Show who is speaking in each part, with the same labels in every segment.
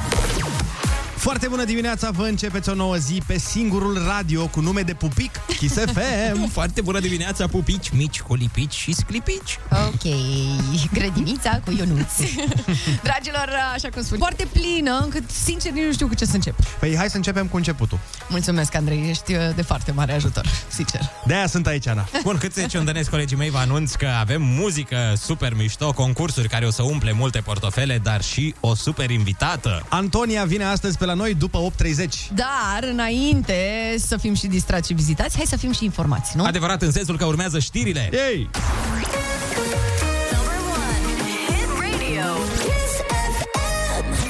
Speaker 1: Foarte bună dimineața, vă începeți o nouă zi pe singurul radio cu nume de pupic, Kiss FM.
Speaker 2: Foarte bună dimineața, pupici, mici, colipici și sclipici.
Speaker 3: Ok, grădinița cu Ionuț. Dragilor, așa cum spun, foarte plină, încât sincer nici nu știu cu ce să încep.
Speaker 1: Păi hai să începem cu începutul.
Speaker 3: Mulțumesc, Andrei, ești uh, de foarte mare ajutor, sincer.
Speaker 1: De-aia sunt aici, Ana.
Speaker 2: Bun, cât se ciondănesc colegii mei, vă anunț că avem muzică super mișto, concursuri care o să umple multe portofele, dar și o super invitată.
Speaker 1: Antonia vine astăzi pe la noi după 8.30.
Speaker 3: Dar, înainte să fim și distrați și vizitați, hai să fim și informați, nu?
Speaker 2: Adevărat în sensul că urmează știrile.
Speaker 1: Ei!
Speaker 4: Number one hit radio. Kiss FM.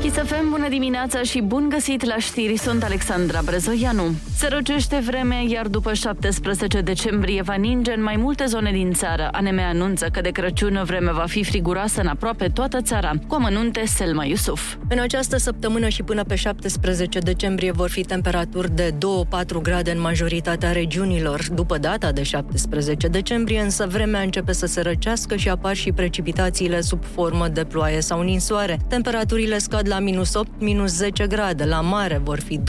Speaker 5: Chisafem, bună dimineața și bun găsit la știri, sunt Alexandra Brezoianu. Se răcește vreme, iar după 17 decembrie va ninge în mai multe zone din țară. ANM anunță că de Crăciun vremea va fi friguroasă în aproape toată țara, cu amănunte Selma Iusuf.
Speaker 6: În această săptămână și până pe 17 decembrie vor fi temperaturi de 2-4 grade în majoritatea regiunilor. După data de 17 decembrie, însă vremea începe să se răcească și apar și precipitațiile sub formă de ploaie sau ninsoare. Temperaturile scad la minus 8, minus 10 grade. La mare vor fi 2-3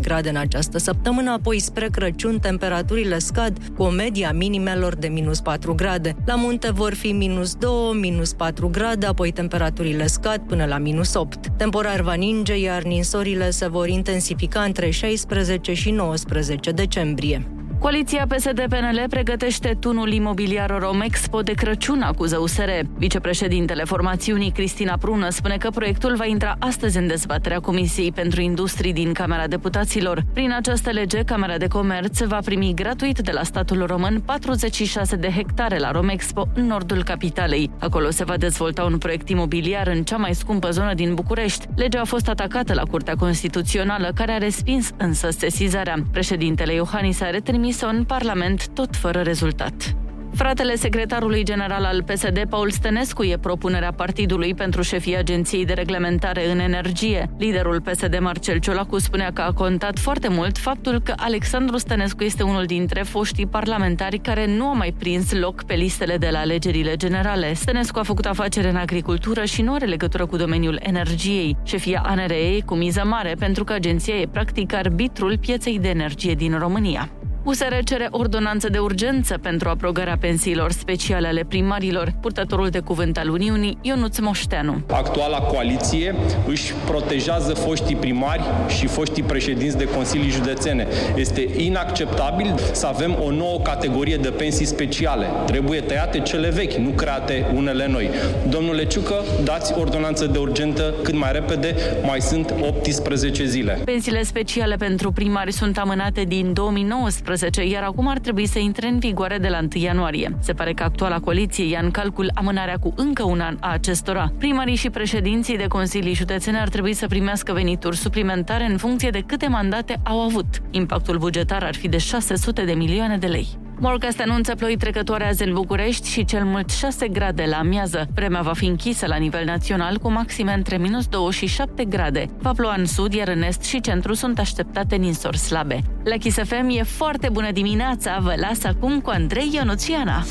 Speaker 6: grade în această săptămână, apoi spre Crăciun temperaturile scad cu o media minimelor de minus 4 grade. La munte vor fi minus 2, minus 4 grade, apoi temperaturile scad până la minus 8. Temporar va ninge, iar ninsorile se vor intensifica între 16 și 19 decembrie.
Speaker 5: Coaliția PSD-PNL pregătește tunul imobiliar Romexpo de Crăciun, acuză USR. Vicepreședintele formațiunii Cristina Prună spune că proiectul va intra astăzi în dezbaterea Comisiei pentru Industrii din Camera Deputaților. Prin această lege, Camera de Comerț va primi gratuit de la statul român 46 de hectare la Romexpo în nordul capitalei. Acolo se va dezvolta un proiect imobiliar în cea mai scumpă zonă din București. Legea a fost atacată la Curtea Constituțională, care a respins însă sesizarea. Președintele Iohannis a retrimis-o în Parlament, tot fără rezultat. Fratele secretarului general al PSD, Paul Stănescu, e propunerea partidului pentru șefii Agenției de Reglementare în Energie. Liderul PSD, Marcel Ciolacu, spunea că a contat foarte mult faptul că Alexandru Stănescu este unul dintre foștii parlamentari care nu a mai prins loc pe listele de la alegerile generale. Stănescu a făcut afacere în agricultură și nu are legătură cu domeniul energiei. Șefia ANRE e cu miză mare pentru că agenția e practic arbitrul pieței de energie din România. USR cere ordonanță de urgență pentru abrogarea pensiilor speciale ale primarilor, purtătorul de cuvânt al Uniunii, Ionuț Moșteanu.
Speaker 7: Actuala coaliție își protejează foștii primari și foștii președinți de consilii județene. Este inacceptabil să avem o nouă categorie de pensii speciale. Trebuie tăiate cele vechi, nu create unele noi. Domnule Ciucă, dați ordonanță de urgentă cât mai repede, mai sunt 18 zile.
Speaker 5: Pensiile speciale pentru primari sunt amânate din 2019, iar acum ar trebui să intre în vigoare de la 1 ianuarie. Se pare că actuala coaliție ia în calcul amânarea cu încă un an a acestora. Primarii și președinții de consilii județene ar trebui să primească venituri suplimentare în funcție de câte mandate au avut. Impactul bugetar ar fi de 600 de milioane de lei. Morcast anunță ploi trecătoare azi în București și cel mult 6 grade la amiază. Vremea va fi închisă la nivel național cu maxime între minus 2 și 7 grade. Va ploua în sud, iar în est și centru sunt așteptate ninsori slabe. La Kiss FM e foarte bună dimineața, vă las acum cu Andrei Ionuțiana.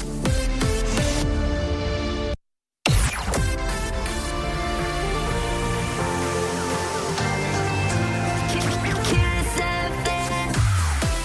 Speaker 4: Kiss FM.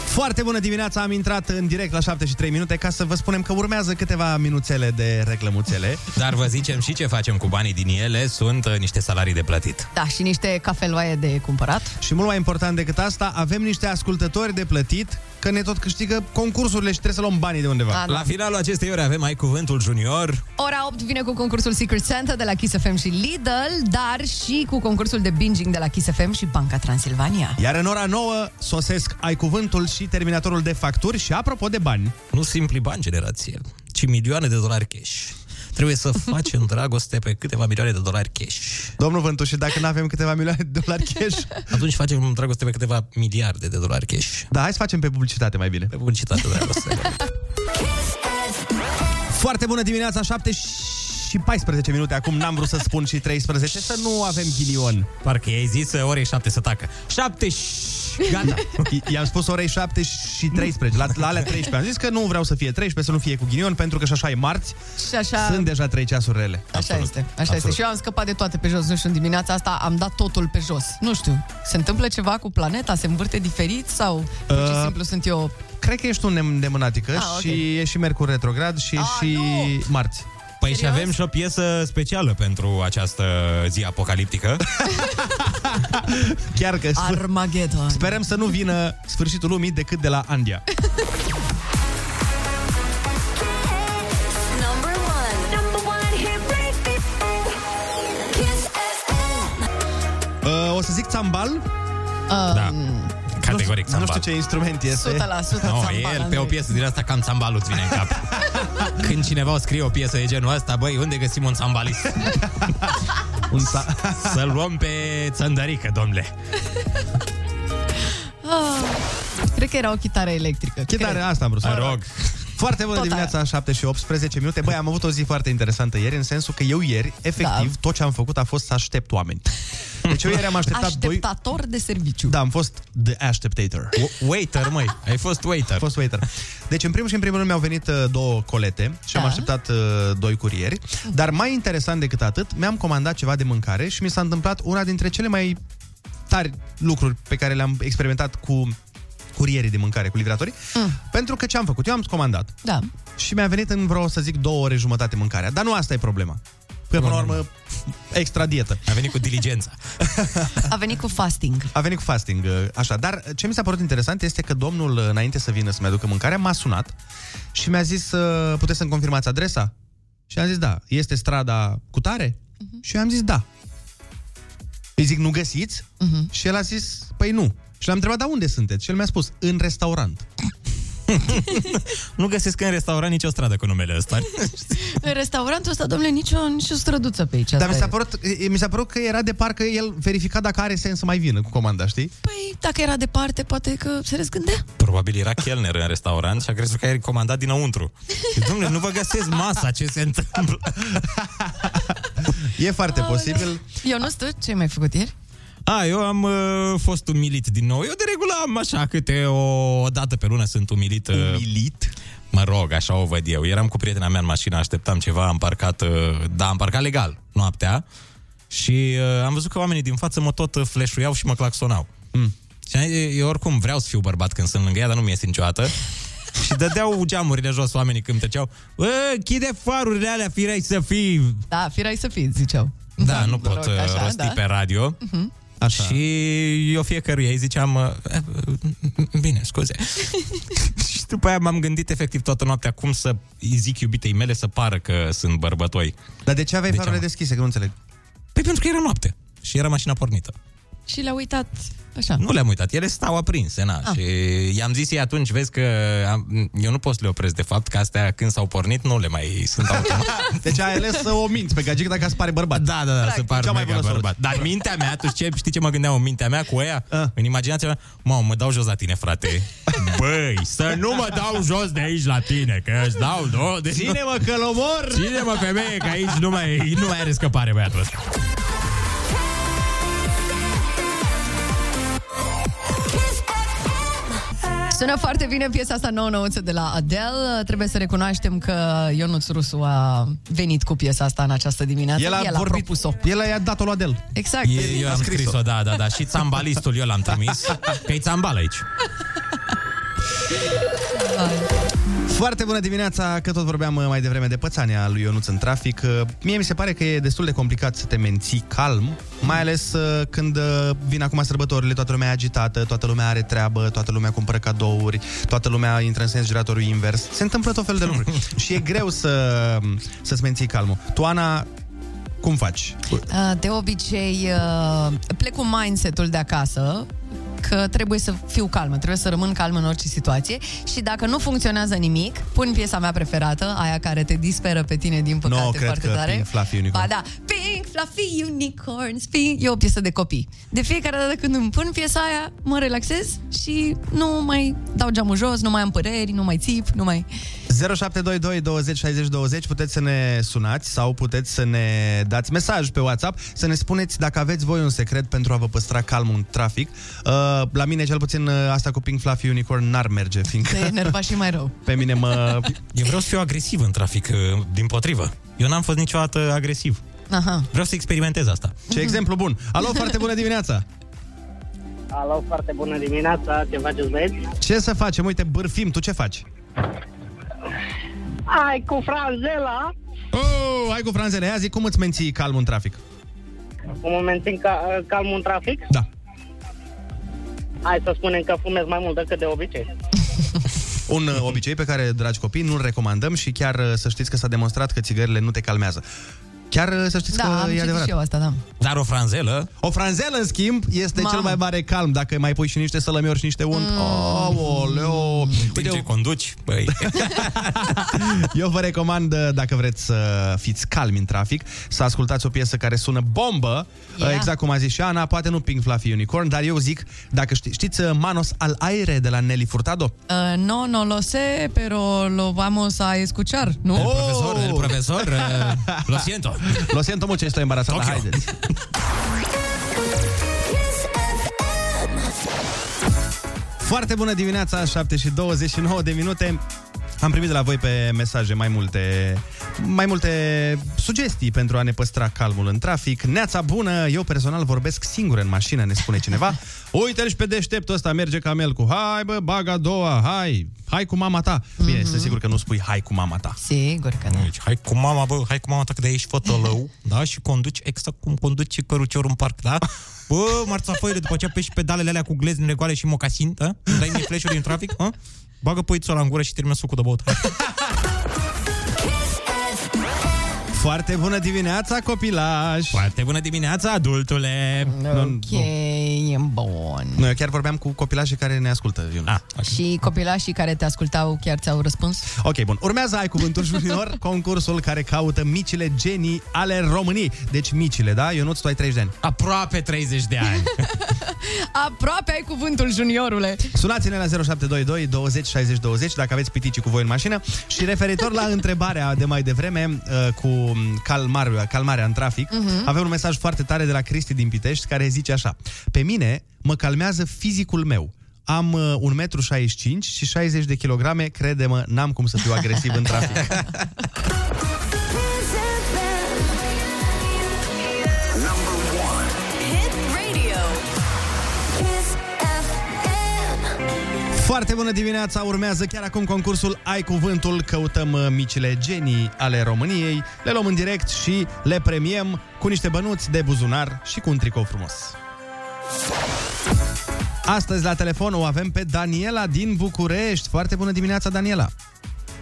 Speaker 1: Foarte bună dimineața, am intrat în direct la 73 minute ca să vă spunem că urmează câteva minuțele de reclămuțele.
Speaker 2: Dar vă zicem și ce facem cu banii din ele, sunt uh, niște salarii de plătit.
Speaker 3: Da, și niște cafeloaie de cumpărat.
Speaker 1: Și mult mai important decât asta, avem niște ascultători de plătit că ne tot câștigă concursurile și trebuie să luăm banii de undeva.
Speaker 3: Da.
Speaker 2: La finalul acestei ore avem ai cuvântul junior.
Speaker 3: Ora 8 vine cu concursul Secret Santa de la Kiss FM și Lidl, dar și cu concursul de binging de la Kiss FM și Banca Transilvania.
Speaker 1: Iar în ora 9 sosesc ai cuvântul și terminatorul de facturi și apropo de bani.
Speaker 2: Nu simpli bani generație, ci milioane de dolari cash. Trebuie să facem dragoste pe câteva milioane de dolari cash.
Speaker 1: Domnul Vântușe, dacă nu avem câteva milioane de dolari cash,
Speaker 2: Atunci facem dragoste pe câteva miliarde de dolari cash.
Speaker 1: da, hai să facem pe publicitate mai bine.
Speaker 2: Pe publicitate da, dragoste.
Speaker 1: Foarte bună dimineața, 7 și 14 minute. Acum n-am vrut să spun și 13, să nu avem ghinion.
Speaker 2: Parcă i-ai zis uh, orei 7 să tacă. 7 și Gata.
Speaker 1: I- I-am spus orei 7 și 13. La, la alea 13 am zis că nu vreau să fie 13, să nu fie cu ghinion, pentru că și așa e marți.
Speaker 3: Și așa...
Speaker 1: Sunt deja 3 ceasuri rele.
Speaker 3: Așa
Speaker 2: Absolut.
Speaker 3: este, așa
Speaker 2: Absolut.
Speaker 3: este. Și eu am scăpat de toate pe jos, nu știu, în dimineața asta am dat totul pe jos. Nu știu, se întâmplă ceva cu planeta, se învârte diferit sau pur și
Speaker 1: Uh,
Speaker 3: simplu sunt eu...
Speaker 1: Cred că ești un nem- nemânatică
Speaker 3: Ah,
Speaker 1: ah,
Speaker 3: ok.
Speaker 1: și e și Mercur retrograd și e
Speaker 3: Ah,
Speaker 1: și
Speaker 3: nu!
Speaker 1: marți.
Speaker 2: Păi și
Speaker 3: Serios?
Speaker 2: avem și o piesă specială pentru această zi apocaliptică.
Speaker 1: Chiar că sf-
Speaker 3: Armageddon.
Speaker 1: sperăm să nu vină sfârșitul lumii decât de la Andia.
Speaker 4: Number one. Number one hit radio. Kiss FM.
Speaker 1: Uh, o să zic țambal,
Speaker 3: Uh,
Speaker 2: da. Categoric,
Speaker 1: nu, nu știu
Speaker 2: țambal.
Speaker 1: ce instrument este.
Speaker 3: 100%
Speaker 2: No,
Speaker 3: țambal,
Speaker 2: el pe
Speaker 3: Andrei.
Speaker 2: o piesă din asta cam țambalul îți vine în cap. Când cineva o scrie o piesă de genul ăsta, băi, unde găsim un țambalist?
Speaker 1: Un sa-
Speaker 2: Să-l luăm pe țăndărică, domnule.
Speaker 3: Ah, Cred că era o chitară electrică.
Speaker 1: Chitare,
Speaker 3: cred.
Speaker 1: asta am vrut să
Speaker 2: Mă
Speaker 1: arăt.
Speaker 2: rog.
Speaker 1: Foarte bună
Speaker 3: Tot
Speaker 1: dimineața, 7 și 18 minute. Băi, am avut o zi foarte interesantă ieri, în sensul că eu ieri, efectiv,
Speaker 3: Da.
Speaker 1: tot ce am făcut a fost să aștept oameni. Deci eu ieri am așteptat doi...
Speaker 3: Așteptator de serviciu.
Speaker 1: Da, am fost the așteptator.
Speaker 2: W- Waiter, măi. Ai fost waiter.
Speaker 1: A fost waiter. Deci, în primul și în primul rând, mi-au venit uh, două colete și am
Speaker 3: Da.
Speaker 1: așteptat uh, doi curieri. Dar mai interesant decât atât, mi-am comandat ceva de mâncare și mi s-a întâmplat una dintre cele mai tari lucruri pe care le-am experimentat cu curierii de mâncare, cu livratorii, mm. pentru că ce am făcut? Eu am comandat
Speaker 3: Da.
Speaker 1: și mi-a venit în vreo, să zic, două ore jumătate mâncarea. Dar nu asta e problema. Că, până la urmă, extra dietă.
Speaker 2: A venit cu diligența.
Speaker 3: A venit cu fasting.
Speaker 1: A venit cu fasting, uh, așa. Dar ce mi s-a părut interesant este că domnul, uh, înainte să vină să-mi aducă mâncarea, m-a sunat și mi-a zis, uh, puteți să-mi confirmați adresa? Și am zis, da. Este strada cu tare?
Speaker 3: Mhm.
Speaker 1: Și eu am zis, da. Îi zic, nu găsiți?
Speaker 3: Mhm.
Speaker 1: Și el a zis, păi nu. Și l-am întrebat, da, unde sunteți? Și el mi-a spus, în restaurant.
Speaker 2: Nu găsesc în restaurant nicio stradă cu numele ăsta.
Speaker 3: În restaurantul ăsta, domnule, nicio, nicio străduță pe aici.
Speaker 1: Dar mi
Speaker 3: Asta
Speaker 1: s-a,
Speaker 3: e.
Speaker 1: părut, e- mi s-a părut că era de parcă el verifica dacă are sens să mai vină cu comanda, știi?
Speaker 3: Păi, dacă era departe, poate că se răzgândea.
Speaker 2: Probabil era chelner în restaurant și a crezut că ai comandat dinăuntru. Domnule, nu vă găsesc masa, ce se întâmplă?
Speaker 1: E foarte posibil.
Speaker 3: Eu nu știu ce ai mai făcut ieri.
Speaker 2: A, eu am uh, fost umilit din nou. Eu de regulă am așa câte o, o dată pe lună sunt umilit. Uh, umilit? Mă rog, așa o văd eu. Eram cu prietena mea în mașină, așteptam ceva, am parcat, uh, da, am parcat legal noaptea și uh, am văzut că oamenii din față mă tot uh, fleșuiau și mă claxonau. Mm. Și am zis, eu, eu oricum vreau să fiu bărbat când sunt lângă ea, dar nu mi iese niciodată. și dădeau geamurile jos oamenii când treceau. Bă, chide farurile alea, firei să fii
Speaker 3: Da, firai să fii, ziceau.
Speaker 2: da, nu
Speaker 3: mă
Speaker 2: pot
Speaker 3: rog,
Speaker 2: așa, rosti da. pe radio. Așa. Și eu fiecăruia îi ziceam, uh, uh, bine, scuze. și după aia m-am gândit efectiv toată noaptea cum să îi zic iubitei mele să pară că sunt bărbătoi.
Speaker 1: Dar de ce aveai
Speaker 2: De ce,
Speaker 1: farurile
Speaker 2: mă?
Speaker 1: deschise? Că nu înțeleg.
Speaker 2: Păi pentru că era noapte și era mașina pornită.
Speaker 3: Și le-a uitat așa.
Speaker 2: Nu le-am uitat, ele stau aprinse, na. Ah. Și i-am zis ei atunci, vezi că am, eu nu pot să le opresc de fapt, că astea când s-au pornit nu le mai sunt automat.
Speaker 1: Deci ai ales să o minți pe gagic dacă îți pare bărbat.
Speaker 2: Da, da, da, se par
Speaker 1: cea mai
Speaker 2: mega
Speaker 1: bună
Speaker 2: bărbat. Dar în mintea mea, tu ce, știi ce mă gândeam în mintea mea cu ea?
Speaker 1: A.
Speaker 2: În imaginația mea, mă, mă dau jos la tine, frate. Băi, să nu mă dau jos de aici la tine, că îți dau două de...
Speaker 1: Ține-mă că-l omor!
Speaker 2: Ține mă femeie, că aici nu mai, nu mai are scăpare băiatul ăsta.
Speaker 4: Kiss FM.
Speaker 3: Sună foarte bine piesa asta nouă nouță de la Adele. Trebuie să recunoaștem că Ionuț Rusu a venit cu piesa asta în această dimineață.
Speaker 1: El a,
Speaker 3: El a
Speaker 1: vorbit,
Speaker 3: propus-o.
Speaker 1: El a i-a dat-o la Del.
Speaker 3: Exact.
Speaker 2: E, eu am scris-o, da, da, da. Și țambalistul eu l-am trimis, că e țambal aici.
Speaker 1: Foarte bună dimineața, că tot vorbeam uh, mai devreme de pățania lui Ionuț în trafic. Uh, Mie mi se pare că e destul de complicat să te menții calm, mai ales uh, când uh, vin acum sărbătorile, toată lumea e agitată, toată lumea are treabă, toată lumea cumpără cadouri, toată lumea intră în sens giratoriu invers. Se întâmplă tot felul de lucruri și e greu să, să-ți menții calmul. Tu, Ana, cum faci?
Speaker 3: Uh, De obicei, uh, plec cu mindset-ul de acasă că trebuie să fiu calmă, trebuie să rămân calmă în orice situație și dacă nu funcționează nimic, pun piesa mea preferată, aia care te disperă pe tine din păcate
Speaker 1: cred
Speaker 3: foarte
Speaker 1: că
Speaker 3: tare.
Speaker 1: Pink Fluffy Unicorn.
Speaker 3: Ba da, Pink pink, fluffy unicorns, pink. E o piesă de copii. De fiecare dată când îmi pun piesa aia, mă relaxez și nu mai dau geamul jos, nu mai am păreri, nu mai țip, nu mai...
Speaker 1: 0722 20 60 20 puteți să ne sunați sau puteți să ne dați mesaj pe WhatsApp să ne spuneți dacă aveți voi un secret pentru a vă păstra calmul în trafic. Uh, la mine cel puțin uh, asta cu Pink Fluffy Unicorn n-ar merge,
Speaker 3: Te
Speaker 1: fiindcă
Speaker 3: enerva și mai rău.
Speaker 1: pe mine mă...
Speaker 2: Eu vreau să fiu agresiv în trafic, uh, din potrivă. Eu n-am fost niciodată agresiv.
Speaker 3: Aha.
Speaker 2: Vreau să experimentez asta.
Speaker 1: Ce exemplu bun! Alo, foarte bună dimineața!
Speaker 8: Alo, foarte bună dimineața, ce faceți băieți?
Speaker 1: Ce să facem? Uite, bârfim, tu ce faci?
Speaker 8: Ai cu franzela,
Speaker 1: Oh, hai cu franzele, ia zi, cum îți menții calmul în trafic?
Speaker 8: un moment în ca, calm un trafic,
Speaker 1: Da.
Speaker 8: hai să spunem că fumez mai mult decât de obicei.
Speaker 1: Un uh, obicei pe care, dragi copii, nu-l recomandăm și chiar uh, să știți că s-a demonstrat că țigările nu te calmează. Chiar uh, să știți
Speaker 3: Da,
Speaker 1: că
Speaker 3: am
Speaker 1: e
Speaker 3: citit
Speaker 1: adevărat.
Speaker 3: și eu asta, da.
Speaker 2: Dar o franzelă,
Speaker 1: O franzelă, în schimb, este
Speaker 3: Mamă.
Speaker 1: cel mai mare calm. Dacă mai pui și niște sălămiori și niște unt... Mm. Aoleo!
Speaker 2: timp ce
Speaker 1: Uite,
Speaker 2: conduci, băi,
Speaker 1: eu vă recomand, uh, dacă vreți să fiți calmi în trafic, să ascultați o piesă care sună bombă,
Speaker 3: Ia.
Speaker 1: yeah. exact cum a zis și Ana, poate nu Pink Fluffy Unicorn, dar eu zic, dacă ști, știți uh, Manos al Aire de la Nelly Furtado?
Speaker 3: Uh, no, no lo sé, pero lo vamos a escuchar, nu?
Speaker 2: el profesor, el profesor, uh, lo siento.
Speaker 1: Lo siento mucho, estoy embarazada,
Speaker 2: Tokyo.
Speaker 1: haideți!
Speaker 4: Kiss FM.
Speaker 1: Foarte bună dimineața, 7 și 29 de minute. Am primit de la voi pe mesaje mai multe, mai multe sugestii pentru a ne păstra calmul în trafic. Neața bună, eu personal vorbesc singur în mașină, ne spune cineva. Uite-l și pe deșteptul ăsta, merge ca mel cu hai bă, baga a doua, hai, hai cu mama ta.
Speaker 2: Mhm.
Speaker 1: Bine, sunt sigur că nu spui hai cu mama ta.
Speaker 3: Sigur că da.
Speaker 2: Deci, hai cu mama, bă, hai cu mama ta, că de ești fotolău, da? Și conduci exact cum conduci căruciorul în parc, da? Bă, marțafoile, după aceea pești pedalele alea cu gleznile goale și mocasin, da? Îmi Dai mie flash în trafic, a? Bagă păițul ăla în gură și termină sucul de băut.
Speaker 1: Foarte bună dimineața, copilaj!
Speaker 2: Foarte bună dimineața, adultule!
Speaker 3: Ok, e bun.
Speaker 1: Noi chiar vorbeam cu copilașii care ne ascultă, Ionuț.
Speaker 2: Ah,
Speaker 3: Și copilașii care te ascultau chiar ți-au răspuns?
Speaker 1: Ok, bun. Urmează Ai Cuvântul Junior, concursul care caută micile genii ale României. Deci micile, da? Ionuț, tu ai 30 de ani.
Speaker 2: aproape 30 de ani.
Speaker 3: Aproape ai cuvântul, juniorule!
Speaker 1: Sunați-ne la 0722 20 60 20 dacă aveți piticii cu voi în mașină și referitor la întrebarea de mai devreme uh, cu calmar, calmarea în trafic, uh-huh. avem un mesaj foarte tare de la Cristi din Pitești care zice așa. Pe mine mă calmează fizicul meu. Am uh, 1,65 m și 60 de kilograme, crede-mă, n-am cum să fiu agresiv în trafic.
Speaker 4: Kiss FM. Hit radio. Kiss FM.
Speaker 1: Foarte bună dimineața! Urmează chiar acum concursul Ai Cuvântul. Căutăm uh, micile genii ale României, le luăm în direct și le premiem cu niște bănuți de buzunar și cu un tricou frumos. Astăzi la telefon o avem pe Daniela din București. Foarte bună dimineața, Daniela!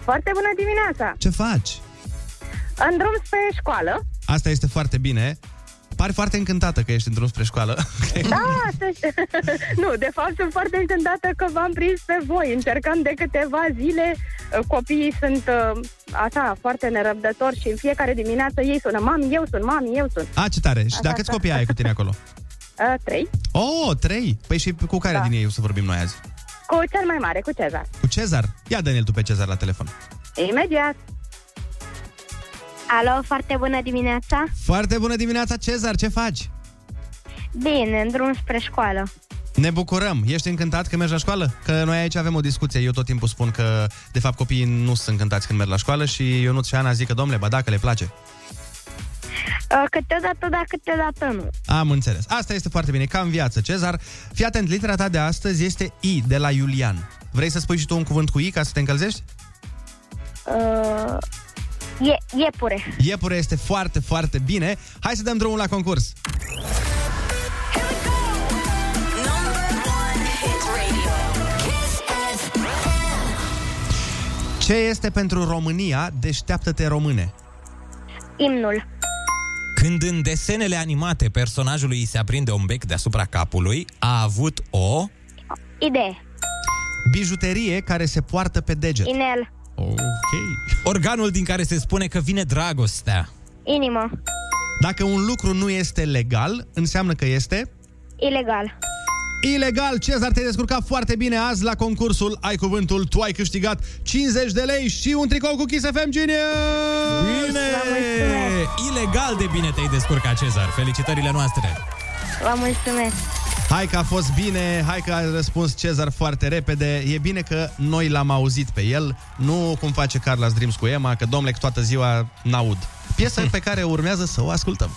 Speaker 9: Foarte bună dimineața!
Speaker 1: Ce faci?
Speaker 9: În drum spre școală.
Speaker 1: Asta este foarte bine. Pari foarte încântată că ești în drum spre școală.
Speaker 9: Da, să- nu, de fapt sunt foarte încântată că v-am prins pe voi. Încercam de câteva zile, copiii sunt uh, așa foarte nerăbdători și în fiecare dimineață ei sună, mami, eu sunt, mami, eu sunt.
Speaker 1: A, ce tare! Și
Speaker 9: Așa,
Speaker 1: dacă câți
Speaker 9: așa.
Speaker 1: copii ai cu tine acolo?
Speaker 9: Uh, trei,
Speaker 1: Oh, trei! Păi și cu care
Speaker 9: Da.
Speaker 1: din ei o să vorbim noi azi?
Speaker 9: cu cel mai mare, cu Cezar.
Speaker 1: Cu Cezar? Ia, Daniel, tu pe Cezar la telefon.
Speaker 9: Imediat.
Speaker 10: Alo, foarte bună dimineața!
Speaker 1: Foarte bună dimineața, Cezar, ce faci?
Speaker 10: Bine, în drum spre școală.
Speaker 1: Ne bucurăm. Ești încântat că mergi la școală? Că noi aici avem o discuție. Eu tot timpul spun că, de fapt, copiii nu sunt încântați când merg la școală și Ionuț și Ana zic că, domnule, ba dacă le place.
Speaker 10: Uh, Câteodată da, câteodată nu.
Speaker 1: Am înțeles. Asta este foarte bine, ca în viață, Cezar. Fii atent, litera ta de astăzi este I, de la Iulian. Vrei să spui și tu un cuvânt cu I ca să te încălzești?
Speaker 10: Uh, e, iepure.
Speaker 1: Iepure este foarte, foarte bine. Hai să dăm drumul la concurs.
Speaker 4: Here we go. Number one hit radio. Kiss FM.
Speaker 1: Ce este pentru România Deșteaptă-te române?
Speaker 10: Imnul.
Speaker 2: Când în desenele animate personajului îi se aprinde un bec deasupra capului, a avut o...
Speaker 10: Idee.
Speaker 1: Bijuterie care se poartă pe deget.
Speaker 10: Inel.
Speaker 1: Ok.
Speaker 2: Organul din care se spune că vine dragostea.
Speaker 10: Inimă.
Speaker 1: Dacă un lucru nu este legal, înseamnă că este
Speaker 10: Ilegal.
Speaker 1: ilegal. Cezar, te-ai descurcat foarte bine azi la concursul Ai Cuvântul. Tu ai câștigat 50 de lei și un tricou cu Kiss FM Genius!
Speaker 2: Bine! Ilegal de bine te-ai descurcat, Cezar. Felicitările noastre.
Speaker 10: Vă mulțumesc.
Speaker 1: Hai că a fost bine, hai că a răspuns Cezar foarte repede. E bine că noi l-am auzit pe el, nu cum face Carla Dreams cu Emma, că domnule, toată ziua n-aud. Piesa pe care urmează să o ascultăm.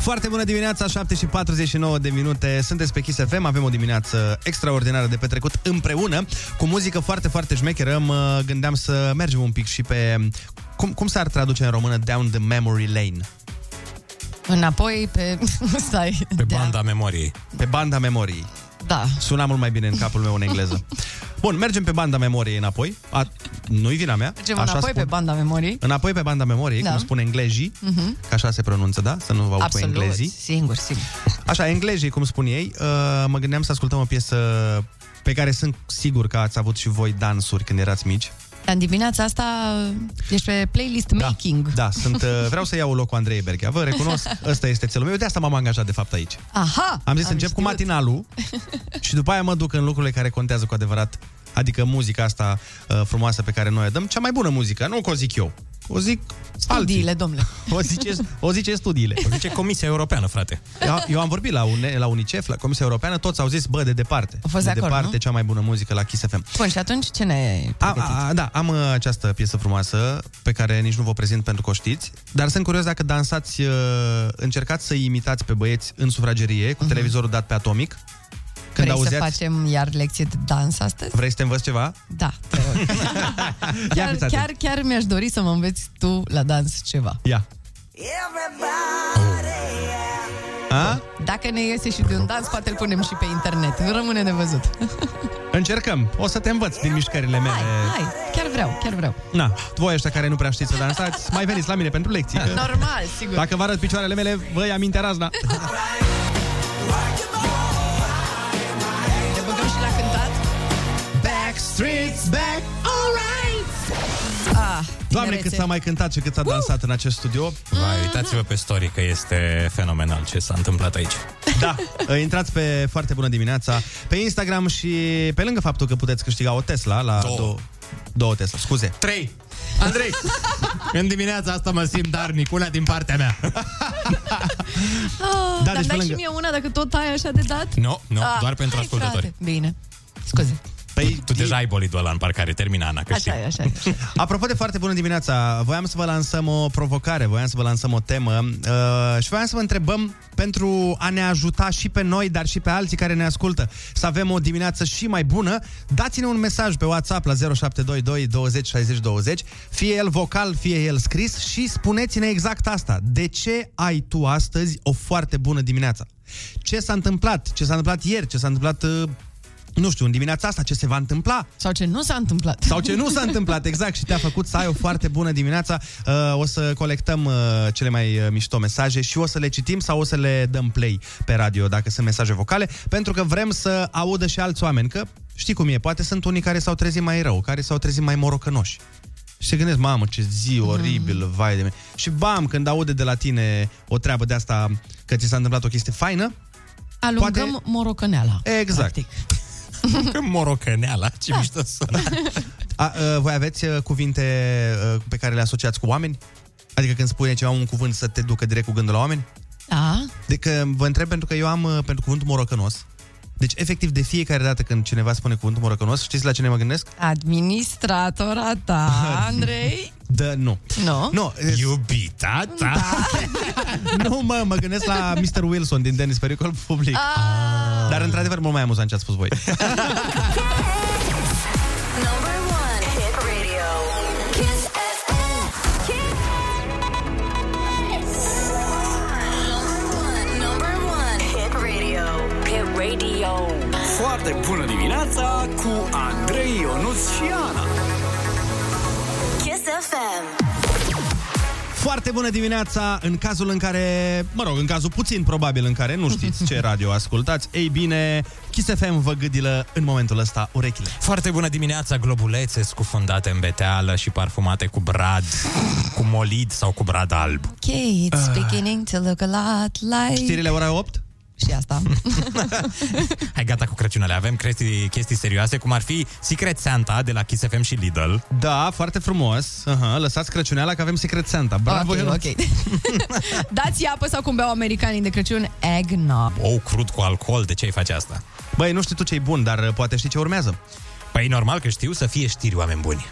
Speaker 1: Foarte bună dimineața, 7 și 49 de minute. Sunteți pe Kiss FM, avem o dimineață extraordinară de petrecut împreună, cu muzică foarte, foarte șmecheră. Mă gândeam să mergem un pic și pe... Cum, cum s-ar traduce în română Down the Memory Lane?
Speaker 3: Înapoi pe... Stai.
Speaker 2: Pe banda memoriei.
Speaker 1: Da. Pe banda memoriei.
Speaker 3: Da.
Speaker 1: Suna mult mai bine în capul meu în engleză. Bun, mergem pe banda memoriei înapoi. A, nu-i vina mea.
Speaker 3: Mergem înapoi
Speaker 1: spun.
Speaker 3: pe banda memoriei.
Speaker 1: Înapoi pe banda memoriei, da.
Speaker 3: Da.
Speaker 1: cum spun englezii,
Speaker 3: Mhm.
Speaker 1: că așa se pronunță, da? Să nu vă aud pe
Speaker 3: Absolut,
Speaker 1: englezii.
Speaker 3: singur, singur.
Speaker 1: Așa, englezii, cum spun ei, uh, mă gândeam să ascultăm o piesă pe care sunt sigur că ați avut și voi dansuri când erați mici.
Speaker 3: Dar în dimineața asta ești pe playlist making.
Speaker 1: Da, sunt, uh, vreau să iau locul Andrei Berghea. Vă recunosc, ăsta este țelul meu. De asta m-am angajat, de fapt, aici.
Speaker 3: Aha!
Speaker 1: Am zis, încep cu matinalul și după aia mă duc în lucrurile care contează cu adevărat, adică muzica asta uh, frumoasă pe care noi o dăm, cea mai bună muzică, nu o zic eu, o zic
Speaker 3: Studiile,
Speaker 1: alții.
Speaker 3: domnule.
Speaker 1: O zice, o zice studiile. O zice Comisia Europeană, frate. Eu, eu am vorbit la, UNE, la UNICEF, la Comisia Europeană, toți au zis, bă, de departe.
Speaker 3: A fost
Speaker 1: de
Speaker 3: de acord,
Speaker 1: departe
Speaker 3: nu?
Speaker 1: cea mai bună muzică la Kiss FM.
Speaker 3: Bun, și atunci ce ne
Speaker 1: A, a, da, am uh, această piesă frumoasă pe care nici nu vă prezint pentru că o știți, dar sunt curios dacă dansați, uh, încercați să imitați pe băieți în sufragerie cu televizorul dat pe atomic. Când
Speaker 3: Mhm. Vrei
Speaker 1: auzeați,
Speaker 3: să facem iar lecție de dans astăzi?
Speaker 1: Vrei să te învăț ceva?
Speaker 3: Da.
Speaker 1: Ia
Speaker 3: Chiar,
Speaker 1: fiți atent.
Speaker 3: chiar, chiar mi-aș dori să mă înveți tu la dans ceva.
Speaker 1: Ia. A?
Speaker 3: Dacă ne iese și de un dans, poate îl punem și pe internet. Rămâne de văzut.
Speaker 1: Încercăm. O să te învăț din mișcările mele.
Speaker 3: Hai, chiar vreau, chiar vreau.
Speaker 1: Na, voi ăștia care nu prea știți să dansați, mai veniți la mine pentru lecții. că-
Speaker 3: Normal, sigur.
Speaker 1: Dacă vă arăt picioarele mele, vă ia mintea razna.
Speaker 3: Te băgăm și la cântat?
Speaker 1: Backstreets back,
Speaker 3: alright! Ah,
Speaker 1: Doamne,
Speaker 3: tinerețe.
Speaker 1: cât s-a mai cântat și cât s-a dansat în acest studio.
Speaker 2: Vai, uitați-vă pe story că este fenomenal ce s-a întâmplat aici.
Speaker 1: Da, intrați pe Foarte Bună Dimineața, pe Instagram și pe lângă faptul că puteți câștiga o Tesla la două, două, două Tesla, scuze.
Speaker 2: Trei. Andrei, în dimineața asta mă simt darnic, una din partea mea.
Speaker 3: Ah,
Speaker 2: Da,
Speaker 3: dar
Speaker 2: deci pe
Speaker 3: dai și
Speaker 2: lângă-
Speaker 3: mie una dacă tot ai așa de dat?
Speaker 2: Nu, nu, doar pentru
Speaker 3: Ah, hai,
Speaker 2: ascultători.
Speaker 3: frate. Bine. Scuze.
Speaker 1: Păi,
Speaker 2: tu deja ai bolidul ăla în parcare, termina Ana, că
Speaker 3: Așa e, așa e.
Speaker 1: Apropo de foarte bună dimineața, voiam să vă lansăm o provocare, voiam să vă lansăm o temă uh, și voiam să vă întrebăm pentru a ne ajuta și pe noi, dar și pe alții care ne ascultă să avem o dimineață și mai bună. Dați-ne un mesaj pe WhatsApp la 0722 20 60 20, fie el vocal, fie el scris și spuneți-ne exact asta. De ce ai tu astăzi o foarte bună dimineață? Ce s-a întâmplat? Ce s-a întâmplat ieri? Ce s-a întâmplat uh, nu știu, în dimineața asta ce se va întâmpla?
Speaker 3: Sau ce nu s-a întâmplat.
Speaker 1: Sau ce nu s-a întâmplat, exact, și te-a făcut să ai o foarte bună dimineața. Uh, O să colectăm uh, cele mai uh, mișto mesaje și o să le citim sau o să le dăm play pe radio, dacă sunt mesaje vocale, pentru că vrem să audă și alți oameni, că știi cum e, poate sunt unii care s-au trezit mai rău, care s-au trezit mai morocănoși. Și se gândesc, mamă, ce zi
Speaker 3: Da.
Speaker 1: oribil, vai de mine. Și bam, când aude de la tine o treabă de asta, că ți s-a întâmplat o chestie faină,
Speaker 3: Alungăm
Speaker 1: Poate-
Speaker 3: morocăneala.
Speaker 1: exact.
Speaker 2: Că morocăneala, ce mișto sună.
Speaker 1: Da. A, uh, voi aveți uh, cuvinte uh, pe care le asociați cu oameni? Adică când spune ceva un cuvânt să te ducă direct cu gândul la oameni?
Speaker 3: Da?
Speaker 1: De că vă întreb pentru că eu am uh, pentru cuvântul morocănos. Deci efectiv de fiecare dată când cineva spune cuvântul morocănos, știți la cine mă gândesc?
Speaker 3: Administratora ta, Andrei?
Speaker 1: Da, nu.
Speaker 3: Nu?
Speaker 1: Nu, Da.
Speaker 2: Iubita ta.
Speaker 1: nu mă, mă gândesc la Mr. Wilson din Dennis Pericol Public.
Speaker 4: Ah.
Speaker 1: Dar într-adevăr mult mai amuzant ce ați spus voi.
Speaker 4: Number one hit radio. Kiss FM. Kiss. Number one, number one hit radio. Hit radio.
Speaker 11: Foarte bună dimineața cu Andrei Ionuț și Ana.
Speaker 4: Kiss FM.
Speaker 1: Foarte bună dimineața! În cazul în care, mă rog, în cazul puțin probabil în care nu știți ce radio ascultați, ei bine, Kiss FM vă gâdilă în momentul ăsta urechile.
Speaker 2: Foarte bună dimineața, globulețe scufundate în beteală și parfumate cu brad, cu molid sau cu brad alb.
Speaker 3: Ok, it's beginning to look a lot like...
Speaker 2: Ah. Știrile ora 8?
Speaker 3: Și asta.
Speaker 2: Hai, gata cu Crăciunele. Avem chestii, chestii serioase, cum ar fi Secret Santa de la Kiss FM și Lidl.
Speaker 1: Da, foarte frumos. Aha, lăsați crăciuneala că avem Secret Santa. Bravo,
Speaker 3: Ok,
Speaker 1: Ionuț.
Speaker 3: ok. Dați apă sau cum beau americanii de Crăciun, eggnog.
Speaker 2: Ou crud cu alcool, de ce ai face asta?
Speaker 1: Băi, nu știu tu ce e bun, dar uh, poate știi ce urmează.
Speaker 2: Păi normal că știu să fie știri oameni buni.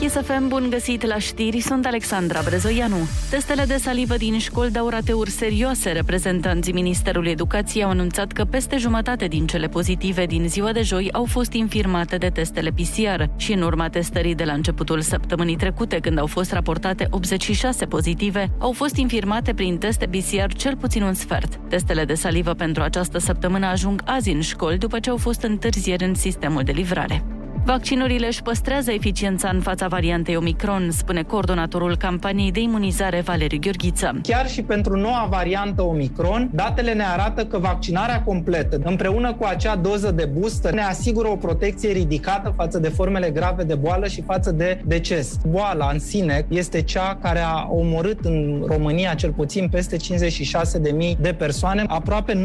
Speaker 5: Kiss FM, bun găsit la știri, sunt Alexandra Brezoianu. Testele de salivă din școli dau rateuri serioase. Reprezentanții Ministerului Educației au anunțat că peste jumătate din cele pozitive din ziua de joi au fost infirmate de testele PCR și în urma testării de la începutul săptămânii trecute, când au fost raportate 86 pozitive, au fost infirmate prin teste PCR cel puțin un sfert. Testele de salivă pentru această săptămână ajung azi în școli după ce au fost întârzieri în sistemul de livrare. Vaccinurile își păstrează eficiența în fața variantei Omicron, spune coordonatorul campaniei de imunizare Valeriu Gheorghiță.
Speaker 12: Chiar și pentru noua variantă Omicron, datele ne arată că vaccinarea completă, împreună cu acea doză de booster, ne asigură o protecție ridicată față de formele grave de boală și față de deces. Boala în sine este cea care a omorât în România cel puțin peste 56.000 de persoane. Aproape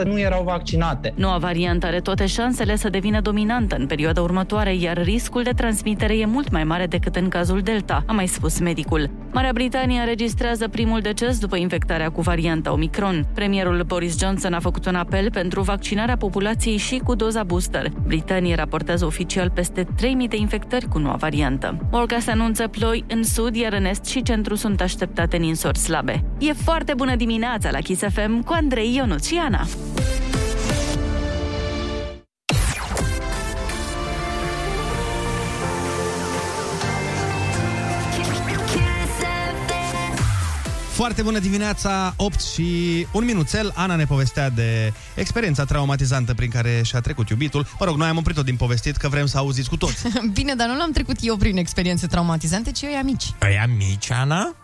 Speaker 12: 90% nu erau vaccinate.
Speaker 5: Noua variantă are toate șansele să devină dominantă în perioada următoare, iar riscul de transmitere e mult mai mare decât în cazul Delta, a mai spus medicul. Marea Britanie înregistrează primul deces după infectarea cu varianta Omicron. Premierul Boris Johnson a făcut un apel pentru vaccinarea populației și cu doza booster. Britanie raportează oficial peste 3.000 de infectări cu noua variantă. Morca se anunță ploi în sud, iar în est și centru sunt așteptate ninsori slabe. E foarte bună dimineața la Kiss FM cu Andrei Ionuț și Ana.
Speaker 1: Foarte bună dimineața, 8 și un minuțel. Ana ne povestea de experiența traumatizantă prin care și-a trecut iubitul. Mă rog, noi am oprit-o din povestit că vrem să auziți cu toți.
Speaker 3: Bine, dar nu l-am trecut eu prin experiențe traumatizante, ci eu i-am mici.
Speaker 2: Păi mici, Ana?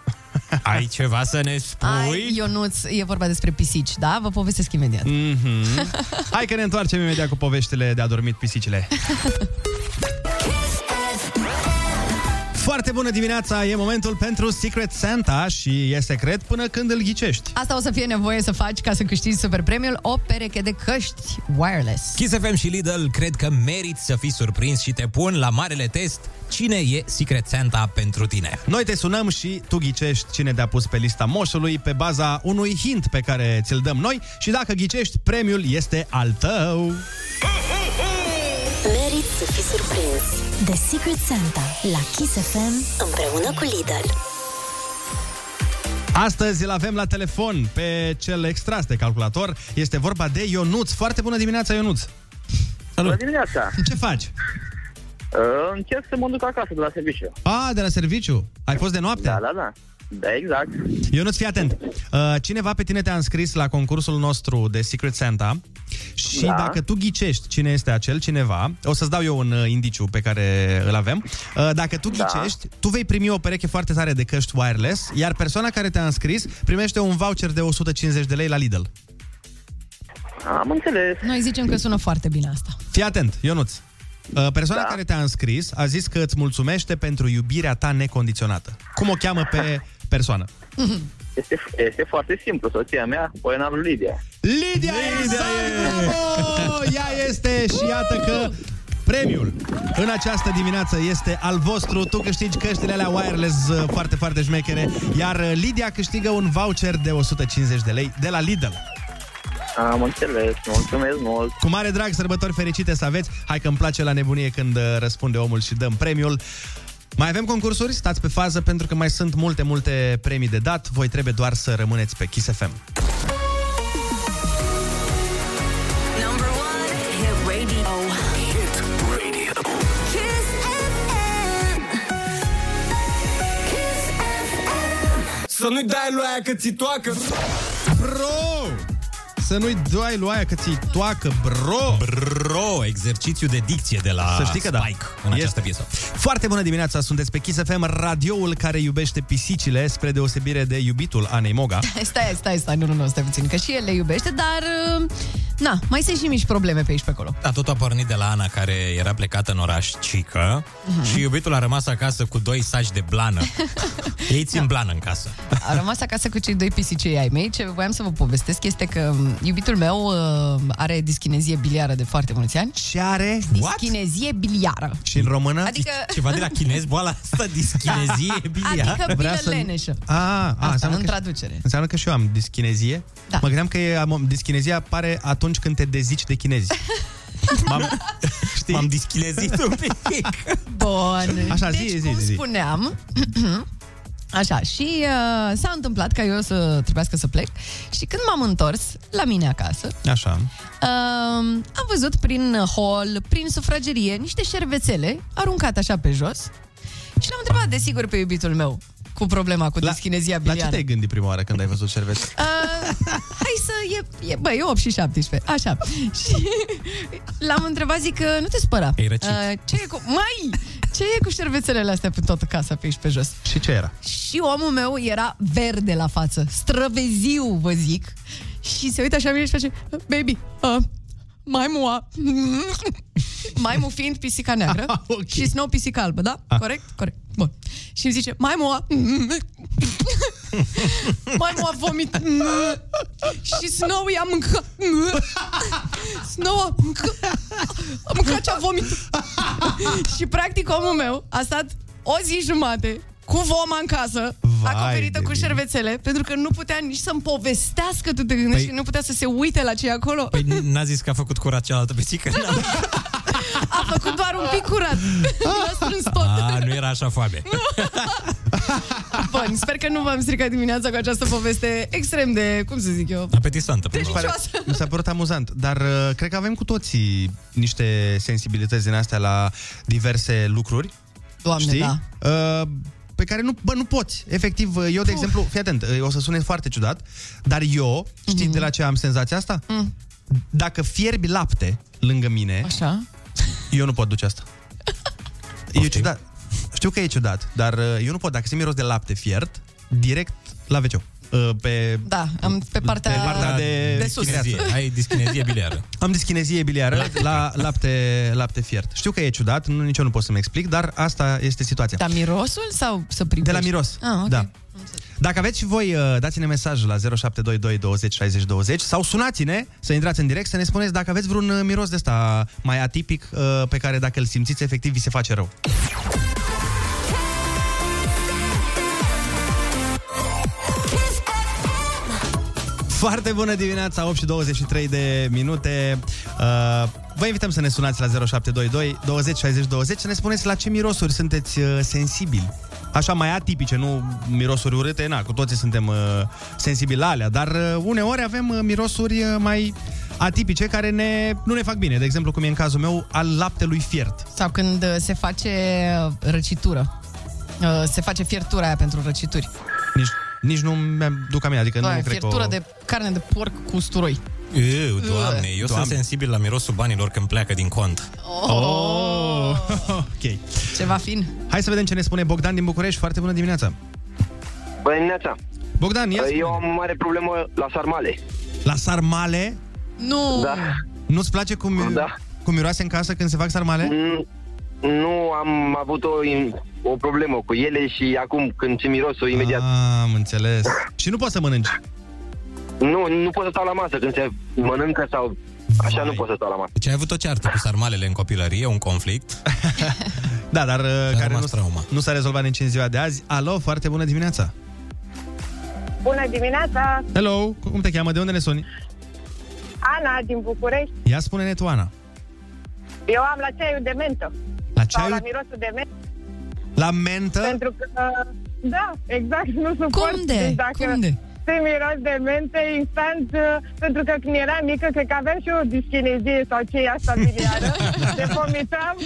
Speaker 2: Ai ceva să ne
Speaker 3: Păi?
Speaker 2: spui?
Speaker 3: Ai, Ionuț, e vorba despre pisici, da? Vă povestesc imediat.
Speaker 1: Mhm. Hai că ne întoarcem imediat cu poveștile de adormit pisicile. Foarte bună dimineața, e momentul pentru Secret Santa și e secret până când îl ghicești.
Speaker 3: Asta o să fie nevoie să faci ca să câștigi super premiul o pereche de căști wireless.
Speaker 2: Kiss FM și Lidl cred că meriți să fii surprins și te pun la marele test cine e Secret Santa pentru tine.
Speaker 1: Noi te sunăm și tu ghicești cine te-a pus pe lista moșului pe baza unui hint pe care ți-l dăm noi și dacă ghicești, premiul este al tău.
Speaker 13: Meriți să fii surprins. The Secret Santa la Kiss FM împreună cu Lidl.
Speaker 1: Astăzi îl avem la telefon pe cel extras de calculator. Este vorba de Ionuț. Foarte bună dimineața, Ionuț! Salut! Bună
Speaker 14: dimineața!
Speaker 1: Ce faci?
Speaker 14: Uh, încerc să mă duc acasă de la serviciu.
Speaker 1: A, de la serviciu. Ai fost de noapte?
Speaker 14: Da, da, da. Da, exact.
Speaker 1: Ionuț, fii atent. Uh, Cineva pe tine te-a înscris la concursul nostru de Secret Santa și
Speaker 14: Da.
Speaker 1: dacă tu ghicești cine este acel cineva, o să-ți dau eu un uh, indiciu pe care îl avem, Uh, dacă tu
Speaker 14: Da.
Speaker 1: ghicești, tu vei primi o pereche foarte tare de căști wireless, iar persoana care te-a înscris primește un voucher de 150 de lei la Lidl.
Speaker 14: Am înțeles.
Speaker 3: Noi zicem că sună foarte bine asta.
Speaker 1: Fii atent, Ionuț. Uh, Persoana da. care te-a înscris a zis că îți mulțumește pentru iubirea ta necondiționată. Cum o cheamă pe persoană?
Speaker 14: Este, este foarte simplu. Soția mea, Poena Lidia.
Speaker 1: Lidia, Lidia e! Bravo! Ea este și iată că premiul în această dimineață este al vostru. Tu câștigi căștile alea wireless uh, foarte, foarte șmechere, iar uh, Lidia câștigă un voucher de 150 de lei de la Lidl.
Speaker 14: Am înțeles. Mulțumesc mult.
Speaker 1: Cu mare drag, sărbători fericite să aveți. Hai că îmi place la nebunie când uh, răspunde omul și dăm premiul. Mai avem concursuri? Stați pe fază pentru că mai sunt multe, multe premii de dat. Voi trebuie doar să rămâneți pe Kiss FM.
Speaker 11: Să nu-i dai lui aia că ți toacă
Speaker 1: Bro! Să nu-i dai luaia că ți toacă, bro!
Speaker 2: Bro, exercițiu de dicție de la
Speaker 1: Să știi că da.
Speaker 2: Spike da. în această piesă.
Speaker 1: Foarte bună dimineața, sunteți pe Kiss FM, radioul care iubește pisicile, spre deosebire de iubitul Anei Moga.
Speaker 3: Stai, stai, stai, nu, nu, nu, stai puțin, că și el le iubește, dar... uh, Na, mai sunt și mici probleme pe aici pe acolo.
Speaker 2: Da, tot a pornit de la Ana, care era plecată în oraș Cică
Speaker 3: Mhm.
Speaker 2: și iubitul a rămas acasă cu doi saci de blană. Ei țin blană în casă.
Speaker 3: Am rămas acasă cu cei doi pisicei ai mei. Ce voiam să vă povestesc este că m, iubitul meu uh, are dischinezie biliară de foarte mulți ani.
Speaker 1: Ce are?
Speaker 3: Dischinezie biliară.
Speaker 1: Și în română?
Speaker 3: Adică- Da.
Speaker 2: Ceva de la chinez, boala asta, dischinezie, bilia.
Speaker 3: Adică bilă leneșă.
Speaker 1: A, a,
Speaker 3: Asta,
Speaker 1: înseamnă
Speaker 3: în
Speaker 1: că-
Speaker 3: traducere.
Speaker 1: Înseamnă că și eu am dischinezie. Da. Mă gândeam că e, am- dischinezia apare atunci când te dezici de chinezi. M-am, știi? M-am
Speaker 2: dischinezit un pic.
Speaker 3: Bun.
Speaker 1: Așa, zi,
Speaker 3: deci,
Speaker 1: zi,
Speaker 3: cum
Speaker 1: zi, zi.
Speaker 3: spuneam, așa, și uh, s-a întâmplat ca eu să trebuiască să plec și când m-am întors la mine acasă,
Speaker 1: Așa.
Speaker 3: Um, am văzut prin hol, prin sufragerie, niște șervețele aruncate așa pe jos și l-am întrebat, desigur, pe iubitul meu cu problema cu dischinezia
Speaker 1: La
Speaker 3: biliară.
Speaker 1: ce te-ai gândit prima oară când ai văzut șerveț?
Speaker 3: Uh, hai să... E, e, bă, e 8 și 17. Așa. Și l-am întrebat, zic că nu te spăra. Uh,
Speaker 1: Ai răcit.
Speaker 3: ce e cu... Mai! Ce e cu șervețelele astea pe toată casa, pe aici, pe jos?
Speaker 1: Și ce era?
Speaker 3: Și omul meu era verde la față, străveziu, vă zic. Și se uită așa la mine și face, baby, uh, maimu a... Maimu fiind pisica neagră okay. și Snow pisica albă, da? Ah. Corect? Corect. Bun. Și îmi zice, maimu a... maimu a vomit... și Snow i-a mâncat... Snow a mâncat... A mâncat ce a vomit. și practic omul meu a stat o zi jumate cu voma în casă,
Speaker 1: Vai
Speaker 3: acoperită
Speaker 1: de
Speaker 3: cu
Speaker 1: mine.
Speaker 3: șervețele, pentru că nu putea nici să-mi povestească, tu te gândești,
Speaker 2: Păi-
Speaker 3: că nu putea să se uite la ce e acolo.
Speaker 2: Păi n-a zis că a făcut curat cealaltă pisică?
Speaker 3: A făcut doar un pic curat. L-a strâns tot.
Speaker 2: A, nu era așa foame.
Speaker 3: Bun, sper că nu v-am stricat dimineața cu această poveste extrem de, cum să zic eu,
Speaker 2: Apetisantă.
Speaker 3: Deci,
Speaker 1: Mi se pare- Mi s-a părut amuzant, dar uh, cred că avem cu toții niște sensibilități din astea la diverse lucruri.
Speaker 3: Doamne,
Speaker 1: știi? da. Pe care nu, bă, nu poți. Efectiv, uh, eu, de exemplu, fii atent, uh, o să sune foarte ciudat, dar eu, știi de la ce am senzația asta?
Speaker 3: Mhm. Mm.
Speaker 1: Dacă fierbi lapte lângă mine,
Speaker 3: Așa.
Speaker 1: eu nu pot duce asta. E ciudat. Știu că e ciudat, dar uh, eu nu pot. Dacă se miros de lapte fiert, direct la wc pe
Speaker 3: Da, am pe partea,
Speaker 1: Pe partea de-
Speaker 3: de sus.
Speaker 1: Dischinezie.
Speaker 2: Ai dischinezie biliară.
Speaker 1: Am dischinezie biliară la lapte, lapte fiert. Știu că e ciudat, nu, nici eu nu pot să-mi explic, dar asta este situația.
Speaker 3: Dar mirosul sau să privești?
Speaker 1: De la miros.
Speaker 3: Ah, ok.
Speaker 1: Da. Dacă aveți și voi, uh, dați-ne mesaj la 0722 20 60 20 sau sunați-ne să intrați în direct să ne spuneți dacă aveți vreun uh, miros de ăsta mai atipic uh, pe care dacă îl simțiți efectiv vi se face rău. Foarte bună dimineața, 8 și 23 de minute. Uh, vă invităm să ne sunați la 0722 20 60 20 să ne spuneți la ce mirosuri sunteți uh, sensibili. Așa mai atipice, nu mirosuri urâte, na, cu toții suntem uh, sensibili la alea, dar uh, uneori avem uh, mirosuri uh, mai atipice care ne, nu ne fac bine. De exemplu, cum e în cazul meu, al laptelui fiert.
Speaker 3: Sau când uh, se face uh, răcitură. Uh, Se face fiertura aia pentru răcituri.
Speaker 1: Nici, nici nu mi-am duc aminte, adică
Speaker 3: Aia,
Speaker 1: nu cred că...
Speaker 3: fiertură de carne de porc cu usturoi.
Speaker 2: Eu, doamne, eu sunt
Speaker 3: Doamne.
Speaker 2: sensibil la mirosul banilor când pleacă din cont.
Speaker 1: Oh. ok.
Speaker 3: Ceva fin.
Speaker 1: Hai să vedem ce ne spune Bogdan din București. Foarte bună dimineața.
Speaker 15: Bună dimineața!
Speaker 1: Bogdan, ia
Speaker 15: Eu am mare problemă la sarmale.
Speaker 1: La sarmale?
Speaker 3: Nu!
Speaker 15: Da.
Speaker 1: Nu-ți place cum, da. cum miroase în casă când se fac sarmale?
Speaker 15: Mm, Nu am avut o, o problemă cu ele și acum când ți mirosul imediat.
Speaker 1: Am înțeles. Și nu poți să mănânci.
Speaker 15: Nu, nu pot să stau la masă când se mănâncă sau... Așa nu pot să stau la masă.
Speaker 2: Deci ai avut o ceartă cu sarmalele în copilărie, un conflict.
Speaker 1: Da, dar uh, care
Speaker 2: rămas
Speaker 1: nu,
Speaker 2: trauma.
Speaker 1: nu s-a rezolvat nici în ziua de azi. Alo, foarte bună dimineața!
Speaker 9: Bună dimineața!
Speaker 1: Hello, cum te cheamă? De unde ne suni?
Speaker 9: Ana din București.
Speaker 1: Ia spune-ne tu, Ana.
Speaker 9: Eu am la ceaiul de mentă.
Speaker 1: La
Speaker 9: Sau la
Speaker 1: ceaiul?
Speaker 9: mirosul de mentă.
Speaker 1: La mentă?
Speaker 9: Pentru că, da, exact, nu suport.
Speaker 3: Cum de?
Speaker 9: Deci dacă
Speaker 3: Cum de?
Speaker 9: Se miros de mente instant, uh, pentru că când eram mică, cred că aveam și eu dischinezie sau ce e asta biliară. de vomitam,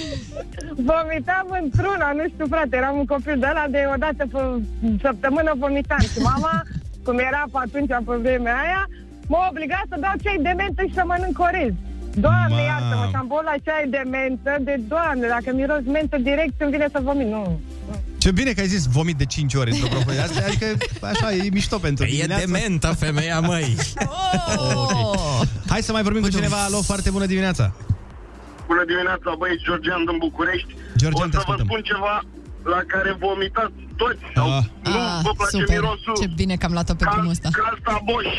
Speaker 9: vomitam într-una, nu știu, frate, eram un copil de ăla de o dată pe săptămână vomitam. Și mama, cum era pe atunci, pe vremea aia,
Speaker 16: m-a obligat să beau ceai de mentă și să mănânc orez. Doamne,
Speaker 2: Mamă.
Speaker 16: iartă-mă, că am băut la ceai de mentă, de doamne, dacă miros mentă direct îmi vine să vomit. Nu,
Speaker 1: Ce bine că ai zis vomit de 5 ore într-o propoziție. Asta, adică, așa, e mișto pentru
Speaker 2: Păi E
Speaker 1: dimineața.
Speaker 2: dementă femeia, măi.
Speaker 3: Oh!
Speaker 1: Ok. Hai să mai vorbim
Speaker 2: Păi,
Speaker 1: cu cineva. Alo, foarte bună dimineața.
Speaker 17: Bună dimineața, băieți, Georgian din București.
Speaker 1: Georgian,
Speaker 17: o
Speaker 1: te
Speaker 17: să vă
Speaker 1: ascultăm.
Speaker 17: spun ceva la care vomitați toți.
Speaker 1: Ah.
Speaker 17: Nu vă place
Speaker 3: super.
Speaker 17: mirosul.
Speaker 3: Ce bine că am luat-o pe drumul ăsta.
Speaker 17: Caltaboș.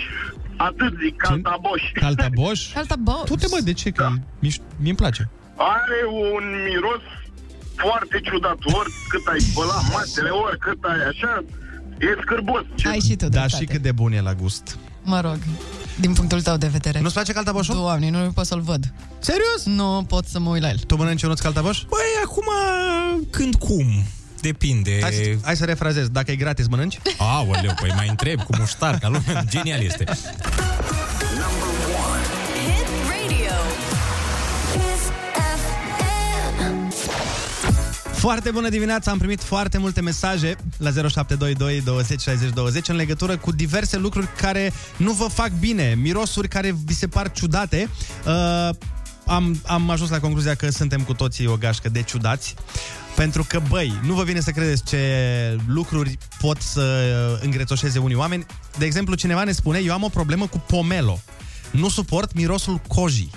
Speaker 17: Atât zic, caltaboș.
Speaker 1: Caltaboș?
Speaker 3: Caltaboș.
Speaker 1: Tu te mă, de ce? Că
Speaker 2: Da.
Speaker 1: mi- mi-mi place.
Speaker 17: Are un miros foarte ciudat. Oricât ai spăla matele, oricât ai așa, e scârbos.
Speaker 3: Ai și tu
Speaker 1: Dar și cât de bun e la gust.
Speaker 3: Mă rog, din punctul tău de vedere.
Speaker 1: Nu-ți place caltaboșul?
Speaker 3: Doamne, nu pot să-l văd.
Speaker 1: Serios?
Speaker 3: Nu pot să mă uit la el.
Speaker 1: Tu mănânci un caltaboș?
Speaker 2: Băi, acum când cum? Depinde.
Speaker 1: Hai, să- hai să refrazez. Dacă e gratis, mănânci?
Speaker 2: Aoleu, păi mai întreb cu muștar, ca lumea, genial este.
Speaker 4: Hit radio. Kiss FM.
Speaker 1: Foarte bună dimineața, am primit foarte multe mesaje la 0722 20 60 20 în legătură cu diverse lucruri care nu vă fac bine, mirosuri care vi se par ciudate. Uh, am, am ajuns la concluzia că suntem cu toții o gașcă de ciudați, pentru că, băi, nu vă vine să credeți ce lucruri pot să îngrețoșeze unii oameni. De exemplu, cineva ne spune, eu am o problemă cu pomelo. Nu suport mirosul cojii.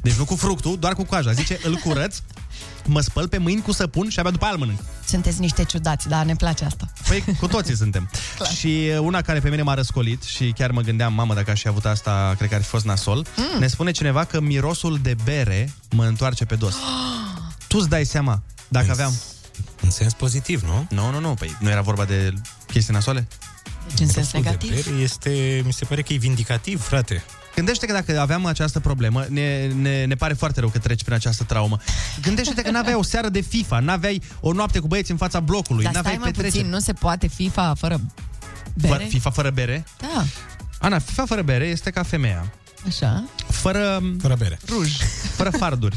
Speaker 1: Deci nu cu fructul, doar cu coaja. Zice, îl curăț, mă spăl pe mâini cu săpun și abia după aia îl mănânc.
Speaker 3: Sunteți niște ciudați, dar ne place asta.
Speaker 1: Păi cu toții suntem. Și uh, una care pe mine m-a răscolit și chiar mă gândeam, mamă, dacă aș fi avut asta, cred că ar fi fost nasol.
Speaker 3: Mm.
Speaker 1: Mm. Ne spune cineva că mirosul de bere mă întoarce pe dos. tu îți dai seama dacă
Speaker 2: Păi,
Speaker 1: aveam...
Speaker 2: În sens pozitiv, nu?
Speaker 1: Nu, nu, nu, păi nu era vorba de chestii nasoale?
Speaker 3: Deci în sens
Speaker 2: Mirosul de
Speaker 3: negativ?
Speaker 2: bere Este, mi se pare că e vindicativ, frate.
Speaker 1: Gândește că dacă aveam această problemă, ne, ne, ne pare foarte rău că treci prin această traumă. Gândește-te că n-aveai o seară de FIFA, n-aveai o noapte cu băieți în fața blocului,
Speaker 3: Dar stai
Speaker 1: n-aveai
Speaker 3: mai
Speaker 1: petreceri.
Speaker 3: puțin, nu se poate FIFA fără
Speaker 1: Fă-
Speaker 3: bere?
Speaker 1: FIFA fără bere?
Speaker 3: Da,
Speaker 1: Ana, FIFA fără bere este ca femeia.
Speaker 3: așa.
Speaker 1: Fără... um,
Speaker 2: Fără bere.
Speaker 1: Ruj. Fără farduri.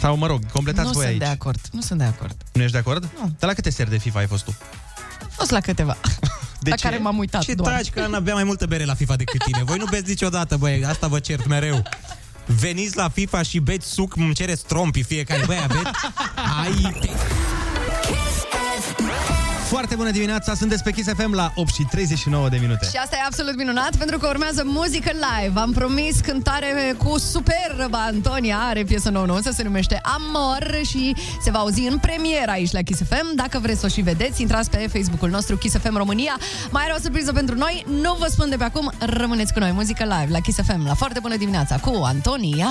Speaker 1: Sau, mă rog, completați
Speaker 3: nu
Speaker 1: voi
Speaker 3: sunt
Speaker 1: aici.
Speaker 3: de acord, nu sunt de acord.
Speaker 1: Nu ești de acord? Nu. Dar la câte seri de FIFA ai fost tu?
Speaker 3: Am fost la câteva.
Speaker 1: De
Speaker 3: la
Speaker 1: ce?
Speaker 3: care m-am uitat
Speaker 2: Ce
Speaker 3: doar.
Speaker 2: taci, că Ana bea mai multă bere la FIFA decât tine. Voi nu beți niciodată, băi, asta vă cert mereu. Veniți la FIFA și beți suc, îmi cereți trompii fiecare. Băi, aveți... Ai...
Speaker 1: Foarte bună dimineața, sunteți pe Kiss FM la 8 și 39 de minute.
Speaker 3: Și asta e absolut minunat pentru că urmează muzică live. Am promis cântare cu superba Antonia, are piesă nouă nouță, se numește Amor și se va auzi în premieră aici la Kiss FM. Dacă vreți să o și vedeți, intrați pe Facebook-ul nostru Kiss FM România. Mai are o surpriză pentru noi, nu vă spun de pe acum, rămâneți cu noi. Muzică live la Kiss FM la foarte bună dimineața cu Antonia.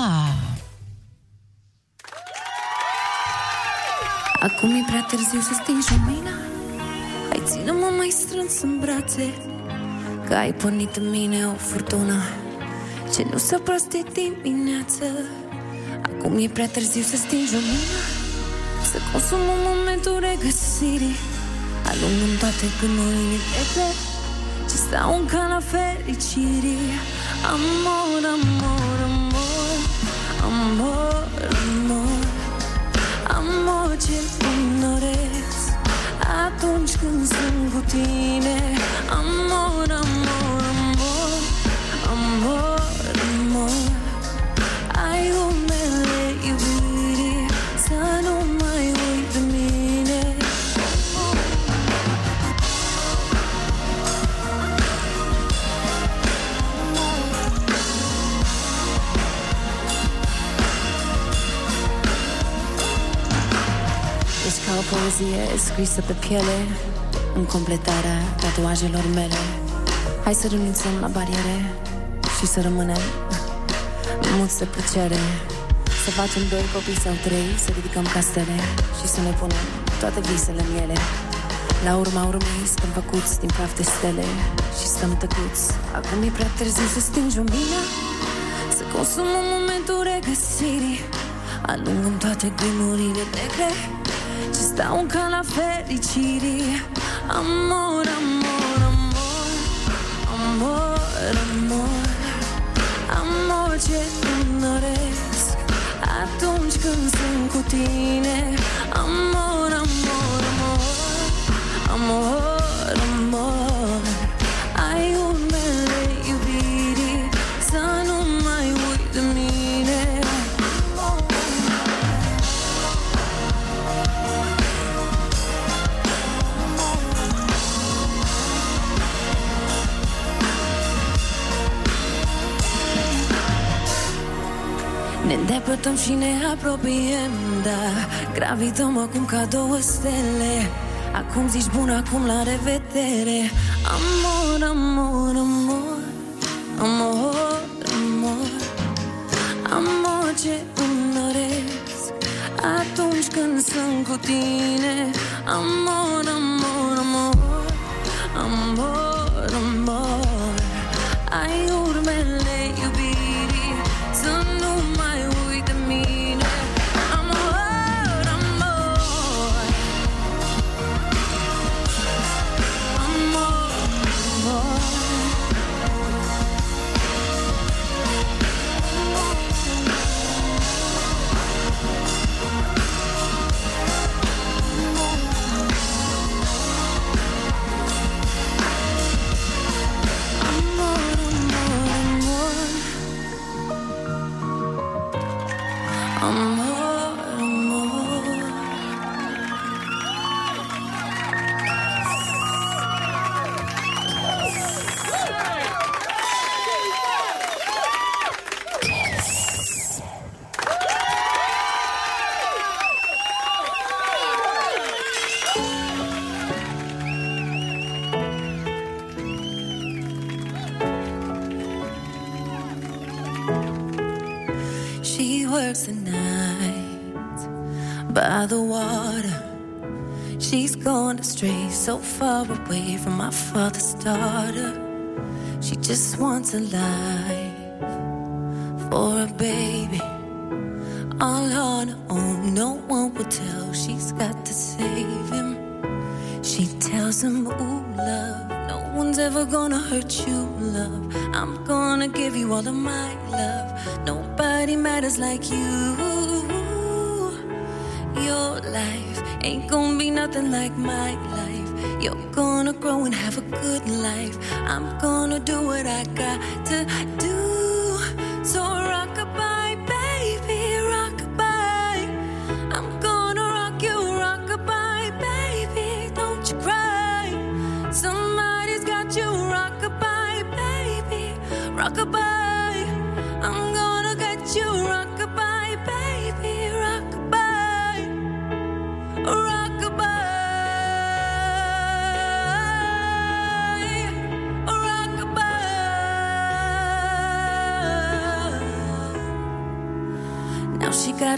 Speaker 18: Acum e prea târziu să stingi lumina Hai ține-mă mai strâns în brațe Că ai pornit în mine o furtună Ce nu s-a prostit dimineață Acum e prea târziu să stingi lumina Să consumăm momentul regăsirii Alungând toate gândurile de Ce stau în cana fericirii Amor, amor, amor Amor, amor Amor ce ignorez Atunci când sunt cu tine Amor, amor, amor Amor, amor Ai umele iubire Să nu mai uit de mine Ești Deci ca o poezie scrisă pe piele În completarea tatuajelor mele Hai să renunțăm la bariere Și să rămânem mulți de plăcere Să facem doi copii sau trei Să ridicăm castele Și să ne punem toate visele în ele La urma urmei stăm făcuți din praf de stele Și stăm tăcuți Acum e prea târziu să stingi lumina Să consumăm momentul regăsirii Alungăm toate gândurile negre Ce stau în cana fericirii Amor, amor, amor Amor, amor Amor ce ignoresc Atunci când sunt cu tine Amor, amor, amor Amor, amor Ai urmele iubirii Ne îndepărtăm și ne apropiem, da Gravităm acum ca două stele Acum zici bun, acum la revedere Amor, amor, amor Amor, amor Amor ce îmi doresc Atunci când sunt cu tine Amor, amor, amor Amor, amor Ai urmele iubirii Să nu mai uit de mine Amor, amor Amor, amor Amor, amor She works at night by the water. She's gone astray, so far away from my father's daughter. She just wants a life for a baby. All on her own, no one will tell. She's got to save him. She tells him, Ooh, love, no one's ever gonna hurt you, love. I'm gonna give you all of my love. Nobody matters like you. Your life ain't gonna be nothing like my life. You're gonna grow and have a good life. I'm gonna do what I got to do. So rock baby, rock I'm gonna rock you, rock baby. Don't you cry. Somebody's got you, rock baby, rock I'm gonna get you, rock baby, rock Now she got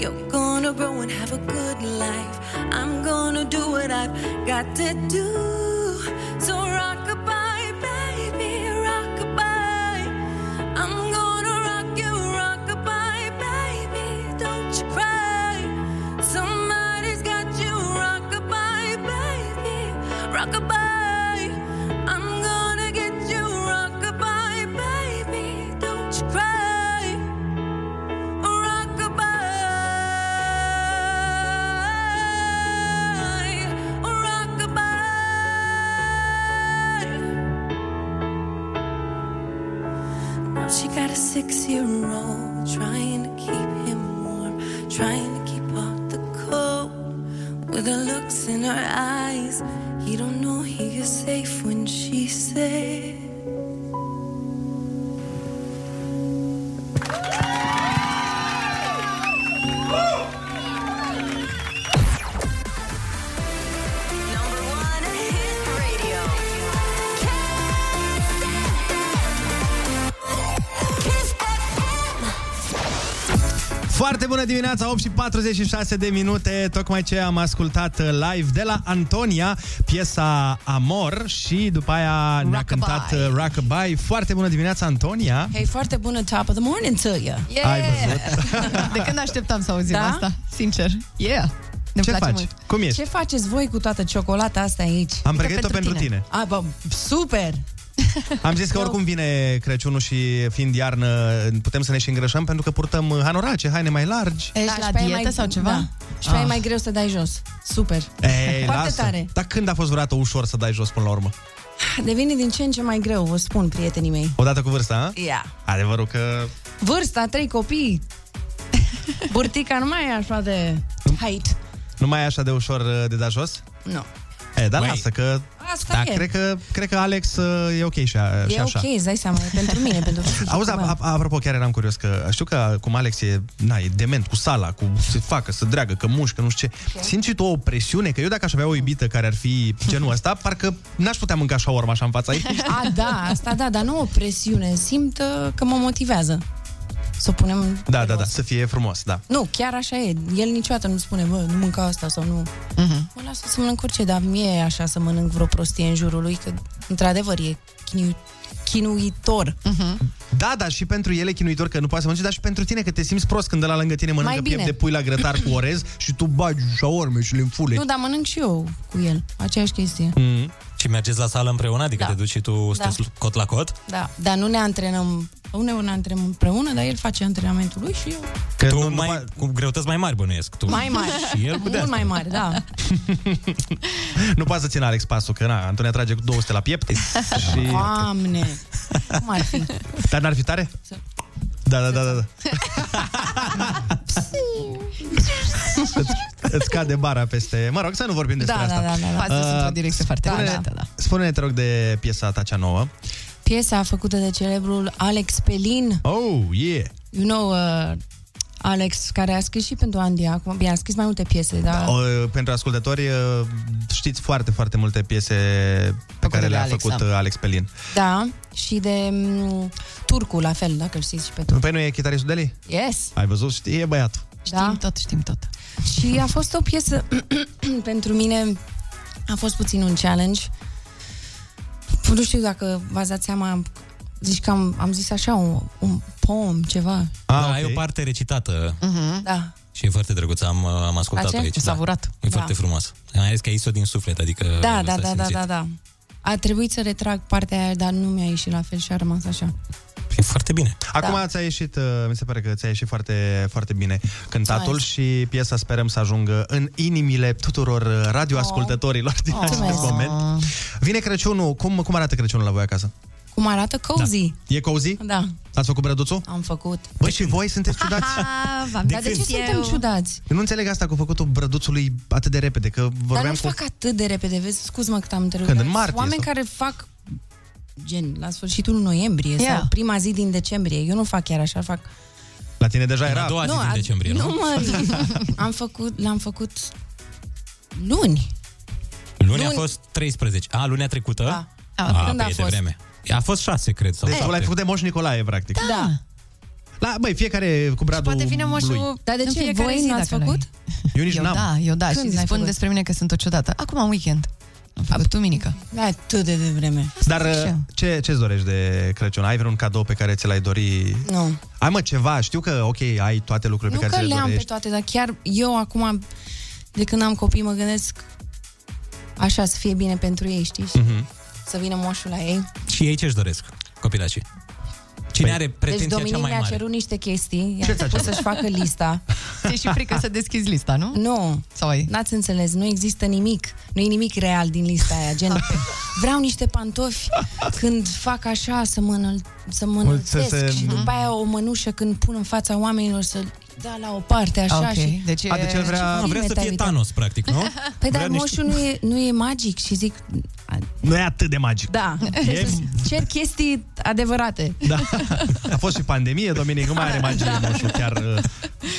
Speaker 18: You're gonna grow and have a good life. I'm gonna do what I've got to do. So rock baby, rock I'm gonna rock you, rock baby. Don't you cry. Somebody's got you, rock baby, rock I'm gonna get you, rock baby. Don't you cry. Rock Now she got a six year old trying to keep him warm, trying to keep out the cold. With her looks in her eyes, he don't know he is safe when she says.
Speaker 1: Foarte bună dimineața, 8 și 46 de minute, tocmai ce am ascultat uh, live de la Antonia, piesa Amor și după aia ne-a cântat uh, Rockabye. Foarte bună dimineața, Antonia!
Speaker 19: Hei, foarte bună top of the morning to you.
Speaker 3: Yeah! Ai
Speaker 1: văzut?
Speaker 3: De când așteptam să auzim
Speaker 19: Da?
Speaker 3: asta, sincer. Yeah! Ne
Speaker 19: Ce
Speaker 3: place
Speaker 19: faci?
Speaker 3: mult.
Speaker 1: Cum
Speaker 19: Ce faceți voi cu toată ciocolata asta aici?
Speaker 1: Am pregătit-o pentru tine.
Speaker 19: A, bă, super!
Speaker 1: Am zis că oricum vine Crăciunul și fiind iarnă putem să ne și îngrășăm pentru că purtăm hanorace, haine mai largi.
Speaker 19: Ești la dietă sau ceva? Da. Și pe aia e
Speaker 1: Ah.
Speaker 19: mai greu să dai jos. Super.
Speaker 1: Ei,
Speaker 19: Foarte
Speaker 1: lasă.
Speaker 19: tare.
Speaker 1: Dar când a fost vreodată ușor să dai jos până la urmă?
Speaker 19: Devine din ce în ce mai greu, vă spun prietenii mei.
Speaker 1: Odată cu vârsta, a?
Speaker 19: Ia.
Speaker 1: Adevărul că...
Speaker 19: Vârsta, trei copii. Burtica nu mai e așa de height.
Speaker 1: Nu mai e așa de ușor uh, de dat jos?
Speaker 19: Nu.
Speaker 1: E, dar lasă că...
Speaker 19: Asta
Speaker 1: da,
Speaker 19: e.
Speaker 1: Cred că, cred că Alex uh, e ok și, a, și
Speaker 19: E
Speaker 1: așa.
Speaker 19: ok, îți dai seama, e pentru mine, pentru fizicul
Speaker 1: Auzi,
Speaker 19: meu.
Speaker 1: a, a- apropo, chiar eram curios că știu că cum Alex e, na, e dement cu sala, cu se facă, să dreagă, că mușcă, nu știu ce. Okay. Simți și tu o presiune? Că eu dacă aș avea o iubită care ar fi genul ăsta, parcă n-aș putea mânca așa urma așa în fața ei.
Speaker 19: A, da, asta da, dar nu o presiune. Simt uh, că mă motivează. Să o punem...
Speaker 1: Da, da, da, să fie frumos, da.
Speaker 19: Nu, chiar așa e. El niciodată nu spune, bă, nu mânca asta sau nu. Mă lasă să mănânc orice, dar mie e așa să mănânc vreo prostie în jurul lui, că într-adevăr e chinu- chinuitor.
Speaker 1: Da, da, și pentru ele chinuitor că nu poate să mănânce, dar și pentru tine că te simți prost când la lângă tine mănâncă
Speaker 19: Mai
Speaker 1: piept
Speaker 19: bine.
Speaker 1: de pui la grătar cu orez și tu bagi șaorme și le înfule.
Speaker 19: Nu, da. dar mănânc și eu cu el. Aceeași chestie.
Speaker 1: Mm.
Speaker 2: Și mergeți la sală împreună? Adică
Speaker 19: Da.
Speaker 2: da. te duci și tu,
Speaker 19: Da.
Speaker 2: da. cot la cot?
Speaker 19: Da, dar nu ne antrenăm Uneori ne antrenăm împreună, dar el face antrenamentul lui și eu
Speaker 2: Că tu mai, cu greutăți mai mari bănuiesc tu.
Speaker 19: mai mare.
Speaker 2: Și el cu de
Speaker 19: Mult mai mare, da.
Speaker 1: Nu poate să țină Alex pasul, că na, Antonia trage cu 200 la piept și...
Speaker 19: Doamne, cum ar fi?
Speaker 1: Dar n-ar fi tare? Da, da, da, da, da. Îți- Îți cade bara peste... Mă rog, să nu vorbim despre
Speaker 3: Da, da,
Speaker 1: asta.
Speaker 3: da, da, da. Pasul sunt într-o direcție foarte
Speaker 1: spune-
Speaker 3: variată, da.
Speaker 1: Spune-ne, te rog, de piesa ta cea nouă.
Speaker 19: Piesa făcută de celebrul Alex Pelin,
Speaker 2: Uh,
Speaker 1: Oh, yeah!
Speaker 19: you know, uh, Alex, care a scris și pentru Andy acum, bine, a scris mai multe piese, dar
Speaker 1: O, pentru ascultători, uh, știți foarte, foarte multe piese pe care
Speaker 19: de
Speaker 1: le-a
Speaker 19: Alex,
Speaker 1: făcut
Speaker 19: da.
Speaker 1: uh, Alex Pelin.
Speaker 19: da, și de m- Turcu, la fel, dacă îl știți și pe Turcu.
Speaker 1: Păi nu e chitaristul Deli?
Speaker 19: Yes!
Speaker 1: Ai văzut? Știe băiatul.
Speaker 19: Știm da? tot, știm tot. Și a fost o piesă pentru mine, a fost puțin un challenge. Păi Nu știu dacă v-ați dat seama, zici că am, am zis așa, un, un poem, ceva.
Speaker 2: Ah, da, okay. ai o parte recitată
Speaker 19: Mm-hmm. Da.
Speaker 2: și e foarte drăguță, am, am ascultat-o
Speaker 19: Aceea?
Speaker 2: aici.
Speaker 19: Savurat.
Speaker 2: E
Speaker 19: Da.
Speaker 2: foarte frumos. Mai ales că ai o din suflet, adică...
Speaker 19: Da,
Speaker 2: s-a
Speaker 19: da, da, da,
Speaker 2: simțit.
Speaker 19: da, da. A trebuit să retrag partea aia, dar nu mi-a ieșit la fel și a rămas așa.
Speaker 2: E foarte bine.
Speaker 1: Acum
Speaker 19: Da.
Speaker 1: ți-a ieșit, uh, mi se pare că ți-a ieșit foarte, foarte bine cântatul
Speaker 19: Mulțumesc.
Speaker 1: și piesa sperăm să ajungă în inimile tuturor uh, radioascultătorilor din
Speaker 19: Oh.
Speaker 1: acest
Speaker 19: Mulțumesc.
Speaker 1: moment. Vine Crăciunul, cum, cum arată Crăciunul la voi acasă?
Speaker 19: Cum arată cozy?
Speaker 1: E cozy?
Speaker 19: Da. da.
Speaker 1: Ați făcut brăduțul?
Speaker 19: Am făcut.
Speaker 1: Băi, și voi sunteți ciudați.
Speaker 19: Ah, v-am
Speaker 1: De
Speaker 19: dat. De
Speaker 1: când?
Speaker 19: ce suntem ciudați?
Speaker 1: Eu nu înțeleg asta cu făcutul brăduțului atât de repede, că
Speaker 19: Dar
Speaker 1: vorbeam
Speaker 19: nu
Speaker 1: cu...
Speaker 19: fac atât de repede, vezi, scuz-mă cât am întrerupt.
Speaker 1: Când?
Speaker 19: dar
Speaker 1: În martie
Speaker 19: sunt Oameni
Speaker 1: sau-
Speaker 19: care fac gen la sfârșitul noiembrie
Speaker 3: Ia.
Speaker 19: yeah. sau prima zi din decembrie. Eu nu fac chiar așa, fac...
Speaker 1: La tine deja era...
Speaker 19: nu, a- Nu, mă, am făcut, l-am făcut luni.
Speaker 2: Luni a
Speaker 19: Luni-
Speaker 2: fost 13. A, lunea trecută? Da.
Speaker 19: A,
Speaker 3: Ah,
Speaker 19: când
Speaker 1: Ah,
Speaker 19: a
Speaker 2: păi e de
Speaker 19: fost?
Speaker 2: vreme. A fost 6, cred. Sau
Speaker 1: Deci tu
Speaker 2: șapte.
Speaker 1: l-ai făcut de Moș Nicolae, practic.
Speaker 19: Da. da.
Speaker 1: La, băi, fiecare cu bradul
Speaker 19: poate vine
Speaker 1: lui.
Speaker 19: Dar de
Speaker 3: în
Speaker 19: ce?
Speaker 3: fiecare
Speaker 19: Voi
Speaker 3: zi,
Speaker 19: n-ați
Speaker 3: dacă
Speaker 19: făcut?
Speaker 1: Eu nici
Speaker 3: eu
Speaker 1: n-am.
Speaker 3: da, eu da.
Speaker 19: Când
Speaker 3: și
Speaker 19: n-ai
Speaker 3: spun
Speaker 19: făcut?
Speaker 3: despre mine că sunt o ciudată. Acum în weekend. Am făcut duminică.
Speaker 19: Da, atât de devreme.
Speaker 3: Da,
Speaker 1: Dar uh, ce, ce-ți dorești de Crăciun? Ai vreun cadou pe care ți l-ai dori?
Speaker 19: Nu.
Speaker 1: Ai mă ceva, știu că, ok, ai toate lucrurile
Speaker 19: Nu
Speaker 1: pe
Speaker 19: că
Speaker 1: care ți le
Speaker 19: le-am pe
Speaker 1: dorești.
Speaker 19: toate, dar chiar eu acum, de când am copii, mă gândesc așa să fie bine pentru ei, știi?
Speaker 1: Mm.
Speaker 19: Și
Speaker 2: Mhm.
Speaker 19: Să vină moșul la ei.
Speaker 2: Și ei ce-și doresc, copilașii? Cine păi, are
Speaker 19: Deci
Speaker 2: pretenția
Speaker 19: Dominic
Speaker 2: cea mai
Speaker 19: mi-a
Speaker 2: mare?
Speaker 19: cerut niște chestii, i-a
Speaker 2: Ce ți-a
Speaker 19: cerut
Speaker 2: cerut?
Speaker 19: să-și facă lista.
Speaker 3: Ți-e și frică să deschizi lista, nu?
Speaker 19: Nu.
Speaker 3: Sau ai?
Speaker 19: N-ați înțeles, nu există nimic. Nu e nimic real din lista aia, gen vreau niște pantofi când fac așa să mă, înăl- să mă
Speaker 3: Mulți
Speaker 19: înălțesc
Speaker 3: să se-
Speaker 19: și după aia o mănușă când pun în fața oamenilor să da la o parte așa
Speaker 3: Ok,
Speaker 19: și...
Speaker 3: deci e- A, deci el vrea-
Speaker 19: Și
Speaker 2: Nu, vrea
Speaker 19: filme
Speaker 2: să
Speaker 19: te-ai
Speaker 2: fie
Speaker 19: uitat.
Speaker 2: Thanos, practic, nu?
Speaker 19: Păi
Speaker 2: Vrea
Speaker 19: dar
Speaker 2: niște-
Speaker 19: moșul nu e, nu e magic și zic,
Speaker 1: Nu e atât de magic.
Speaker 19: da,
Speaker 1: E-
Speaker 19: cer chestii adevărate.
Speaker 1: Da. A fost și pandemie, Dominic, nu mai are magie da. moșul chiar. uh,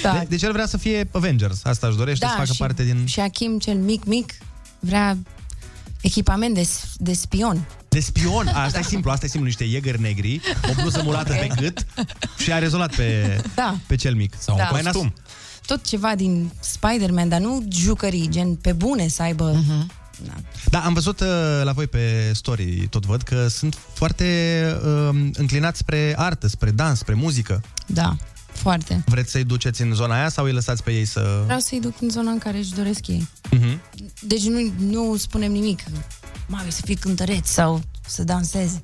Speaker 19: Da.
Speaker 1: De, deci el vrea să fie Avengers, asta își dorește, să facă
Speaker 19: și,
Speaker 1: parte din...
Speaker 19: și Achim cel mic, mic, vrea echipament de, de spion.
Speaker 1: De spion, A, asta e simplu, asta e simplu, niște iegări negri, o bluză mulată
Speaker 19: Ok.
Speaker 1: pe gât și a rezolat pe,
Speaker 19: Da.
Speaker 1: pe cel mic. Sau
Speaker 19: Da. Tot ceva din Spider-Man, dar nu jucării, gen pe bune să aibă...
Speaker 3: Mhm.
Speaker 19: Uh-huh.
Speaker 1: Da, am văzut uh, la voi pe story, tot văd, că sunt foarte uh, înclinați spre artă, spre dans, spre muzică.
Speaker 19: Da, foarte.
Speaker 1: Vreți să-i duceți în zona aia sau îi lăsați pe ei să...
Speaker 19: Vreau să-i duc în zona în care își doresc ei.
Speaker 1: Uh-huh.
Speaker 19: Deci nu, nu spunem nimic. Mami, să fii cântăreț sau să dansezi.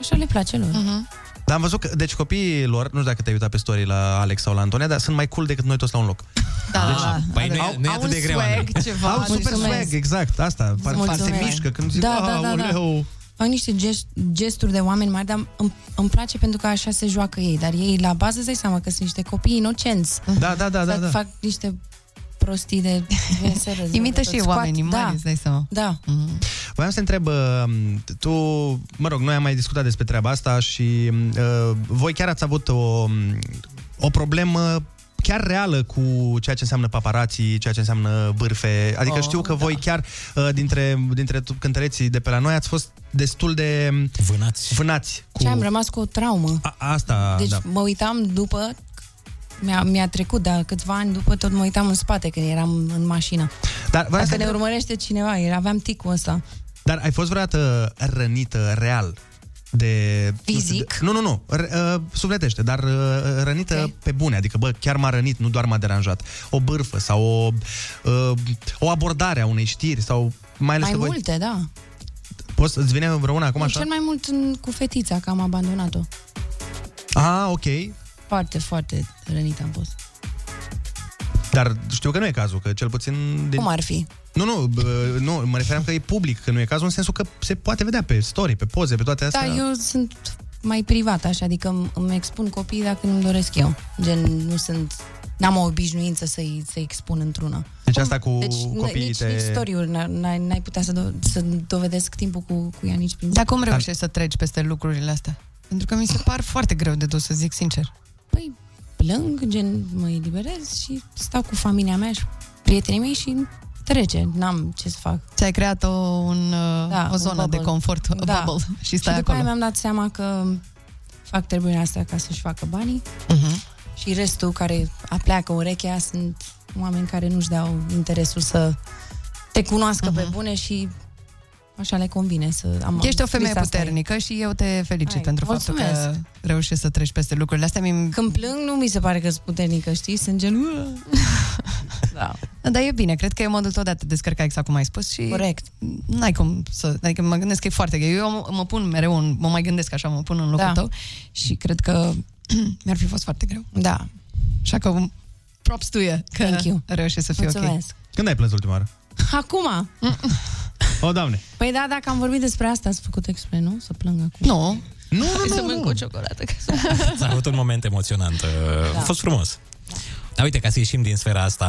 Speaker 19: Așa le place lor.
Speaker 3: Mhm.
Speaker 19: Uh-huh.
Speaker 1: Dar am văzut că, deci copiii lor, nu știu dacă te-ai uitat pe story la Alex sau la Antonia, dar sunt mai cool decât noi toți la un loc.
Speaker 3: Da,
Speaker 1: Deci,
Speaker 2: Păi nu e- nu e atât de greu, Andrei.
Speaker 19: ceva,
Speaker 1: Au super
Speaker 19: mulțumesc.
Speaker 1: swag, exact, asta. Par, par se
Speaker 19: Mulțumesc.
Speaker 1: mișcă când zic,
Speaker 19: da,
Speaker 1: da,
Speaker 19: da, da, da. Fac niște gest, gesturi de oameni mari, dar îmi, îmi place pentru că așa se joacă ei. Dar ei, la bază, îți dai seama că sunt niște copii inocenți.
Speaker 1: Da, da, da, da,
Speaker 19: fac,
Speaker 1: da.
Speaker 19: Fac niște prostii de... vine să râd,
Speaker 3: Imită
Speaker 19: de
Speaker 3: și
Speaker 19: tot. Scoat-
Speaker 3: oamenii mari,
Speaker 19: da.
Speaker 3: îți dai seama.
Speaker 19: Da.
Speaker 1: Voiam să te întreb, uh, tu, mă rog, noi am mai discutat despre treaba asta și uh, voi chiar ați avut o, o problemă chiar reală cu ceea ce înseamnă paparații, ceea ce înseamnă bârfe. Adică
Speaker 2: Oh,
Speaker 1: oh, știu că da. voi chiar uh, dintre, dintre tu- cântăreții de pe la noi ați fost destul de
Speaker 2: vânați,
Speaker 1: vânați cu
Speaker 19: Și am rămas cu o traumă.
Speaker 1: A, asta.
Speaker 19: Deci
Speaker 1: da.
Speaker 19: mă uitam după, mi-a, mi-a trecut, dar câțiva ani după tot mă uitam în spate când eram în mașină.
Speaker 1: Dar, vreau să
Speaker 19: Dacă
Speaker 1: te
Speaker 19: ne
Speaker 1: întreb,
Speaker 19: urmărește cineva, era- aveam ticul ăsta.
Speaker 1: dar ai fost vreodată rănită real? De, nu, știu,
Speaker 19: Fizic?
Speaker 1: de, nu, nu, nu, r- uh, sufletește, dar uh, rănită okay. pe bune, adică, bă, chiar m-a rănit, nu doar m-a deranjat. O bârfă sau o, uh, o abordare a unei știri sau mai ales
Speaker 19: Mai
Speaker 1: că
Speaker 19: multe, da.
Speaker 1: voi... Poți să-ți vine vreuna acum
Speaker 19: Eu
Speaker 1: așa?
Speaker 19: Cel mai mult în, cu fetița, că am abandonat-o.
Speaker 1: Ah, ok.
Speaker 19: Foarte, foarte rănită am fost.
Speaker 1: Dar știu că nu e cazul, că cel puțin... Din...
Speaker 19: Cum ar fi?
Speaker 1: Nu, nu, bă, nu, mă refeream că e public, că nu e cazul în sensul că se poate vedea pe story, pe poze, pe toate astea.
Speaker 19: Da, eu sunt mai privat, așa, adică îmi, îmi expun copiii dacă nu-mi doresc eu. Gen, nu sunt... N-am o obișnuință să-i, să-i expun într-una.
Speaker 1: Deci asta cu
Speaker 19: Deci n-
Speaker 1: copiii
Speaker 19: nici,
Speaker 1: te...
Speaker 19: nici story-uri n- n-ai, n-ai putea să, do- să dovedesc timpul cu, cu ea nici prin...
Speaker 3: Dar cum reușești să treci peste lucrurile astea? Pentru că mi se par foarte greu de dus, să zic sincer.
Speaker 19: Păi, plâng, gen, mă eliberez și stau cu familia mea și prietenii mei și trece. N-am ce să fac.
Speaker 3: Ți-ai creat o, un, da, o zonă de confort, o
Speaker 19: da.
Speaker 3: bubble și stai
Speaker 19: și după
Speaker 3: acolo.
Speaker 19: aia mi-am dat seama că fac treburile astea ca să-și facă banii
Speaker 3: Uh-huh.
Speaker 19: și restul care apleacă urechea sunt oameni care nu-și dau interesul să te cunoască uh-huh. pe bune și așa le convine să am
Speaker 3: Mhm. Ești o femeie
Speaker 19: lista asta e.
Speaker 3: puternică și eu te felicit
Speaker 19: Hai,
Speaker 3: pentru faptul
Speaker 19: mulțumesc.
Speaker 3: că reușești să treci peste lucrurile astea. Mi-
Speaker 19: Când plâng, nu mi se pare că sunt puternică, știi? Sunt gen... da.
Speaker 3: Dar e bine, cred că e modul tău de a te descărca exact cum ai spus și...
Speaker 19: Corect.
Speaker 3: N-ai cum să... Adică mă gândesc că e foarte greu. Eu mă- mă pun mereu, în, mă mai gândesc așa, mă pun în locul
Speaker 19: Da.
Speaker 3: da. tău și cred că mi-ar fi fost foarte greu.
Speaker 19: Da.
Speaker 3: Așa că props tu e că
Speaker 19: Thank you.
Speaker 3: reușești să fii
Speaker 19: Mulțumesc.
Speaker 1: Când ai plâns ultima oară?
Speaker 19: Acum,
Speaker 1: O, doamne!
Speaker 19: păi da, dacă am vorbit despre asta, ați făcut expre, nu? Să plâng acum.
Speaker 3: Nu.
Speaker 1: Nu,
Speaker 3: ok. Hai să mănânc o ciocolată.
Speaker 2: A avut un moment emoționant. Da. A fost frumos. Da, uite, ca să ieșim din sfera asta,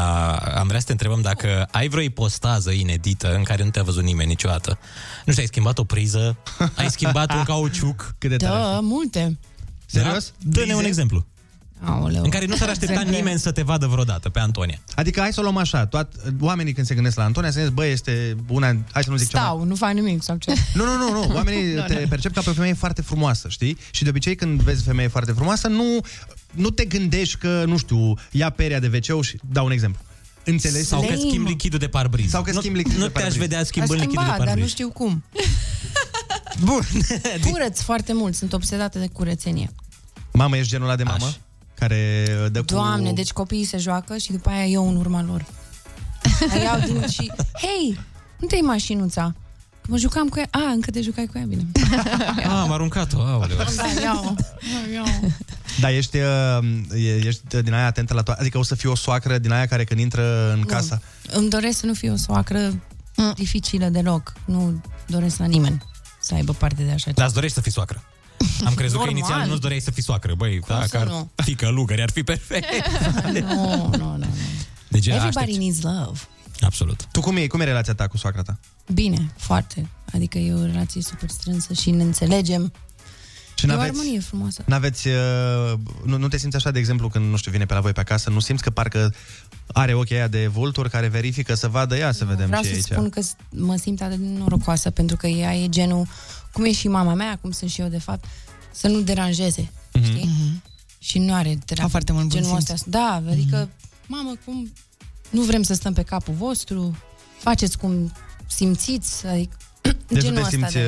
Speaker 2: am vrea să te întrebăm dacă ai vreo ipostază inedită în care nu te-a văzut nimeni niciodată. Nu știu, ai schimbat o priză, ai schimbat un cauciuc.
Speaker 1: Cât de
Speaker 19: Da, multe.
Speaker 2: Serios? Da? Dă-ne un exemplu.
Speaker 19: Aoleu.
Speaker 2: În care nu s-ar aștepta
Speaker 19: Exemple.
Speaker 2: nimeni să te vadă vreodată pe Antonia.
Speaker 1: Adică hai să o luăm așa, toat, oamenii când se gândesc la Antonia, se gândesc, bă, este una, hai să nu zic cea mai...
Speaker 19: Stau, nu fac nimic sau ce.
Speaker 1: Nu, nu, nu, nu. oamenii
Speaker 19: Nu,
Speaker 1: te
Speaker 19: nu.
Speaker 1: percep ca pe o femeie foarte frumoasă, știi? Și de obicei când vezi femeie foarte frumoasă, nu, nu te gândești că, nu știu, ia peria de wc și dau un exemplu. Înțelegi?
Speaker 2: Sau că schimbi lichidul de parbriz.
Speaker 1: Sau că schimbi lichidul
Speaker 2: nu,
Speaker 1: de
Speaker 2: Nu te-aș
Speaker 1: parbriz.
Speaker 2: vedea
Speaker 19: Aș
Speaker 2: schimbând lichidul de
Speaker 19: schimba, dar
Speaker 2: parbriz.
Speaker 19: nu știu cum.
Speaker 1: Bun.
Speaker 19: Curăț foarte mult, sunt obsedată de curățenie.
Speaker 1: Mamă, ești genul ăla de mamă? Care dă cu...
Speaker 19: Doamne, deci copiii se joacă și după aia eu în urma lor. Mai iau din și, hei, unde e mașinuța? Că Mă jucam cu ea. A, încă te jucai cu ea, bine.
Speaker 2: Ah, am aruncat-o, aoleu.
Speaker 19: Da, iau. iau.
Speaker 1: Dar ești, uh, e- ești din aia atentă la toate? Adică o să fii o soacră din aia care când intră în casa?
Speaker 19: Îmi doresc să nu fiu o soacră dificilă deloc. Nu doresc la nimeni să aibă parte de așa
Speaker 2: Dar îți dorești să fii soacră. Am crezut că
Speaker 19: Normal.
Speaker 2: inițial nu-ți doreai să fii soacră. Băi,
Speaker 19: să
Speaker 2: dacă ar
Speaker 19: nu?
Speaker 2: fi călugări, ar fi perfect.
Speaker 19: Nu, nu, nu. nu.
Speaker 2: Deci
Speaker 19: Everybody
Speaker 2: aștepți.
Speaker 19: needs love.
Speaker 2: Absolut.
Speaker 1: Tu cum e, cum e relația ta cu soacra ta?
Speaker 19: Bine, foarte. Adică e o relație super strânsă și ne înțelegem.
Speaker 1: Și
Speaker 19: e o
Speaker 1: n-aveți-
Speaker 19: armonie frumoasă.
Speaker 1: N-aveți, uh, nu, nu te simți așa, de exemplu, când, nu știu, vine pe la voi pe acasă, nu simți că parcă are ochii aia de vultur care verifică să vadă ea, să vedem
Speaker 19: Vreau
Speaker 1: ce e
Speaker 19: să
Speaker 1: aici.
Speaker 19: spun că s- mă simt atât de norocoasă pentru că ea e genul, cum e și mama mea, cum sunt și eu de fapt, să nu deranjeze. Și nu are terapie.
Speaker 3: A, foarte mult bun
Speaker 19: genul
Speaker 3: simț.
Speaker 19: ăsta. Da,
Speaker 1: Mm.
Speaker 19: adică, mamă, cum nu vrem să stăm pe capul vostru, faceți cum simțiți, adică
Speaker 1: Deci
Speaker 19: genul
Speaker 1: nu te
Speaker 19: ăsta
Speaker 1: simți
Speaker 19: de...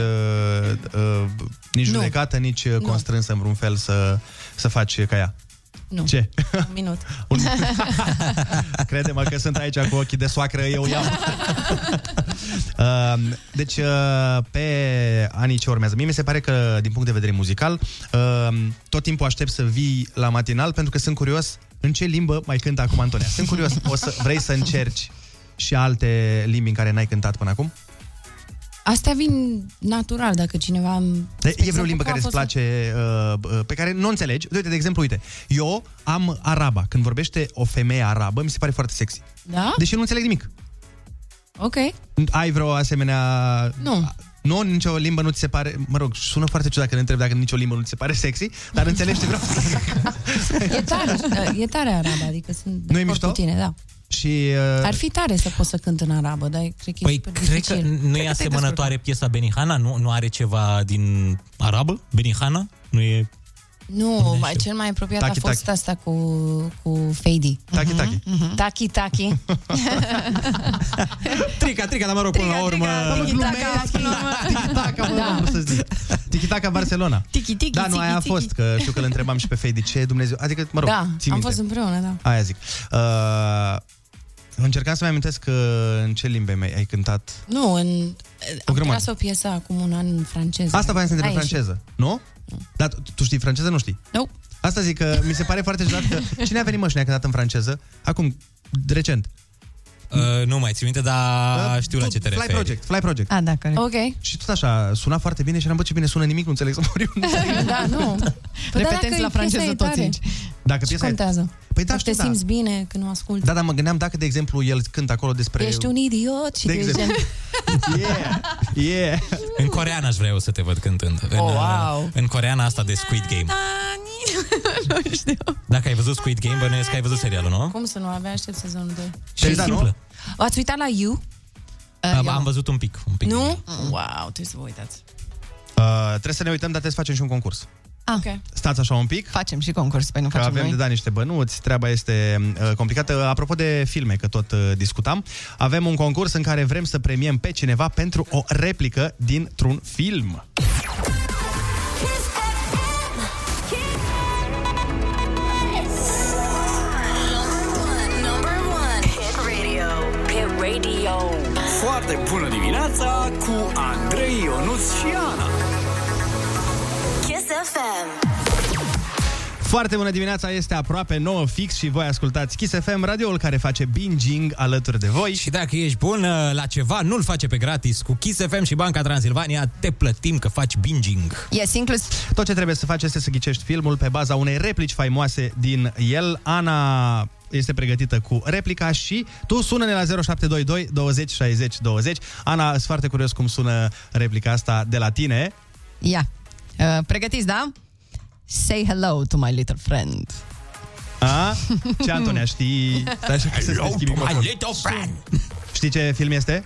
Speaker 1: uh, uh, nici
Speaker 19: Nu.
Speaker 1: judecată, nici nu. constrânsă în vreun fel să, să faci ca ea.
Speaker 19: Nu.
Speaker 1: Ce?
Speaker 19: Un minut.
Speaker 1: Crede-mă că sunt aici cu ochii de soacră, eu iau. Uh, deci, uh, pe anii ce urmează, mie mi se pare că, din punct de vedere muzical, uh, tot timpul aștept să vii la matinal pentru că sunt curios în ce limbă mai cântă acum Antonia. Sunt curios, o să, vrei să încerci și alte limbi în care n-ai cântat până acum?
Speaker 19: Astea vin natural dacă cineva... îmi- spre
Speaker 1: De, e vreo
Speaker 19: exemplu,
Speaker 1: limbă
Speaker 19: cum
Speaker 1: care
Speaker 19: a fost-
Speaker 1: îți place, uh, uh, pe care nu o înțelegi? Uite, de exemplu, uite, eu am araba. Când vorbește o femeie arabă, mi se pare foarte sexy.
Speaker 19: Da?
Speaker 1: Deși nu înțeleg nimic.
Speaker 19: Ok.
Speaker 1: Ai vreo asemenea...
Speaker 19: Nu.
Speaker 1: Nu, nicio limbă nu ți se pare... Mă rog, sună foarte ciudat când întreb dacă nicio limbă nu ți se pare sexy, dar înțelegi vreau.
Speaker 19: E tare, e tare araba, adică sunt de
Speaker 1: Nu e
Speaker 19: acord
Speaker 1: mișto?
Speaker 19: cu tine, da.
Speaker 1: Și... Uh,
Speaker 19: Ar fi tare să pot să cânt în arabă, dar cred că e
Speaker 2: Păi
Speaker 19: super
Speaker 2: cred că
Speaker 19: dificil.
Speaker 2: nu e asemănătoare piesa Benihana? Nu, nu are ceva din arabă? Benihana? Nu e...
Speaker 19: Nu, mai, cel mai apropiat
Speaker 2: Taki,
Speaker 19: a fost
Speaker 2: taki.
Speaker 19: asta cu, cu Fady.
Speaker 1: Taki, taki.
Speaker 3: Mhm.
Speaker 19: Taki, taki.
Speaker 2: Trica, trica, dar mă rog, până la urmă...
Speaker 1: Da. Cum să zic? Tiki-taka Barcelona.
Speaker 19: Tiki, tiki,
Speaker 1: da, nu,
Speaker 19: tiki,
Speaker 1: aia a
Speaker 19: tiki.
Speaker 1: fost, că știu că îl întrebam și pe Fei ce Dumnezeu... Adică, mă rog,
Speaker 19: da,
Speaker 1: ții
Speaker 19: am
Speaker 1: minte.
Speaker 19: fost împreună, da.
Speaker 1: Aia zic. Uh, încercam să-mi amintesc uh, în ce limbe mai ai cântat.
Speaker 19: Nu, în, am
Speaker 1: grămadă.
Speaker 19: tras o piesă acum un an în franceză.
Speaker 1: Asta voiam să întreb
Speaker 19: A ieșit.
Speaker 1: franceză, nu? Dar tu, tu știi franceză, nu știi?
Speaker 19: Nu.
Speaker 1: Asta zic că mi se pare foarte ciudat că cine a venit mă și ne-a cântat în franceză? Acum, recent.
Speaker 2: Uh, nu mai țin minte, dar știu la ce te
Speaker 1: Da, Fly
Speaker 2: referi.
Speaker 1: Project, Fly Project.
Speaker 19: Ah, da, corect. Ok.
Speaker 1: Și tot așa, suna foarte bine și am bă, ce bine sună nimic, nu înțeleg să mor eu.
Speaker 19: da, nu. Păi,
Speaker 3: Repetenți
Speaker 19: dacă
Speaker 3: la
Speaker 19: e
Speaker 3: franceză
Speaker 19: piesa e
Speaker 3: toți
Speaker 19: tare,
Speaker 3: aici.
Speaker 1: Dacă
Speaker 19: Ce
Speaker 1: piesa e...
Speaker 19: contează?
Speaker 1: Păi da,
Speaker 19: Dacă
Speaker 1: știu,
Speaker 19: te
Speaker 1: da.
Speaker 19: simți bine când o asculti.
Speaker 1: Da, dar mă gândeam dacă, de exemplu, el cântă acolo despre...
Speaker 19: Ești un idiot și
Speaker 1: De
Speaker 19: de tu
Speaker 1: exemplu.
Speaker 19: ești...
Speaker 1: Yeah.
Speaker 2: În coreană aș vrea eu să te văd cântând. În,
Speaker 19: Oh, wow.
Speaker 2: în coreana asta de Squid Game.
Speaker 19: nu știu.
Speaker 2: Dacă ai văzut Squid Game, bănuiesc că ai văzut serialul, nu?
Speaker 19: Cum să nu? Abia aștept sezonul 2.
Speaker 1: Păi
Speaker 2: Și
Speaker 1: da,
Speaker 2: Păi simplă.
Speaker 19: Ați uitat la You?
Speaker 2: Am, am văzut un pic. Un pic.
Speaker 19: Nu? Wow, trebuie să vă uitați.
Speaker 1: Uh, trebuie să ne uităm, dar trebuie să facem și un concurs.
Speaker 19: Ah. Okay.
Speaker 1: Stați așa un pic.
Speaker 3: Facem și concurs, păi nu
Speaker 1: Că
Speaker 3: facem
Speaker 1: avem
Speaker 3: noi.
Speaker 1: de dat niște bănuți, treaba este uh, complicată. Apropo de filme, că tot uh, discutam, avem un concurs în care vrem să premiem pe cineva pentru o replică dintr-un film.
Speaker 13: Number one. Hit radio. Hit radio.
Speaker 11: Foarte bună dimineața cu Andrei Ionuț și Ana.
Speaker 13: Kiss FM.
Speaker 1: Foarte bună dimineața, este aproape 9 fix și voi ascultați Kiss FM, radioul care face binging alături de voi.
Speaker 2: Și dacă ești bun uh, la ceva, nu-l face pe gratis. Cu Kiss FM și Banca Transilvania te plătim că faci binging.
Speaker 3: Yes, inclus.
Speaker 1: Tot ce trebuie să faci este să ghicești filmul pe baza unei replici faimoase din el. Ana este pregătită cu replica și tu sună-ne la 0722 20 60 20. Ana, sunt foarte curios cum sună replica asta de la tine.
Speaker 3: Ia. Uh, pregătiți, da? Say hello to my little friend.
Speaker 1: A? Ce, Antonia, știi? Stai așa că se
Speaker 2: Hello
Speaker 1: schimbi
Speaker 2: to my
Speaker 1: microfonul.
Speaker 2: little friend.
Speaker 1: Știi ce film este?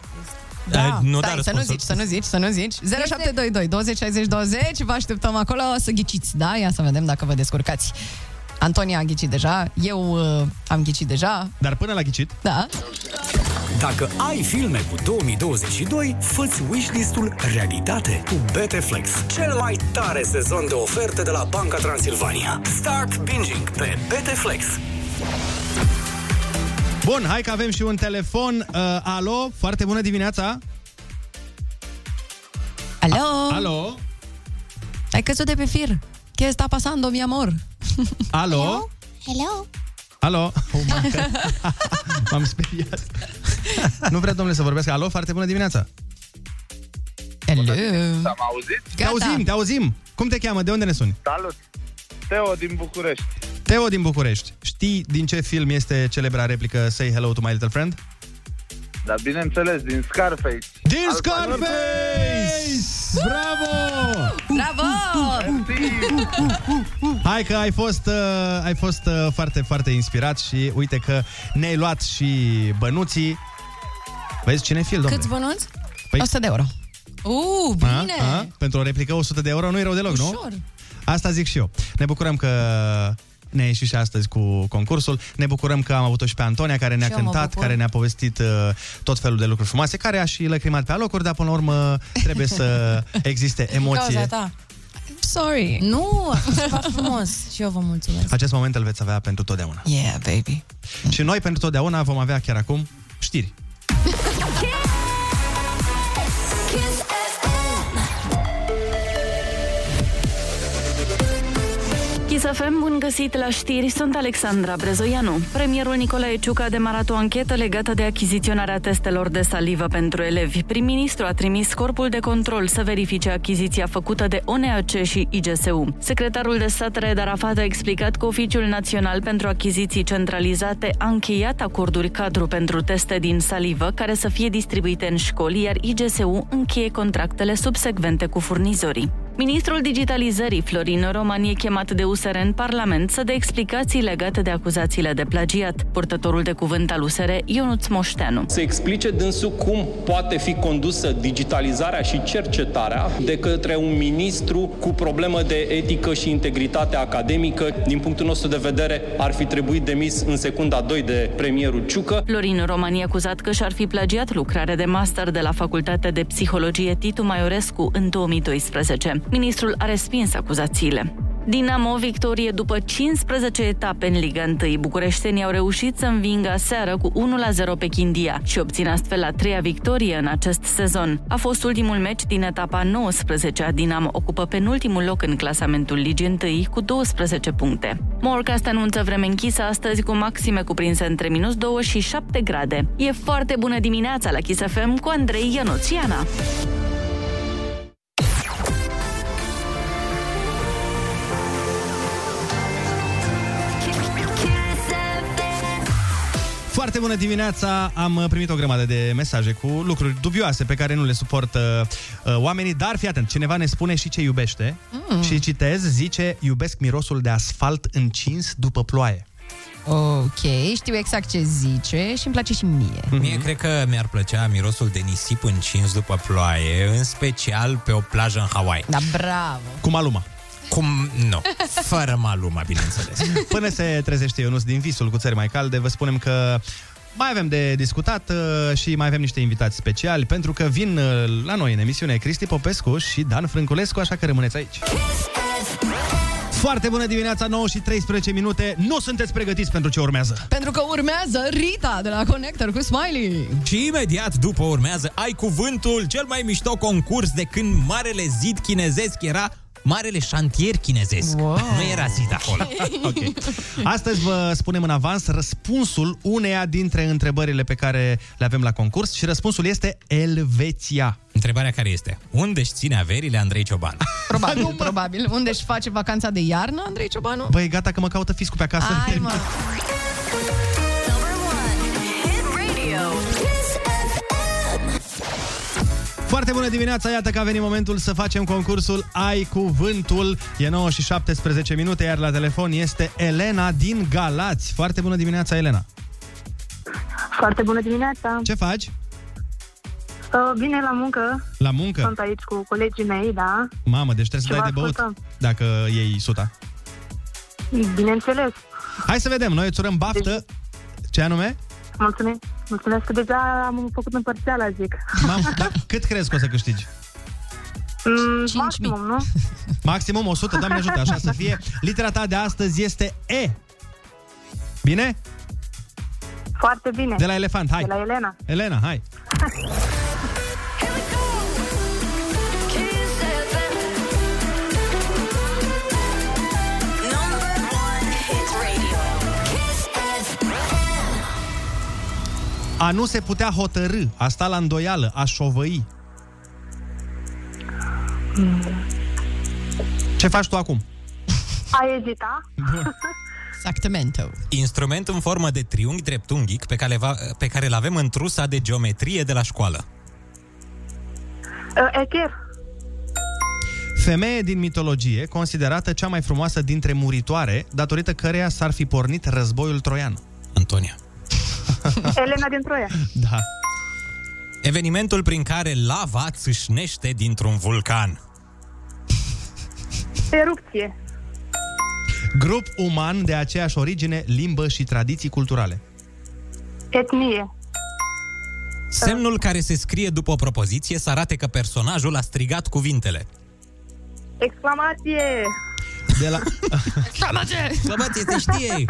Speaker 3: Da, stai, să nu zici, să nu zici, să nu zici. 0722 20 60 20, vă așteptăm acolo să ghiciți, da? Ia să vedem dacă vă descurcați. Antonia a ghicit deja, eu uh, am ghicit deja.
Speaker 1: Dar până la ghicit?
Speaker 3: Da.
Speaker 11: Dacă ai filme cu 2022, fă-ți wishlist-ul realitate cu Beteflex, cel mai tare sezon de oferte de la Banca Transilvania. Start binging pe Beteflex.
Speaker 1: Bun, hai că avem și un telefon. Uh, alo, foarte bună dimineața.
Speaker 3: Alo?
Speaker 1: Alo?
Speaker 3: Ai căzut de pe fir. Ce sta pasando, mi amor?
Speaker 1: Alo?
Speaker 3: Hello?
Speaker 1: Alo? Oh my God. M-am speriat. nu vrea, domnule, să vorbesc. Alo, foarte bună dimineața.
Speaker 3: Hello.
Speaker 1: Am
Speaker 14: auzit?
Speaker 1: Te auzim, te auzim. Cum te cheamă? De unde ne suni?
Speaker 14: Salut! Teo din București.
Speaker 1: Teo din București. Știi din ce film este celebra replică Say Hello to My Little Friend?
Speaker 14: Dar bineînțeles, din Scarface.
Speaker 1: Din
Speaker 14: Alfa
Speaker 1: Scarface! Bravo!
Speaker 3: Bravo!
Speaker 1: Hai că ai fost, uh, ai fost uh, foarte, foarte inspirat și uite că ne-ai luat și bănuții. Vezi cine fil, domnule?
Speaker 19: Câți bănuți?
Speaker 1: Păi-
Speaker 3: 100 de euro.
Speaker 19: Uh, bine!
Speaker 1: A? A? Pentru o replică 100 de euro nu-i rău deloc,
Speaker 19: Ușor.
Speaker 1: nu? Asta zic și eu. Ne bucurăm că ne-a ieșit și astăzi cu concursul. Ne bucurăm că am avut-o și pe Antonia, care ne-a
Speaker 19: Și eu mă
Speaker 1: cântat,
Speaker 19: bucur.
Speaker 1: care ne-a povestit uh, tot felul de lucruri frumoase, care a și lăcrimat pe alocuri, dar până la urmă trebuie să existe
Speaker 19: Din cauza
Speaker 1: emoție.
Speaker 19: ta.
Speaker 3: sorry.
Speaker 19: Nu, a fost foarte frumos și eu vă mulțumesc.
Speaker 1: Acest moment îl veți avea pentru totdeauna.
Speaker 19: Da,
Speaker 3: Yeah, baby.
Speaker 1: Și noi pentru totdeauna vom avea chiar acum știri.
Speaker 4: Kiss FM.
Speaker 5: Chisafem, bun găsit la știri, sunt Alexandra Brezoianu. Premierul Nicolae Ciucă a demarat o anchetă legată de achiziționarea testelor de salivă pentru elevi. Prim-ministru a trimis corpul de control să verifice achiziția făcută de ONAC și IGSU. Secretarul de stat Raed Arafat a explicat că Oficiul Național pentru Achiziții Centralizate a încheiat acorduri cadru pentru teste din salivă care să fie distribuite în școli, iar IGSU încheie contractele subsecvente cu furnizorii. Ministrul Digitalizării Florin Roman e chemat de USR în Parlament să dea explicații legate de acuzațiile de plagiat. Purtătorul de cuvânt al USR, Ionuț Moșteanu.
Speaker 7: Să explice dânsul cum poate fi condusă digitalizarea și cercetarea de către un ministru cu problemă de etică și integritate academică. Din punctul nostru de vedere, ar fi trebuit demis în secunda 2 de premierul Ciucă.
Speaker 5: Florin Roman e acuzat că și-ar fi plagiat lucrarea de master de la Facultatea de Psihologie Titu Maiorescu în 2012. Ministrul a respins acuzațiile. Dinamo victorie după 15 etape în Liga 1. Bucureștenii au reușit să învingă seară cu 1-0 pe Chindia și obțin astfel a treia victorie în acest sezon. A fost ultimul meci din etapa 19 a Dinamo ocupă penultimul loc în clasamentul Ligii 1 cu 12 puncte. Morecast anunță vreme închisă astăzi cu maxime cuprinse între minus 2 și 7 grade. E foarte bună dimineața la Kiss FM cu Andrei Ionuțiana.
Speaker 1: Foarte bună dimineața! Am uh, primit o grămadă de mesaje cu lucruri dubioase pe care nu le suportă uh, oamenii, dar fii atent, cineva ne spune și ce iubește
Speaker 4: Mm.
Speaker 1: mm. și citez, zice, iubesc mirosul de asfalt încins după ploaie.
Speaker 3: Ok, știu exact ce zice și îmi place și mie.
Speaker 1: Mhm.
Speaker 2: Mie cred că mi-ar plăcea mirosul de nisip încins după ploaie, în special pe o plajă în Hawaii.
Speaker 3: Da, bravo!
Speaker 1: Cu maluma.
Speaker 2: Cum? Nu. Fără maluma, bineînțeles.
Speaker 1: Până se trezește Ionuț din visul cu țări mai calde, vă spunem că mai avem de discutat uh, și mai avem niște invitați speciali, pentru că vin uh, la noi în emisiune Cristi Popescu și Dan Frânculescu, așa că rămâneți aici. Foarte bună dimineața, 9 și 13 minute. Nu sunteți pregătiți pentru ce urmează.
Speaker 3: Pentru că urmează Rita de la Connector cu Smiley.
Speaker 2: Și imediat după urmează Ai Cuvântul, cel mai mișto concurs de când Marele Zid Chinezesc era Marele Șantier Chinezesc. Wow. Nu era zid acolo.
Speaker 1: Ok. Astăzi vă spunem în avans răspunsul uneia dintre întrebările pe care le avem la concurs și răspunsul este Elveția.
Speaker 2: Întrebarea care este? Unde își ține averile Andrei Cioban?
Speaker 3: Probabil, probabil. Unde își face vacanța de iarnă, Andrei Ciobanu?
Speaker 1: Băi, gata că mă caută fiscul pe acasă.
Speaker 3: Hai, mă.
Speaker 1: Foarte bună dimineața, iată că a venit momentul să facem concursul Ai Cuvântul. E 9 și 17 minute, iar la telefon este Elena din Galați. Foarte bună dimineața, Elena.
Speaker 20: Foarte bună dimineața!
Speaker 1: Ce faci?
Speaker 20: Uh, bine la muncă.
Speaker 1: La muncă?
Speaker 20: Sunt aici cu colegii mei, da.
Speaker 1: Mamă, deci trebuie să
Speaker 20: Ceva
Speaker 1: dai de băut
Speaker 20: ascultăm.
Speaker 1: dacă iei suta.
Speaker 20: Bineînțeles.
Speaker 1: Hai să vedem, noi îți urăm baftă.
Speaker 20: Deci-
Speaker 1: Ce anume?
Speaker 20: Mulțumesc. Mulțumesc că deja am făcut împărțeala, zic.
Speaker 1: Mamă, da, cât crezi că o să câștigi?
Speaker 20: Mm, maximum, nu?
Speaker 1: Maximum 100, doamne ajută, așa să fie. Litera ta de astăzi este E. Bine?
Speaker 20: Foarte bine.
Speaker 1: De la elefant, hai.
Speaker 20: De la Elena.
Speaker 1: Elena, hai. A nu se putea hotărâ, a sta la îndoială, a șovăi. Ce faci tu acum?
Speaker 20: A ezita?
Speaker 3: Exactamento.
Speaker 2: Instrument în formă de triunghi dreptunghic pe care, va, pe care îl avem în trusa de geometrie de la școală.
Speaker 20: Uh, Echer.
Speaker 1: Femeie din mitologie, considerată cea mai frumoasă dintre muritoare, datorită căreia s-ar fi pornit războiul troian.
Speaker 2: Antonia.
Speaker 20: Elena din Troia.
Speaker 1: Da.
Speaker 2: Evenimentul prin care lava țâșnește dintr-un vulcan.
Speaker 20: Erupție.
Speaker 1: Grup uman de aceeași origine, limbă și tradiții culturale.
Speaker 20: Etnie.
Speaker 2: Semnul care se scrie după o propoziție să arate că personajul a strigat cuvintele.
Speaker 9: Exclamație!
Speaker 1: De la,
Speaker 9: Exclamație!
Speaker 2: Exclamație, se știe!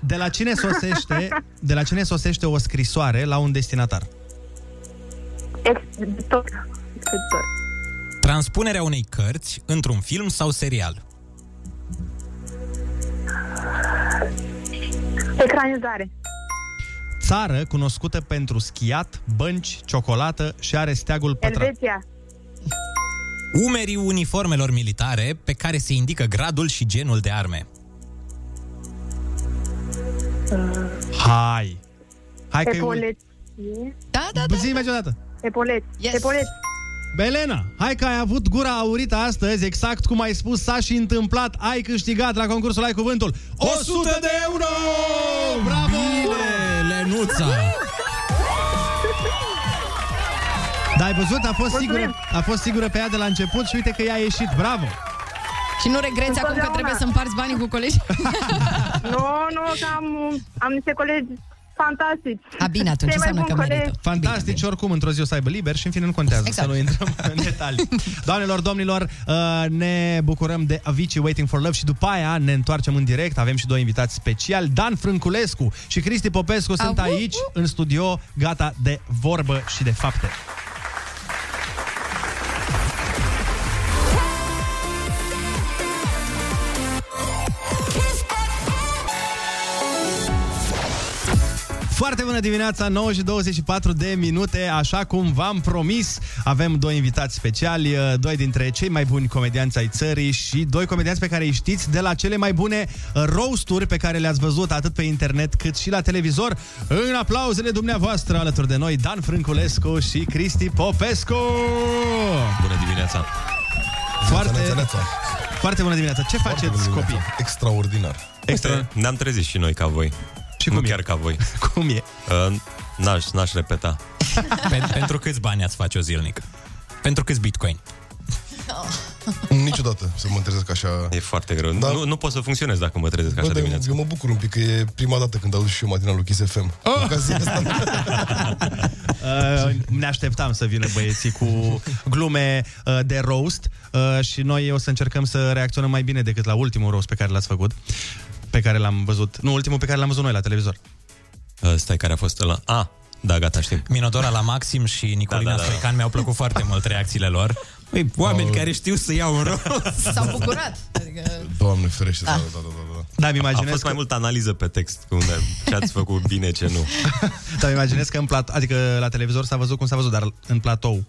Speaker 1: de la cine sosește, de la cine sosește o scrisoare la un destinatar?
Speaker 20: Expeditor. Expeditor.
Speaker 2: Transpunerea unei cărți într-un film sau serial.
Speaker 20: Ecranizare.
Speaker 1: Țară cunoscută pentru schiat, bănci, ciocolată și are steagul pătrat.
Speaker 20: Elveția.
Speaker 2: Umerii uniformelor militare pe care se indică gradul și genul de arme.
Speaker 1: Hai! Hai că e un...
Speaker 20: Epoleție.
Speaker 3: Da, da,
Speaker 1: da. Zi mai odată.
Speaker 20: Epoleți. Yes. Epoleți.
Speaker 1: Belena, hai că ai avut gura aurită astăzi, exact cum ai spus, s-a și întâmplat, ai câștigat la concursul Ai Cuvântul 100 de euro! Bravo!
Speaker 2: Bine, Lenuța!
Speaker 1: Dar ai văzut, a fost, sigură, a fost sigură pe ea de la început și uite că i-a ieșit, bravo!
Speaker 3: Și nu regreți acum că trebuie să împarți banii cu colegi?
Speaker 9: Nu, nu, că am, am niște colegi fantastici.
Speaker 3: A, bine, atunci
Speaker 9: Cei mai
Speaker 3: înseamnă
Speaker 9: buni
Speaker 3: că
Speaker 9: colegi.
Speaker 3: merită.
Speaker 1: Fantastic, bine, oricum, într-o zi o să aibă liber și în fine nu contează, exact. să nu intrăm în detalii. Doamnelor, domnilor, uh, ne bucurăm de Avicii Waiting for Love și după aia ne întoarcem în direct. Avem și doi invitați speciali, Dan Frânculescu și Cristi Popescu sunt
Speaker 11: Au, uh,
Speaker 1: aici, în studio, gata de vorbă și de fapte. Foarte bună dimineața, 9 și 24 de minute, așa cum v-am promis, avem doi invitați speciali, uh, doi dintre cei mai buni comedianți ai țării și doi comedianți pe care îi știți de la cele mai bune uh, roasturi pe care le-ați văzut atât pe internet cât și la televizor. În aplauzele dumneavoastră alături de noi, Dan Frânculescu și Cristi Popescu!
Speaker 21: Bună dimineața!
Speaker 1: Foarte,
Speaker 21: Neața, neața.
Speaker 1: foarte bună dimineața! Ce faceți, copii?
Speaker 21: Extraordinar.
Speaker 1: Extra-
Speaker 22: Ne-am trezit și noi ca voi.
Speaker 1: Și
Speaker 22: cum nu chiar ca voi.
Speaker 1: cum e?
Speaker 22: Uh, n-aș, n-aș repeta.
Speaker 2: Pen- pentru câți bani ați face o zilnică? Pentru câți bitcoin?
Speaker 21: Niciodată să mă trezesc așa.
Speaker 22: E foarte greu.
Speaker 21: Da.
Speaker 22: Nu, nu pot să funcționez dacă mă trezesc așa
Speaker 21: Bă, dar eu,
Speaker 22: dimineața.
Speaker 21: eu mă bucur un pic că e prima dată când aud și eu matinalul Kiss FM.
Speaker 1: Ah!
Speaker 21: Oh! Ocazia asta.
Speaker 1: Uh, ne așteptam să vină băieții cu glume uh, de roast uh, și noi o să încercăm să reacționăm mai bine decât la ultimul roast pe care l-ați făcut, pe care l-am văzut, nu, ultimul pe care l-am văzut noi la televizor.
Speaker 22: Uh, stai, care a fost la... A, ah, da, gata, știm.
Speaker 2: Minodora la Maxim și Nicolina da, da, da. Stoican mi-au plăcut foarte mult reacțiile lor. Păi, oameni care știu să iau un rost.
Speaker 3: S-au bucurat.
Speaker 21: Doamne ferește,
Speaker 3: Da.
Speaker 21: da, da, da, da. da.
Speaker 1: Da, mi
Speaker 22: a
Speaker 1: imaginez
Speaker 22: fost mai mult analiză pe text, cum ne, ce ați făcut bine, ce nu.
Speaker 1: Dar îmi imaginez că în plat, adică la televizor s-a văzut cum s-a văzut, dar în platou.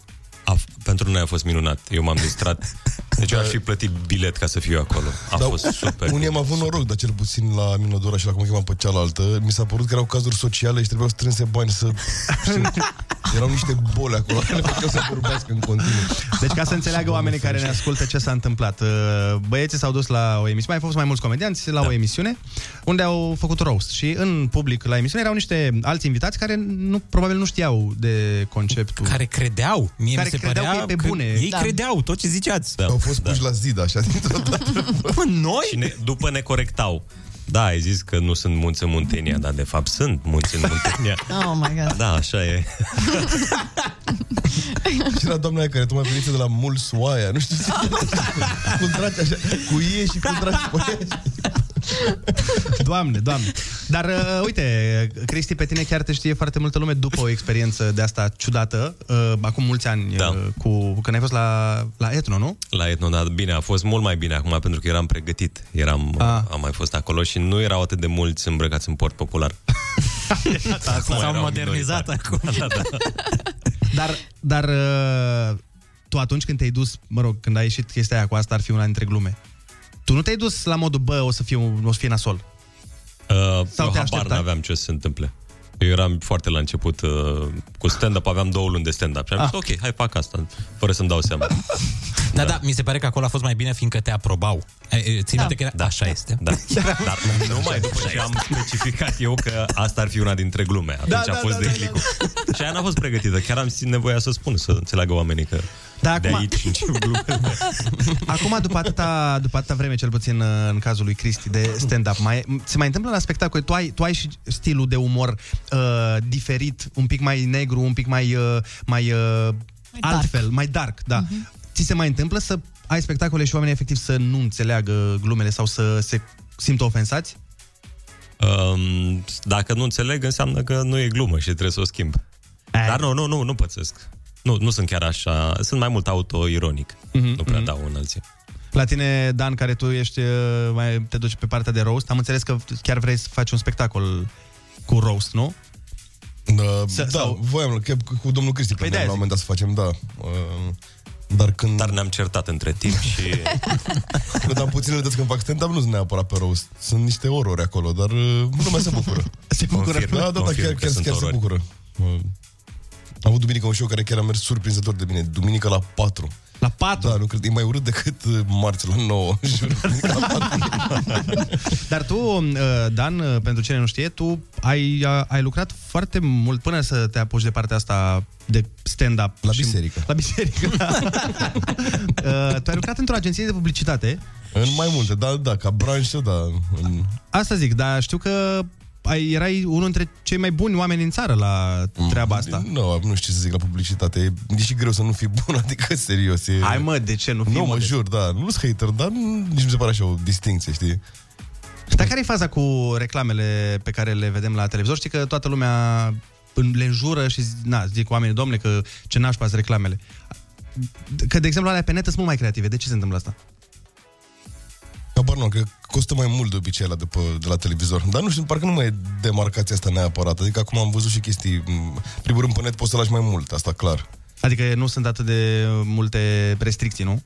Speaker 22: A, f- pentru noi a fost minunat. Eu m-am distrat. Deci eu aș fi plătit bilet ca să fiu acolo.
Speaker 2: Da.
Speaker 22: A
Speaker 21: Dar
Speaker 22: fost super.
Speaker 21: Unii am avut noroc, dar cel puțin la Minodora și la cum o chema pe cealaltă, mi s-a părut că erau cazuri sociale și trebuiau strânse bani să... erau niște boli acolo care le făceau să vorbească în continuu.
Speaker 1: Deci
Speaker 2: Ah,
Speaker 1: ca să înțeleagă oamenii care ne ascultă ce s-a întâmplat. Uh, Băieții s-au dus la o emisiune, mai au fost mai mulți comedianți
Speaker 2: Da.
Speaker 1: la o emisiune unde au făcut roast și în public la emisiune erau niște alți invitați care nu, probabil nu știau de conceptul.
Speaker 2: Care credeau. Mie
Speaker 1: care
Speaker 2: mi se
Speaker 1: credeau
Speaker 2: părea
Speaker 1: că e pe
Speaker 2: că
Speaker 1: bune.
Speaker 2: Ei da. credeau tot ce ziceați.
Speaker 22: Da,
Speaker 21: Au fost puși la zid, așa, dintr-o dată.
Speaker 2: Bă, noi?
Speaker 22: Și ne, după ne corectau. Da, ai zis că nu sunt munți în Muntenia, dar de fapt sunt munți în Muntenia.
Speaker 3: Oh my god.
Speaker 22: Da, așa e.
Speaker 21: Și la doamna aia care tu mai veniți de la Mulsoaia, nu știu ce Cu dragi așa, cu ei și cu dragi pe aia.
Speaker 1: Doamne, doamne. Dar uh, uite, Cristi, pe tine chiar te știe foarte multă lume după o experiență de asta ciudată, uh, acum mulți ani, da. uh, cu, când ai fost la, la Etno, nu?
Speaker 22: La etno, dar bine, a fost mult mai bine acum pentru că eram pregătit. Eram,
Speaker 1: Ah.
Speaker 22: am mai fost acolo și nu erau atât de mulți îmbrăcați în port popular. Acum
Speaker 2: S-au
Speaker 22: erau
Speaker 2: modernizat acum.
Speaker 22: Da, da.
Speaker 1: Dar, dar uh, tu atunci când te-ai dus, mă rog, când ai ieșit chestia aia cu asta, ar fi una dintre glume. Tu nu te-ai dus la modul, bă, o să fie, o să fie nasol.
Speaker 22: Uh,
Speaker 1: Sau
Speaker 22: eu
Speaker 1: te
Speaker 22: habar
Speaker 1: așteptai?
Speaker 22: n-aveam ce să se întâmple. Eu eram foarte la început uh, cu stand-up, aveam două luni de stand-up și am
Speaker 2: Ah.
Speaker 22: zis, ok, hai fac asta, fără să-mi dau seama.
Speaker 2: Da, da, mi se pare că acolo a fost mai bine fiindcă te aprobau. E, e,
Speaker 3: Da.
Speaker 2: Ții minte că era... Așa este.
Speaker 22: Da. Dar numai după ce am specificat eu că asta ar fi una dintre glume. Atunci
Speaker 1: Da,
Speaker 22: da, a
Speaker 1: da,
Speaker 22: fost
Speaker 1: da,
Speaker 22: da,
Speaker 1: da,
Speaker 22: declicul. Da, da, Și aia n-a fost pregătită. Chiar am simțit nevoia să spun, să înțeleagă oamenii că
Speaker 1: Da,
Speaker 22: de
Speaker 1: acum-
Speaker 22: aici încep glumele.
Speaker 1: Acum, după atâta, după atâta vreme, cel puțin uh, în cazul lui Cristi, de stand-up, mai, se mai întâmplă la spectacol, tu ai, tu ai și stilul de umor uh, diferit, un pic mai negru, un pic mai, uh, mai, uh, altfel, mai dark, da. Ți se mai întâmplă să ai spectacole și oamenii efectiv să nu înțeleagă glumele sau să se simtă ofensați?
Speaker 22: Um, dacă nu înțeleg, înseamnă că nu e glumă și trebuie să o schimb. Dar nu, nu, nu, nu pățesc. Nu, nu sunt chiar așa. Sunt mai mult autoironic.
Speaker 1: Mhm,
Speaker 22: nu prea dau înălțime.
Speaker 1: La tine, Dan, care tu ești, uh, mai te duci pe partea de roast, am înțeles că chiar vrei să faci un spectacol cu roast, nu?
Speaker 21: Da, da voiam, că cu domnul Cristi păi la un moment dat să facem, da. Uh, Dar când... Dar
Speaker 22: ne-am certat între timp și...
Speaker 21: nu, dar puținele dăți când fac stand-up nu sunt neapărat pe roast. Sunt niște orori acolo, dar uh, lumea se bucură.
Speaker 1: Se
Speaker 21: bucură.
Speaker 22: Confirm,
Speaker 21: da, da, da,
Speaker 22: confirm
Speaker 21: chiar,
Speaker 22: că
Speaker 21: chiar,
Speaker 22: sunt
Speaker 21: chiar se
Speaker 22: orori.
Speaker 21: bucură. Uh, Am avut duminică un show care chiar a mers surprinzător de bine. Duminică la 4.
Speaker 1: La 4?
Speaker 21: Da, nu cred. E mai urât decât uh, marți la 9. jur.
Speaker 1: Dar tu, uh, Dan, uh, pentru cine nu știe, tu ai, a- ai lucrat foarte mult până să te apuci de partea asta de stand-up. La biserică. La biserică, da. Uh, tu ai lucrat într-o agenție de publicitate.
Speaker 21: În mai multe, da, da, ca branșă, da. În...
Speaker 1: Asta zic, dar știu că ai, erai unul dintre cei mai buni oameni în țară la treaba asta.
Speaker 21: Mm, Nu, nu știu ce să zic la publicitate. E deși greu să nu fii bun, adică serios. E...
Speaker 1: Hai mă, de ce nu fii
Speaker 21: Nu, mă
Speaker 1: modest?
Speaker 21: jur, da. Nu sunt hater, dar nu- nici mi se pare așa o distinție, știi?
Speaker 1: Dar care e faza cu reclamele pe care le vedem la televizor? Știi că toată lumea în- le înjură și zi- na, zic oamenii, domne, că ce nașpa sunt reclamele. Că, de exemplu, alea pe net sunt mult mai creative. De ce se întâmplă asta?
Speaker 21: Cabar nu, am, cred că costă mai mult de obicei la de, pe, de la televizor. Dar nu știu, parcă nu mai e demarcația asta neapărat. Adică acum am văzut și chestii... m, Primul rând, pe net poți să lași mai mult, asta clar.
Speaker 1: Adică nu sunt atât de multe restricții, nu?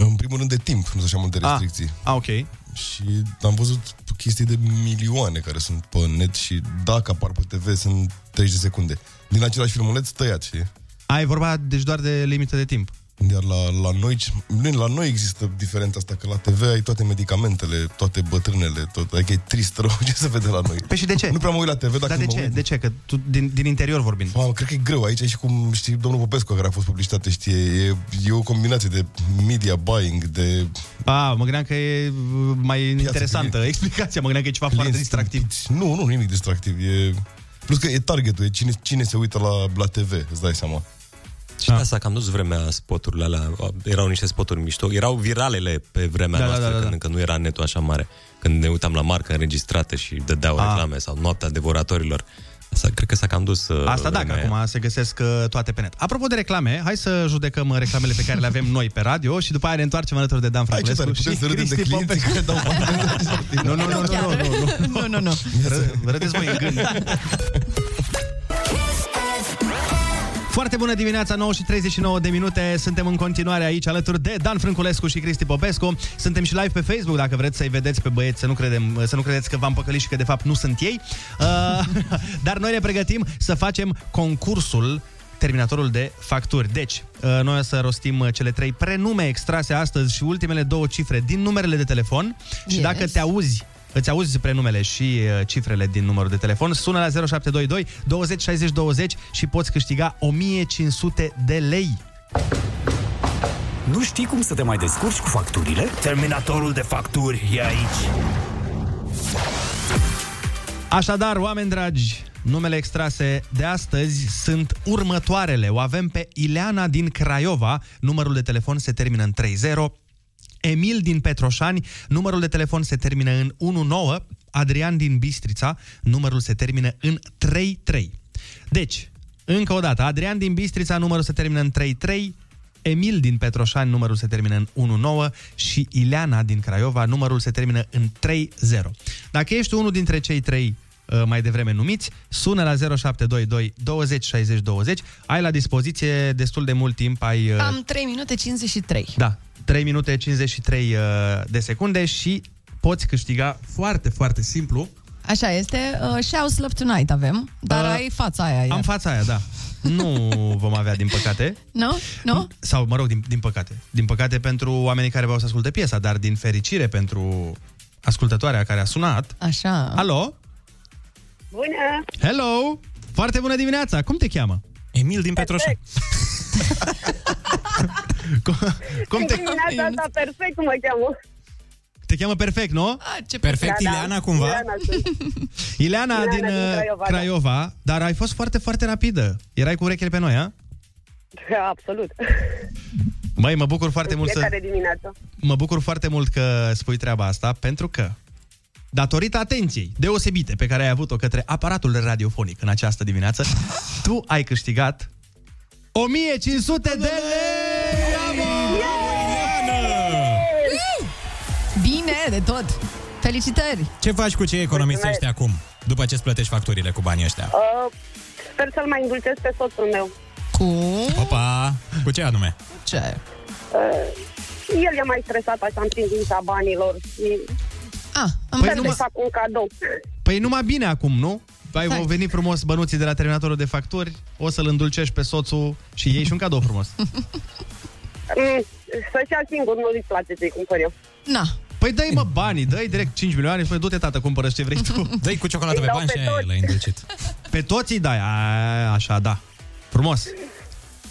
Speaker 21: În primul rând de timp, nu sunt așa multe
Speaker 1: Ah.
Speaker 21: restricții.
Speaker 1: A, ok.
Speaker 21: Și am văzut chestii de milioane care sunt pe net și dacă apar pe TV sunt 30 de secunde. Din același filmuleț tăiat, știi?
Speaker 1: Ai vorba deci doar de limită de timp.
Speaker 21: Iar la, la, noi, nu, la noi există diferența asta, că la TV ai toate medicamentele, toate bătrânele, tot, adică e trist rău ce se vede la noi.
Speaker 1: Păi și de ce?
Speaker 21: Nu prea mă uit la TV, dacă
Speaker 1: Dar de
Speaker 21: mă
Speaker 1: ce?
Speaker 21: Uit...
Speaker 1: De ce? Că tu, din, din interior vorbim.
Speaker 21: Mamă, cred că e greu aici e și cum știi domnul Popescu care a fost publicitate, știe, e, e o combinație de media buying, de...
Speaker 1: A, Ah, mă gândeam că e uh, mai interesantă explicația, mă gândeam că e ceva foarte distractiv.
Speaker 21: Nu, nu, nimic distractiv, e... Plus că e targetul, e cine, cine se uită la, la TV, îți dai seama.
Speaker 22: Și
Speaker 21: Da.
Speaker 22: de asta că am dus vremea spoturile alea, erau niște spoturi mișto, erau viralele pe vremea
Speaker 21: Da,
Speaker 22: da,
Speaker 21: da,
Speaker 22: noastră,
Speaker 21: da,
Speaker 22: da,
Speaker 21: da,
Speaker 22: da, când
Speaker 21: da.
Speaker 22: încă nu era netul așa mare. Când ne uitam la marca înregistrată și dădeau
Speaker 1: Ah.
Speaker 22: reclame sau noaptea devoratorilor. Asta, cred că s-a cam dus uh,
Speaker 1: Asta da, că
Speaker 22: vremea aia.
Speaker 1: acum se găsesc uh, toate pe net. Apropo de reclame, hai să judecăm uh, reclamele pe care le avem noi pe radio și după aia ne întoarcem alături de Dan
Speaker 21: Hai, ce
Speaker 1: Franculescu
Speaker 21: tare,
Speaker 1: și
Speaker 21: putem să râdem de
Speaker 1: Cristi
Speaker 21: clienții
Speaker 1: Popescu.
Speaker 21: care dau bani.
Speaker 1: Nu, nu, nu, nu, nu, nu, nu, nu, nu. Ră- Râdeți voi în gând. Foarte bună dimineața, 9 și 39 de minute. Suntem în continuare aici alături de Dan Frânculescu și Cristi Popescu. Suntem și live pe Facebook, dacă vreți să-i vedeți pe băieți, să nu, credem, să nu credeți că v-am păcălit și că de fapt nu sunt ei. Uh, dar noi ne pregătim să facem concursul terminatorul de facturi. Deci, uh, noi o să rostim uh, cele trei prenume extrase astăzi și ultimele două cifre din numerele de telefon yes. și
Speaker 11: Yes.
Speaker 1: dacă te auzi Îți auzi prenumele și uh, cifrele din numărul de telefon. Sună la 0722 20 60 20 și poți câștiga 1500 de lei.
Speaker 11: Nu știi cum să te mai descurci cu facturile? Terminatorul de facturi e aici.
Speaker 1: Așadar, oameni dragi, numele extrase de astăzi sunt următoarele. O avem pe Ileana din Craiova, numărul de telefon se termină în 30. Emil din Petroșani, numărul de telefon se termină în 19. Adrian din Bistrița, numărul se termină în 33. Deci, încă o dată, Adrian din Bistrița, numărul se termină în 33. Emil din Petroșani, numărul se termină în 19 și Ileana din Craiova, numărul se termină în 30. Dacă ești unul dintre cei trei uh, mai devreme numiți, sună la 0722 20 60 20. Ai la dispoziție destul de mult timp, ai... uh,
Speaker 3: Am 3 minute 53.
Speaker 1: Da, 3 minute 53 uh, de secunde și poți câștiga foarte, foarte simplu.
Speaker 3: Așa este. Uh, Shout Slap Tonight avem, dar
Speaker 1: Uh,
Speaker 3: ai fața aia.
Speaker 1: Am
Speaker 3: iar.
Speaker 1: fața aia, da. Nu vom avea, din păcate.
Speaker 3: Nu? Nu?
Speaker 1: Sau, mă rog, din, din păcate. Din păcate pentru oamenii care vreau să asculte piesa, dar din fericire pentru ascultătoarea care a sunat.
Speaker 3: Așa.
Speaker 1: Alo?
Speaker 6: Bună!
Speaker 1: Hello! Foarte bună dimineața! Cum te cheamă? Emil din Petroșani. cum, cum te,
Speaker 6: Dimineața
Speaker 9: da.
Speaker 6: asta perfect cum mă cheamă.
Speaker 1: te cheamă perfect, nu?
Speaker 3: Ah,
Speaker 1: A,
Speaker 6: ce Da, da. Ileana sunt.
Speaker 1: Ileana,
Speaker 6: Ileana
Speaker 1: din,
Speaker 6: din
Speaker 1: uh,
Speaker 6: Craiova, da.
Speaker 1: Craiova, dar ai fost foarte, foarte rapidă. Erai cu urechile pe noi, a?
Speaker 6: Da, Absolut.
Speaker 1: Măi, mă bucur foarte
Speaker 6: în
Speaker 1: mult să...
Speaker 6: fiecare dimineață.
Speaker 1: Mă bucur foarte mult că spui treaba asta, pentru că datorită atenției deosebite pe care ai avut-o către aparatul radiofonic în această dimineață, tu ai câștigat 1500 de lei!
Speaker 3: Bine, de tot! Felicitări!
Speaker 2: Ce faci cu ce economisești acum? După ce îți plătești facturile cu banii ăștia.
Speaker 6: Uh, sper să-l mai indulgesc pe soțul meu.
Speaker 3: Cu?
Speaker 2: Opa! Cu ce anume?
Speaker 3: Ce?
Speaker 6: Uh, el e mai stresat așa în privința banilor și...
Speaker 3: Ah,
Speaker 6: am
Speaker 1: Păi
Speaker 6: păi
Speaker 1: numai-
Speaker 6: să fac un cadou.
Speaker 1: Păi numai bine acum, nu? Ai vă venit frumos bănuții de la terminatorul de facturi, o să-l îndulcești pe soțul și iei și un cadou frumos.
Speaker 6: Mm, să-și ia singur, nu-i place ce-i cumpăr eu.
Speaker 3: Na.
Speaker 1: Păi dai mă banii, dai direct 5 milioane și spune, du-te tată, cumpără ce vrei tu.
Speaker 2: Dai cu ciocolată
Speaker 6: Îi pe dau bani pe și aia toți.
Speaker 2: l-ai indulcit.
Speaker 1: Pe toți îi dai, a, așa, da. Frumos.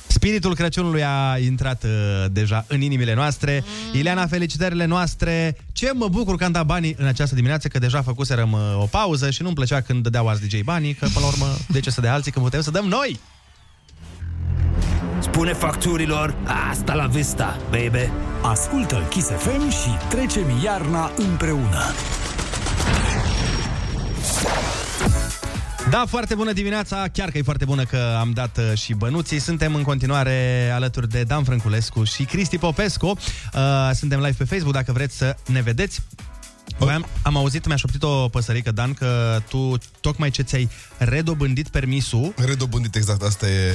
Speaker 1: Spiritul Crăciunului a intrat uh, deja în inimile noastre. Mm. Ileana, felicitările noastre. Ce mă bucur că am dat banii în această dimineață, că deja făcuserăm uh, o pauză și nu-mi plăcea când dădeau azi DJ banii, că până la urmă, de ce să dea alții când putem să dăm noi?
Speaker 11: Spune facturilor, asta la vista, baby. Ascultă Kiss FM și trecem iarna împreună.
Speaker 1: Da, foarte bună dimineața, chiar că e foarte bună că am dat uh, și bănuții. Suntem în continuare alături de Dan Frânculescu și Cristi Popescu. Uh, Suntem live pe Facebook, dacă vreți să ne vedeți. Voiam, am auzit, mi-a șoptit o păsărică, Dan, că tu tocmai ce ți-ai redobândit permisul...
Speaker 21: Redobândit, exact, asta e...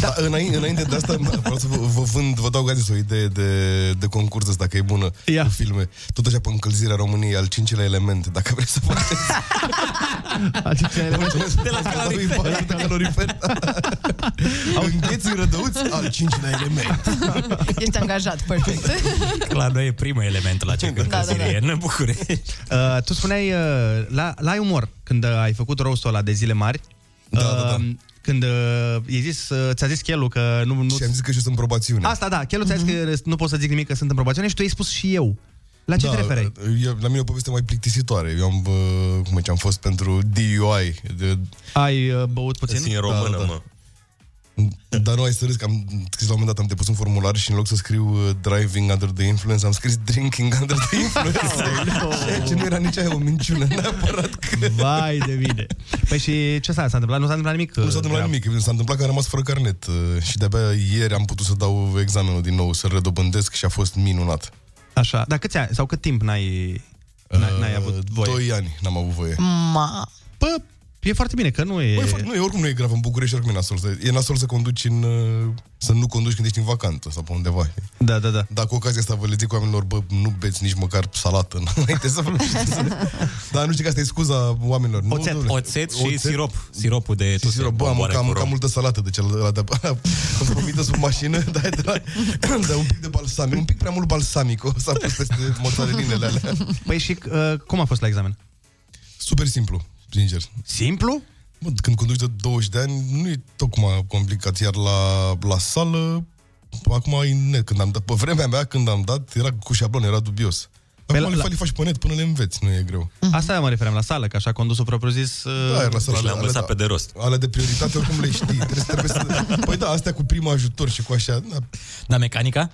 Speaker 21: Da. Înainte, înainte de asta, vreau să vă, vă vând, vă dau gazis o idee de, de concurs ăsta, dacă e bună, Ia. cu filme. Tot așa pe încălzirea României, al cincilea element, dacă vreți să faceți.
Speaker 1: Mulțumesc.
Speaker 21: De la calorifer. De la calorifer. Îngheți în rădăuți, al cincilea element.
Speaker 3: Ești angajat, perfect.
Speaker 21: Da.
Speaker 2: La noi e primul element la ce
Speaker 3: da, da.
Speaker 2: încălzire da, da, da. în București.
Speaker 1: Uh, tu spuneai uh, la, la ai umor când uh, ai făcut roast-ul ăla de zile mari. Da, uh, da, da. Când uh, i-ai zis, uh, ți-a zis Chelu că nu... nu... Și am
Speaker 21: zis că eu sunt în probațiune. Mhm.
Speaker 1: Asta, da, Chelu ți-a zis că nu pot să zic nimic că sunt în probațiune și tu ai spus și eu. La ce da, te referi?
Speaker 21: Eu, la mine e o poveste mai plictisitoare. Eu am, uh, cum e, ce am fost pentru DUI. De...
Speaker 1: Ai uh, băut puțin?
Speaker 21: Sunt în română, da, da. mă. Dar nu ai să râzi că am scris la un moment dat, am depus un formular și în loc să scriu uh, driving under the influence, am scris drinking under the influence.
Speaker 1: Oh,
Speaker 21: Ceea ce nu era nici aia o minciună, neapărat că...
Speaker 1: Vai de mine! Păi și ce s-a, s-a întâmplat? Nu s-a întâmplat nimic? uh,
Speaker 21: Nu s-a întâmplat nimic, s-a întâmplat că am rămas fără carnet uh, și de-abia ieri am putut să dau examenul din nou, să-l redobândesc și a fost minunat.
Speaker 1: Așa, dar câți ani, sau cât timp n-ai, n-ai, n-ai avut voie?
Speaker 21: Uh, Doi ani n-am avut voie.
Speaker 3: Ma.
Speaker 1: Bă, e foarte bine că nu e...
Speaker 21: Băi, foarte, nu, e, oricum nu e grav în București, oricum e nasol. Să, e nasol să conduci în... uh, să nu conduci când ești în vacanță sau pe undeva.
Speaker 1: Da, da, da.
Speaker 21: Dar cu ocazia asta vă le zic oamenilor, bă, nu beți nici măcar salată înainte să vă Dar nu știu că asta e scuza oamenilor. Nu,
Speaker 2: Oțet,
Speaker 21: domnule.
Speaker 2: oțet și sirop. Siropul de
Speaker 21: Și sirop, bă, am
Speaker 2: bomboare
Speaker 21: mâncat,
Speaker 2: cu rom.
Speaker 21: mâncat multă salată de cel ăla de Am profită sub mașină, dar de la, de un pic de balsamic, un pic prea mult balsamic o s-a pus peste mozzarellinele alea.
Speaker 1: Păi și uh, cum a fost la examen?
Speaker 21: Super simplu, sincer.
Speaker 1: Simplu?
Speaker 21: Bă, când conduci de 20 de ani, nu e tocmai complicat. Iar la, la sală, acum e net. Când am dat, pe vremea mea, când am dat, era cu șablon, era dubios. Acum
Speaker 1: la-
Speaker 21: le,
Speaker 1: la-
Speaker 21: fa- le faci pe net până le înveți, nu e greu.
Speaker 1: Asta mă referam, la sală, că așa condusul propriu-zis... Uh,
Speaker 21: Da, iar la
Speaker 2: deci
Speaker 21: sală, ale- ale-
Speaker 22: pe de rost.
Speaker 21: Ale de prioritate, oricum le știi. Trebuie, trebuie să... Păi da, astea cu primul ajutor și cu așa... Da, Uh,
Speaker 2: Da, mecanica?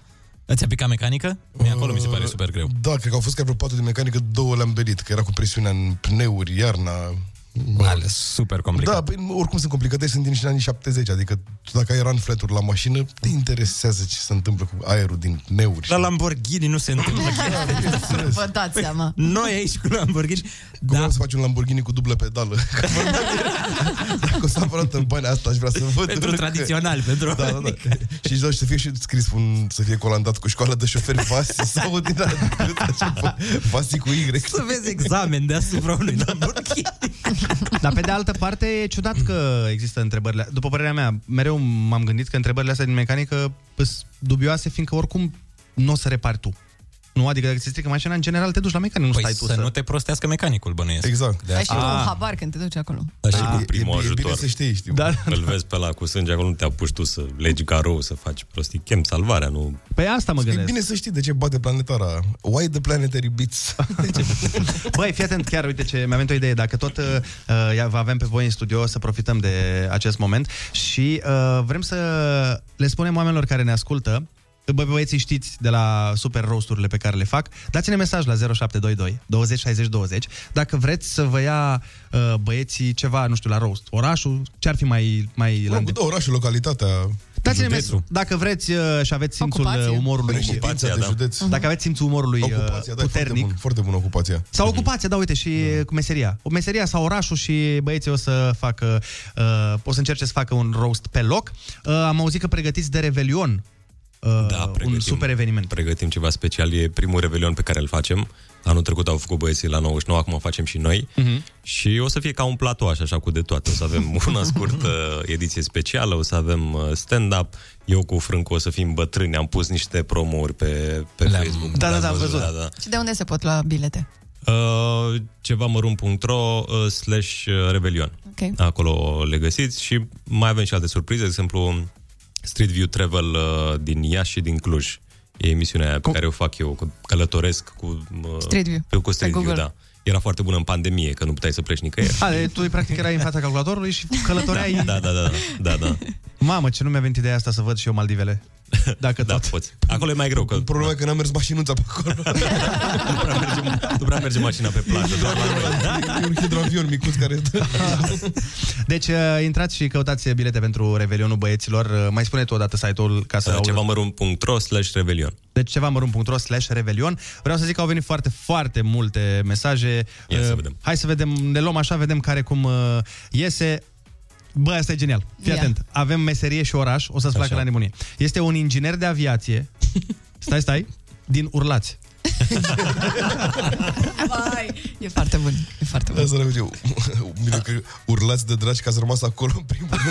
Speaker 2: Ți-a picat mecanică? Mie acolo mi se pare super greu.
Speaker 21: da cred că au fost chiar vreo patru de mecanică, două le-am belit, că era cu presiunea în pneuri, iarna...
Speaker 2: Ales super complicat.
Speaker 21: Da, păi, oricum sunt complicate, sunt din anii 70, adică tu dacă ai run flat la mașină, te interesează ce se întâmplă cu aerul din Da, pneuri.
Speaker 2: La Lamborghini nu se întâmplă. Păi,
Speaker 3: Vă dați seama.
Speaker 2: Noi aici cu Lamborghini.
Speaker 21: Cum da. să faci un Lamborghini cu dublă pedală? Că vorbim de- Dacă o să apărat în bani asta, aș vrea să văd.
Speaker 2: Pentru tradițional, pentru-
Speaker 21: Da, da, da. Și zici, da, să fie și scris un, să fie colandat cu școala de șoferi Vasi sau din alea, Vasi cu Y.
Speaker 2: Să vezi examen deasupra unui Lamborghini.
Speaker 1: Dar pe de altă parte e ciudat că există întrebările. După părerea mea, mereu m-am gândit că întrebările astea din mecanică sunt dubioase, fiindcă oricum nu o să repari tu. Nu, adică dacă ți strică mașina, în general te duci la mecanic, nu
Speaker 2: Păi
Speaker 1: stai tu
Speaker 2: să,
Speaker 1: să...
Speaker 2: nu te prostească mecanicul, bănuiesc.
Speaker 21: Exact.
Speaker 3: Ai și tu un habar când te duci acolo.
Speaker 22: Dar și cu
Speaker 21: e
Speaker 22: primul
Speaker 21: bine
Speaker 22: ajutor.
Speaker 21: să știi, știu.
Speaker 1: Da.
Speaker 22: Îl vezi pe la cu sânge, acolo nu te apuci tu să legi garou, să faci prostii. Chem salvarea, nu...
Speaker 1: Păi asta mă
Speaker 21: E
Speaker 1: gândesc.
Speaker 21: bine să știi de ce bate planetara. Why the planetary beats? Păi,
Speaker 1: Băi, fii atent, chiar uite ce mi-a venit o idee. Dacă tot uh, uh, vă avem pe voi în studio, să profităm de acest moment și uh, vrem să le spunem oamenilor care ne ascultă Bă, băieții știți de la super roasturile pe care le fac. Dați-ne mesaj la 0722 20 60 20 dacă vreți să vă ia uh, băieții ceva, nu știu, la roast. Orașul, ce ar fi mai... mai la îndemână?
Speaker 21: Da, orașul, localitatea,
Speaker 1: Dați-ne
Speaker 21: județul.
Speaker 1: mesaj dacă vreți uh, și aveți simțul
Speaker 21: Ocupație.
Speaker 1: uh, umorului.
Speaker 21: Ocupația, da.
Speaker 1: Dacă aveți simțul umorului uh,
Speaker 21: Ocupația, da, e foarte
Speaker 1: puternic.
Speaker 21: bun, foarte bună ocupația.
Speaker 1: Sau ocupația, da, uite, și cu meseria. O meseria sau orașul și băieții o să facă, uh, o să încerce să facă un roast pe loc. Uh, am auzit că pregătiți de Revelion uh, da, un super eveniment.
Speaker 22: Pregătim ceva special, e primul revelion pe care îl facem. Anul trecut au făcut băieții la 99, acum facem și noi.
Speaker 1: Mhm.
Speaker 22: Și o să fie ca un platou așa, așa cu de toate. O să avem una scurtă ediție specială, o să avem uh, stand-up. Eu cu Frâncu o să fim bătrâni, am pus niște promouri pe, pe Facebook.
Speaker 3: Da, da, da, am
Speaker 22: Le-ați
Speaker 3: văzut.
Speaker 22: Da, da.
Speaker 3: Și de unde se pot lua bilete?
Speaker 22: Uh, ceva mărunt.ro uh, slash rebelion.
Speaker 3: Ok.
Speaker 22: Acolo le găsiți și mai avem și alte surprize, de exemplu Street View Travel uh, din Iași și din Cluj. E emisiunea aia pe care o fac eu, cu- călătoresc cu uh,
Speaker 3: Street View.
Speaker 22: Pe, cu Street
Speaker 3: Pe
Speaker 22: View,
Speaker 3: Google. Ah,
Speaker 22: da. Era foarte bună în pandemie, că nu puteai să pleci nicăieri.
Speaker 1: A, de, tu practic erai în fața calculatorului și călătoreai.
Speaker 22: Da, da, da, da, da, da.
Speaker 1: Mamă, ce nu mi-a venit ideea asta să văd și eu Maldivele. Dacă
Speaker 22: da, poți. Acolo e mai greu. Că...
Speaker 21: Problema e că n-a mers mașinuța pe acolo.
Speaker 22: Nu prea merge mașina pe plajă, doar la
Speaker 21: E un hidroavion micuț care...
Speaker 1: Deci uh, intrați și căutați bilete pentru Revelionul băieților. Uh, Mai spune tu odată site-ul ca să
Speaker 22: Uh,
Speaker 1: aud.
Speaker 22: ceva mărunt.ro slash rebelion.
Speaker 1: Deci ceva mărunt.ro slash Revelion. Vreau să zic că au venit foarte, foarte multe mesaje. Ia să vedem. Hai să vedem, ne luăm așa, vedem care cum uh, iese. Bă, asta e genial. Fii
Speaker 11: Ia.
Speaker 1: atent. Avem meserie și oraș, o să-ți placă la nebunie. Este un inginer de aviație. Stai, stai. Din Urlați.
Speaker 3: Vai, e foarte bun. E foarte
Speaker 21: Da, să eu. Bine că urlați de dragi că ați rămas acolo în primul rând.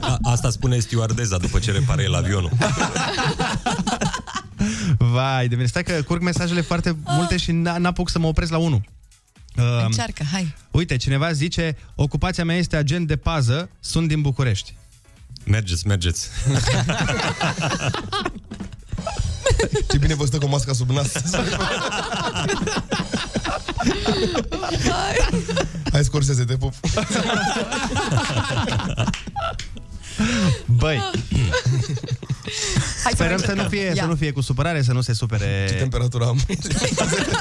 Speaker 22: A- Asta spune stewardeza după ce repare el avionul.
Speaker 1: Vai, de mine. Stai că curg mesajele foarte multe și n- n-apuc să mă opresc la unul.
Speaker 3: bun.
Speaker 1: Uh,
Speaker 3: Încearcă, hai.
Speaker 1: uite, cineva zice, ocupația mea este agent de pază, sunt din București.
Speaker 22: Mergeți, mergeți.
Speaker 21: Ce bine vă stă cu masca sub nas. Hai, scorseze, te pup.
Speaker 1: Băi,
Speaker 3: Hai
Speaker 1: sperăm să
Speaker 3: mergem.
Speaker 1: nu, fie,
Speaker 3: Ia.
Speaker 1: să nu fie cu supărare, să nu se supere... Ce
Speaker 21: temperatură am?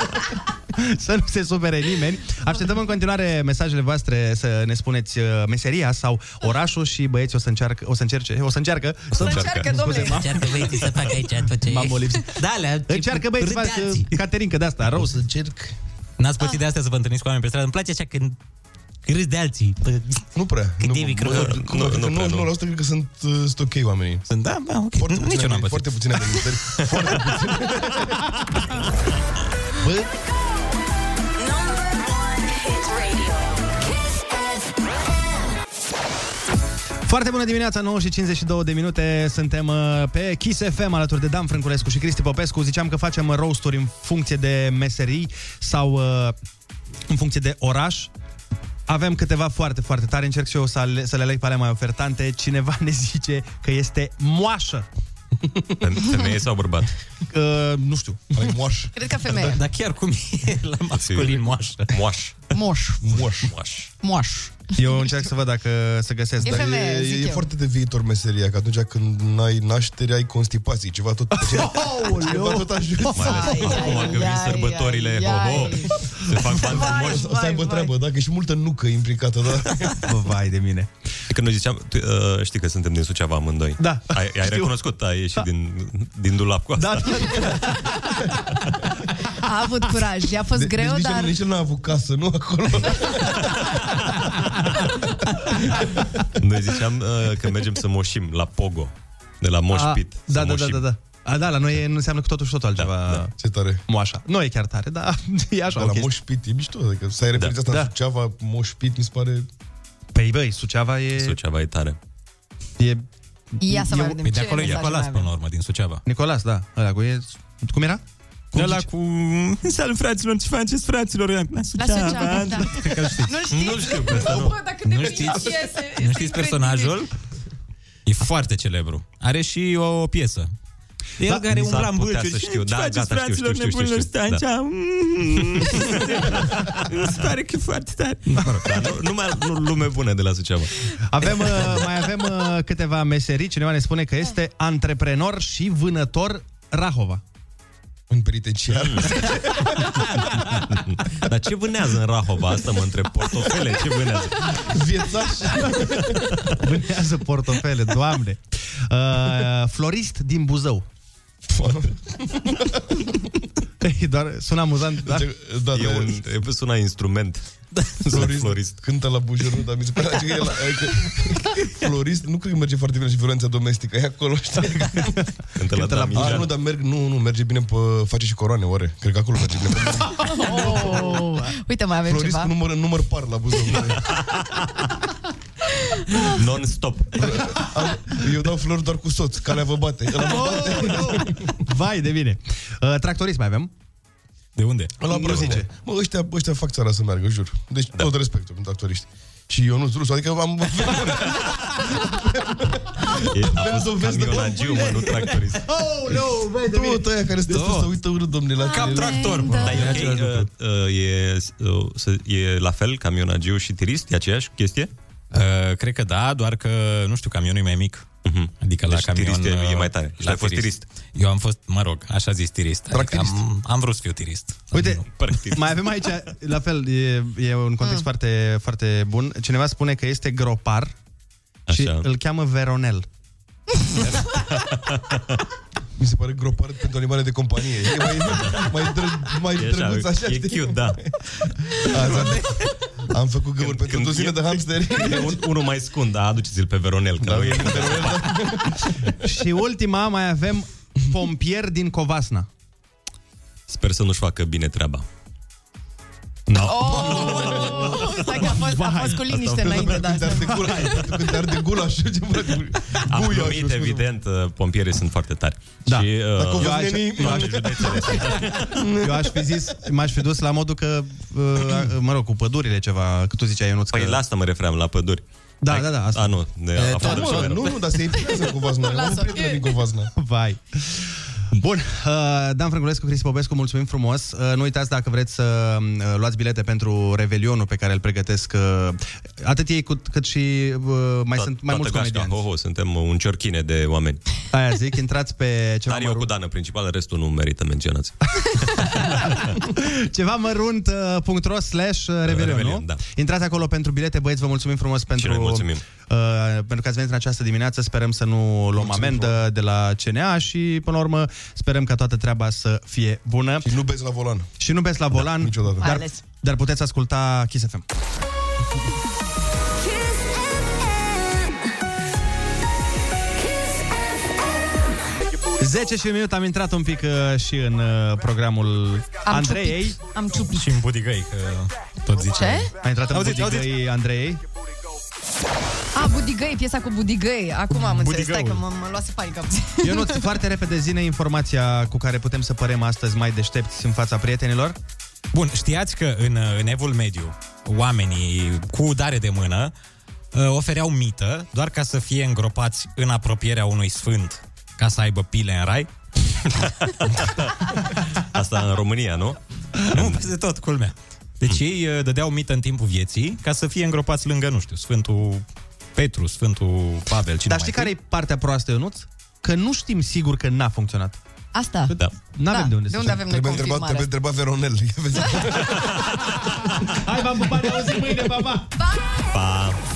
Speaker 1: să nu se supere nimeni. Așteptăm în continuare mesajele voastre să ne spuneți uh, meseria sau orașul și băieții o să, încearcă, o să încerce, o să încearcă. O să
Speaker 8: încearcă, domnule. Încearcă băieții să facă aici tot ce-
Speaker 1: M-am olipsit.
Speaker 8: Da, le
Speaker 1: Încearcă băieții să facă Caterinca de asta, rău. să încerc.
Speaker 8: N-ați
Speaker 3: Ah.
Speaker 8: pățit de astea să vă întâlniți cu oameni pe stradă? Îmi place așa când când râzi de alții.
Speaker 21: Nu prea.
Speaker 8: Cât
Speaker 21: Nu,
Speaker 8: e
Speaker 21: bă,
Speaker 8: microfonul.
Speaker 21: cum adică 99% cred că sunt, uh, sunt ok oamenii.
Speaker 8: Sunt, da, da, ok.
Speaker 21: Foarte
Speaker 8: Nici
Speaker 21: puține
Speaker 8: eu n-am
Speaker 21: amenințări,
Speaker 8: pățit.
Speaker 21: Foarte puține amenințări. Foarte puține. Bă,
Speaker 1: Foarte bună dimineața, 9 și 52 de minute Suntem uh, pe Kiss FM Alături de Dan Frânculescu și Cristi Popescu Ziceam că facem roasturi în funcție de meserii Sau uh, în funcție de oraș avem câteva foarte, foarte tare. Încerc și eu să, ale- să le aleg pe alea mai ofertante. Cineva ne zice că este moașă.
Speaker 22: Femeie sau bărbat?
Speaker 1: Uh, nu știu.
Speaker 21: Ai moaș.
Speaker 3: Cred că femeie.
Speaker 8: Dar chiar cum e la masculin moaș.
Speaker 22: Moaș.
Speaker 3: Moș.
Speaker 21: Moaș.
Speaker 22: Moaș.
Speaker 3: Moaș.
Speaker 1: Eu încerc să văd dacă să găsesc.
Speaker 3: E femeie,
Speaker 21: e,
Speaker 3: zic
Speaker 21: e
Speaker 3: eu.
Speaker 21: foarte de viitor meseria, că atunci când n-ai naștere, ai constipații, ceva tot... ceva tot ajută.
Speaker 22: Mai ales acum că vin sărbătorile, ho-ho, se fac bani frumoși.
Speaker 21: O să aibă treabă, da? Că e și multă nucă implicată, da?
Speaker 1: Bă, vai de mine.
Speaker 22: Că noi ziceam, tu, uh, știi că suntem din Suceava amândoi.
Speaker 1: Da.
Speaker 22: Ai, ai recunoscut, ai ieșit din, din dulap cu asta. Da,
Speaker 3: A avut curaj. I-a fost
Speaker 21: De-
Speaker 3: greu,
Speaker 21: deci nici,
Speaker 3: dar...
Speaker 21: el, nici el n-a avut casă, nu? Acolo.
Speaker 22: Noi ziceam uh, că mergem să moșim la Pogo, de la Mosh
Speaker 1: A,
Speaker 22: Pit. să
Speaker 1: Da, da, da,
Speaker 22: moșim.
Speaker 1: da, da. A, da, la noi e- nu înseamnă cu totul și totul altceva. Da, da.
Speaker 21: Ce tare.
Speaker 1: Moașa. Nu e chiar tare, dar e așa o
Speaker 21: de la
Speaker 1: chestie.
Speaker 21: Moș Pit, e mișto, adică să ai referința asta
Speaker 1: Da.
Speaker 21: da. Suceava, Moș Pit, mi se pare...
Speaker 1: Păi băi, Suceava e...
Speaker 22: Suceava e tare.
Speaker 1: E...
Speaker 3: Ia să mai
Speaker 1: Eu-
Speaker 3: vedem Păi de ce acolo e mesaje Nicolas, mai avem.
Speaker 8: la urmă, din Suceava.
Speaker 1: Nicolas, da. Ăla cu e... Cum era? Cum
Speaker 8: Ăla
Speaker 1: zice?
Speaker 8: cu... Salut, fraților, ce faceți, fraților? La
Speaker 3: Suceava, da.
Speaker 8: Cred că îl știți.
Speaker 3: Nu-l știți?
Speaker 8: Nu știu, pe ăsta nu.
Speaker 3: Bă, dacă de
Speaker 8: Nu
Speaker 3: bine
Speaker 8: știți?
Speaker 3: iese,
Speaker 8: Nu
Speaker 3: este
Speaker 8: știți personajul? E foarte celebru. Are și o piesă. El
Speaker 22: Da,
Speaker 8: care
Speaker 22: mi s-ar
Speaker 8: umbla în
Speaker 22: putea
Speaker 8: bâlciuri.
Speaker 22: să știu.
Speaker 8: Ce
Speaker 22: Da,
Speaker 8: faceți,
Speaker 22: gata, știu,
Speaker 8: fraților,
Speaker 22: știu, Da. știu,
Speaker 8: nebunilor?
Speaker 22: știu,
Speaker 8: Stai
Speaker 22: știu.
Speaker 3: Da.
Speaker 8: aici. Mm. Mi
Speaker 1: da.
Speaker 8: se pare că e foarte tare.
Speaker 22: Mă rog, dar nu, numai nu, lume bună de la Suceava.
Speaker 1: Avem, uh, mai avem uh, câteva meserii. Cineva ne spune că este antreprenor și vânător Rahova.
Speaker 21: În penitenciar.
Speaker 22: Dar ce vânează în Rahova? Asta mă întreb. Portofele, ce vânează?
Speaker 1: Viețaș. Vânează portofele, doamne. Uh, florist din Buzău. Ei, doar sună amuzant, dar...
Speaker 21: Da,
Speaker 22: e un, e, sună instrument.
Speaker 21: Florist, florist. Cântă la bujorul, dar mi se pare că e la... Adică, florist, nu cred că merge foarte bine și violența domestică. E acolo, știi?
Speaker 22: Cântă
Speaker 21: la, la
Speaker 22: Damijan.
Speaker 21: A, nu, dar merg, nu, nu, merge bine pe... Face și coroane, oare? Cred că acolo merge bine pe...
Speaker 3: Oh. Uite, mai avem
Speaker 21: Florist
Speaker 3: ceva.
Speaker 21: cu număr, număr par la Buzău.
Speaker 22: Non-stop.
Speaker 21: Eu dau flori doar cu soț, calea vă bate. Ăla mă bate.
Speaker 1: Oh, Vai, de bine. Uh, tractorist mai avem.
Speaker 22: De unde?
Speaker 21: Ăla nu zice. Mă, ăștia, ăștia fac țara să meargă, jur. Deci da. tot respectul pentru actoriști. Și eu nu Rusu, adică am...
Speaker 22: E, a
Speaker 21: Vreau să o
Speaker 22: fost
Speaker 21: vezi de
Speaker 22: camionagiu, mă, nu tractorist.
Speaker 1: Oh, no, băi, de
Speaker 21: Tu, tăia care stă sus, să uită urât, domnule, la
Speaker 22: Cap tractor, bă. Dar e, okay, uh, uh, e, uh, să- e la fel, camionagiu și tirist? E aceeași chestie?
Speaker 2: Uh, cred că da, doar că, nu știu, camionul e mai mic. Adică
Speaker 22: Deci
Speaker 2: la camion...
Speaker 22: tirist e-
Speaker 2: uh,
Speaker 22: e mai tare. Și tu ai fost
Speaker 2: Eu am fost, mă rog, așa zis tirist. Adică am, am vrut să fiu tirist.
Speaker 1: Uite, mai avem aici, la fel, e, e un context foarte, foarte bun. Cineva spune că este gropar și îl cheamă Veronel.
Speaker 21: Mi se pare gropar pentru animale de companie. E mai, mai, dră, mai
Speaker 22: E așa,
Speaker 21: drăguț așa,
Speaker 22: e
Speaker 21: știi?
Speaker 22: cute, da.
Speaker 21: Azi, am- am făcut găuri pentru o
Speaker 22: Când
Speaker 21: duzină
Speaker 22: e-
Speaker 21: de hamsteri.
Speaker 22: E un, unul mai scund, da, aduceți-l pe Veronel, că da, e
Speaker 1: și ultima, mai avem pompier din Covasna.
Speaker 22: Sper să nu-și facă bine treaba.
Speaker 1: No.
Speaker 3: Oh, stai că a fost, a fost cu liniște înainte, da.
Speaker 21: Când te arde gula, când te arde gula, așa ce mă
Speaker 22: Am glumit, Ah, evident, uh, pompierii sunt foarte tari. Da. Și, uh,
Speaker 21: Dacă o văd
Speaker 22: eu aș-
Speaker 21: nenii-
Speaker 22: eu aș- județele sunt-
Speaker 1: Eu aș fi zis, m-aș fi dus la modul că, uh, mă rog, cu pădurile ceva, uh, că tu ziceai, Ionuț,
Speaker 22: Păi
Speaker 1: că...
Speaker 22: la asta mă refeream, la păduri.
Speaker 1: Da, da, da, asta.
Speaker 22: A, nu, de, e, a fost
Speaker 21: Mă,
Speaker 22: de
Speaker 21: nu, nu, dar se implicează cu vazna. Am un
Speaker 3: Lasă,
Speaker 21: prieten
Speaker 3: ok.
Speaker 21: din Covazna.
Speaker 1: Vai. Bun, uh, Dan Frângulescu, Cristi Popescu, mulțumim frumos. Uh, Nu uitați dacă vreți să uh, luați bilete pentru Revelionul pe care îl pregătesc uh, atât ei cât, cât și uh, mai sunt mai mulți comedianți.
Speaker 22: Ho, ho, suntem un ciorchine de oameni.
Speaker 1: Aia zic, intrați pe ceva
Speaker 22: Dar eu cu Dană principal, restul nu merită menționați.
Speaker 1: cevamărunt.ro uh, slash Revelion,
Speaker 22: Revelion, da.
Speaker 1: Intrați acolo pentru bilete, băieți, vă mulțumim frumos pentru,
Speaker 22: noi mulțumim.
Speaker 1: Uh, pentru că ați venit în această dimineață. Sperăm să nu luăm amendă de la CNA și, până la urmă, sperăm ca toată treaba să fie bună.
Speaker 21: Și nu beți la volan.
Speaker 1: Și nu beți la volan, da,
Speaker 21: niciodată. Mai
Speaker 1: Dar,
Speaker 21: ales.
Speaker 1: dar puteți asculta Kiss FM. Zece și un minut am intrat un pic uh, și în uh, programul
Speaker 3: Am
Speaker 1: Andrei.
Speaker 3: ciupit, Am ciupit.
Speaker 2: Și în budigăi, că tot zice.
Speaker 3: Ce?
Speaker 1: Ai intrat în
Speaker 2: Auziți,
Speaker 1: budigăi Andrei?
Speaker 3: A, Budigăi, piesa cu Budigăi. Acum am înțeles. Stai că
Speaker 1: Budigăul.
Speaker 3: mă, mă luase panică.
Speaker 21: Păi da.
Speaker 1: Eu nu foarte repede zine informația cu care putem să părem astăzi mai deștepți în fața prietenilor.
Speaker 2: Bun, știați că în, uh, în evul mediu, oamenii cu dare de mână uh, ofereau mită doar ca să fie îngropați în apropierea unui sfânt, ca să aibă pile în rai?
Speaker 22: Asta în România, nu? Hmm.
Speaker 2: Nu, peste tot, culmea. Deci ei uh, dădeau mită în timpul vieții ca să fie îngropați lângă, nu știu, Sfântul Petru, Sfântul Pavel, cine
Speaker 1: Dar
Speaker 2: mai
Speaker 1: știi
Speaker 2: fi.
Speaker 1: care e partea proastă, Ionuț? Că nu știm sigur că n-a funcționat.
Speaker 3: Asta.
Speaker 21: Păi
Speaker 22: Da.
Speaker 1: N-avem
Speaker 3: Da,
Speaker 1: de unde
Speaker 3: de
Speaker 1: să
Speaker 3: unde
Speaker 1: știm.
Speaker 3: avem
Speaker 21: Trebuie întrebat, trebuie întrebat Veronel. Ia vezi. da.
Speaker 1: Hai, v-am pupat, ne auzim mâine, pa, pa!
Speaker 22: Pa!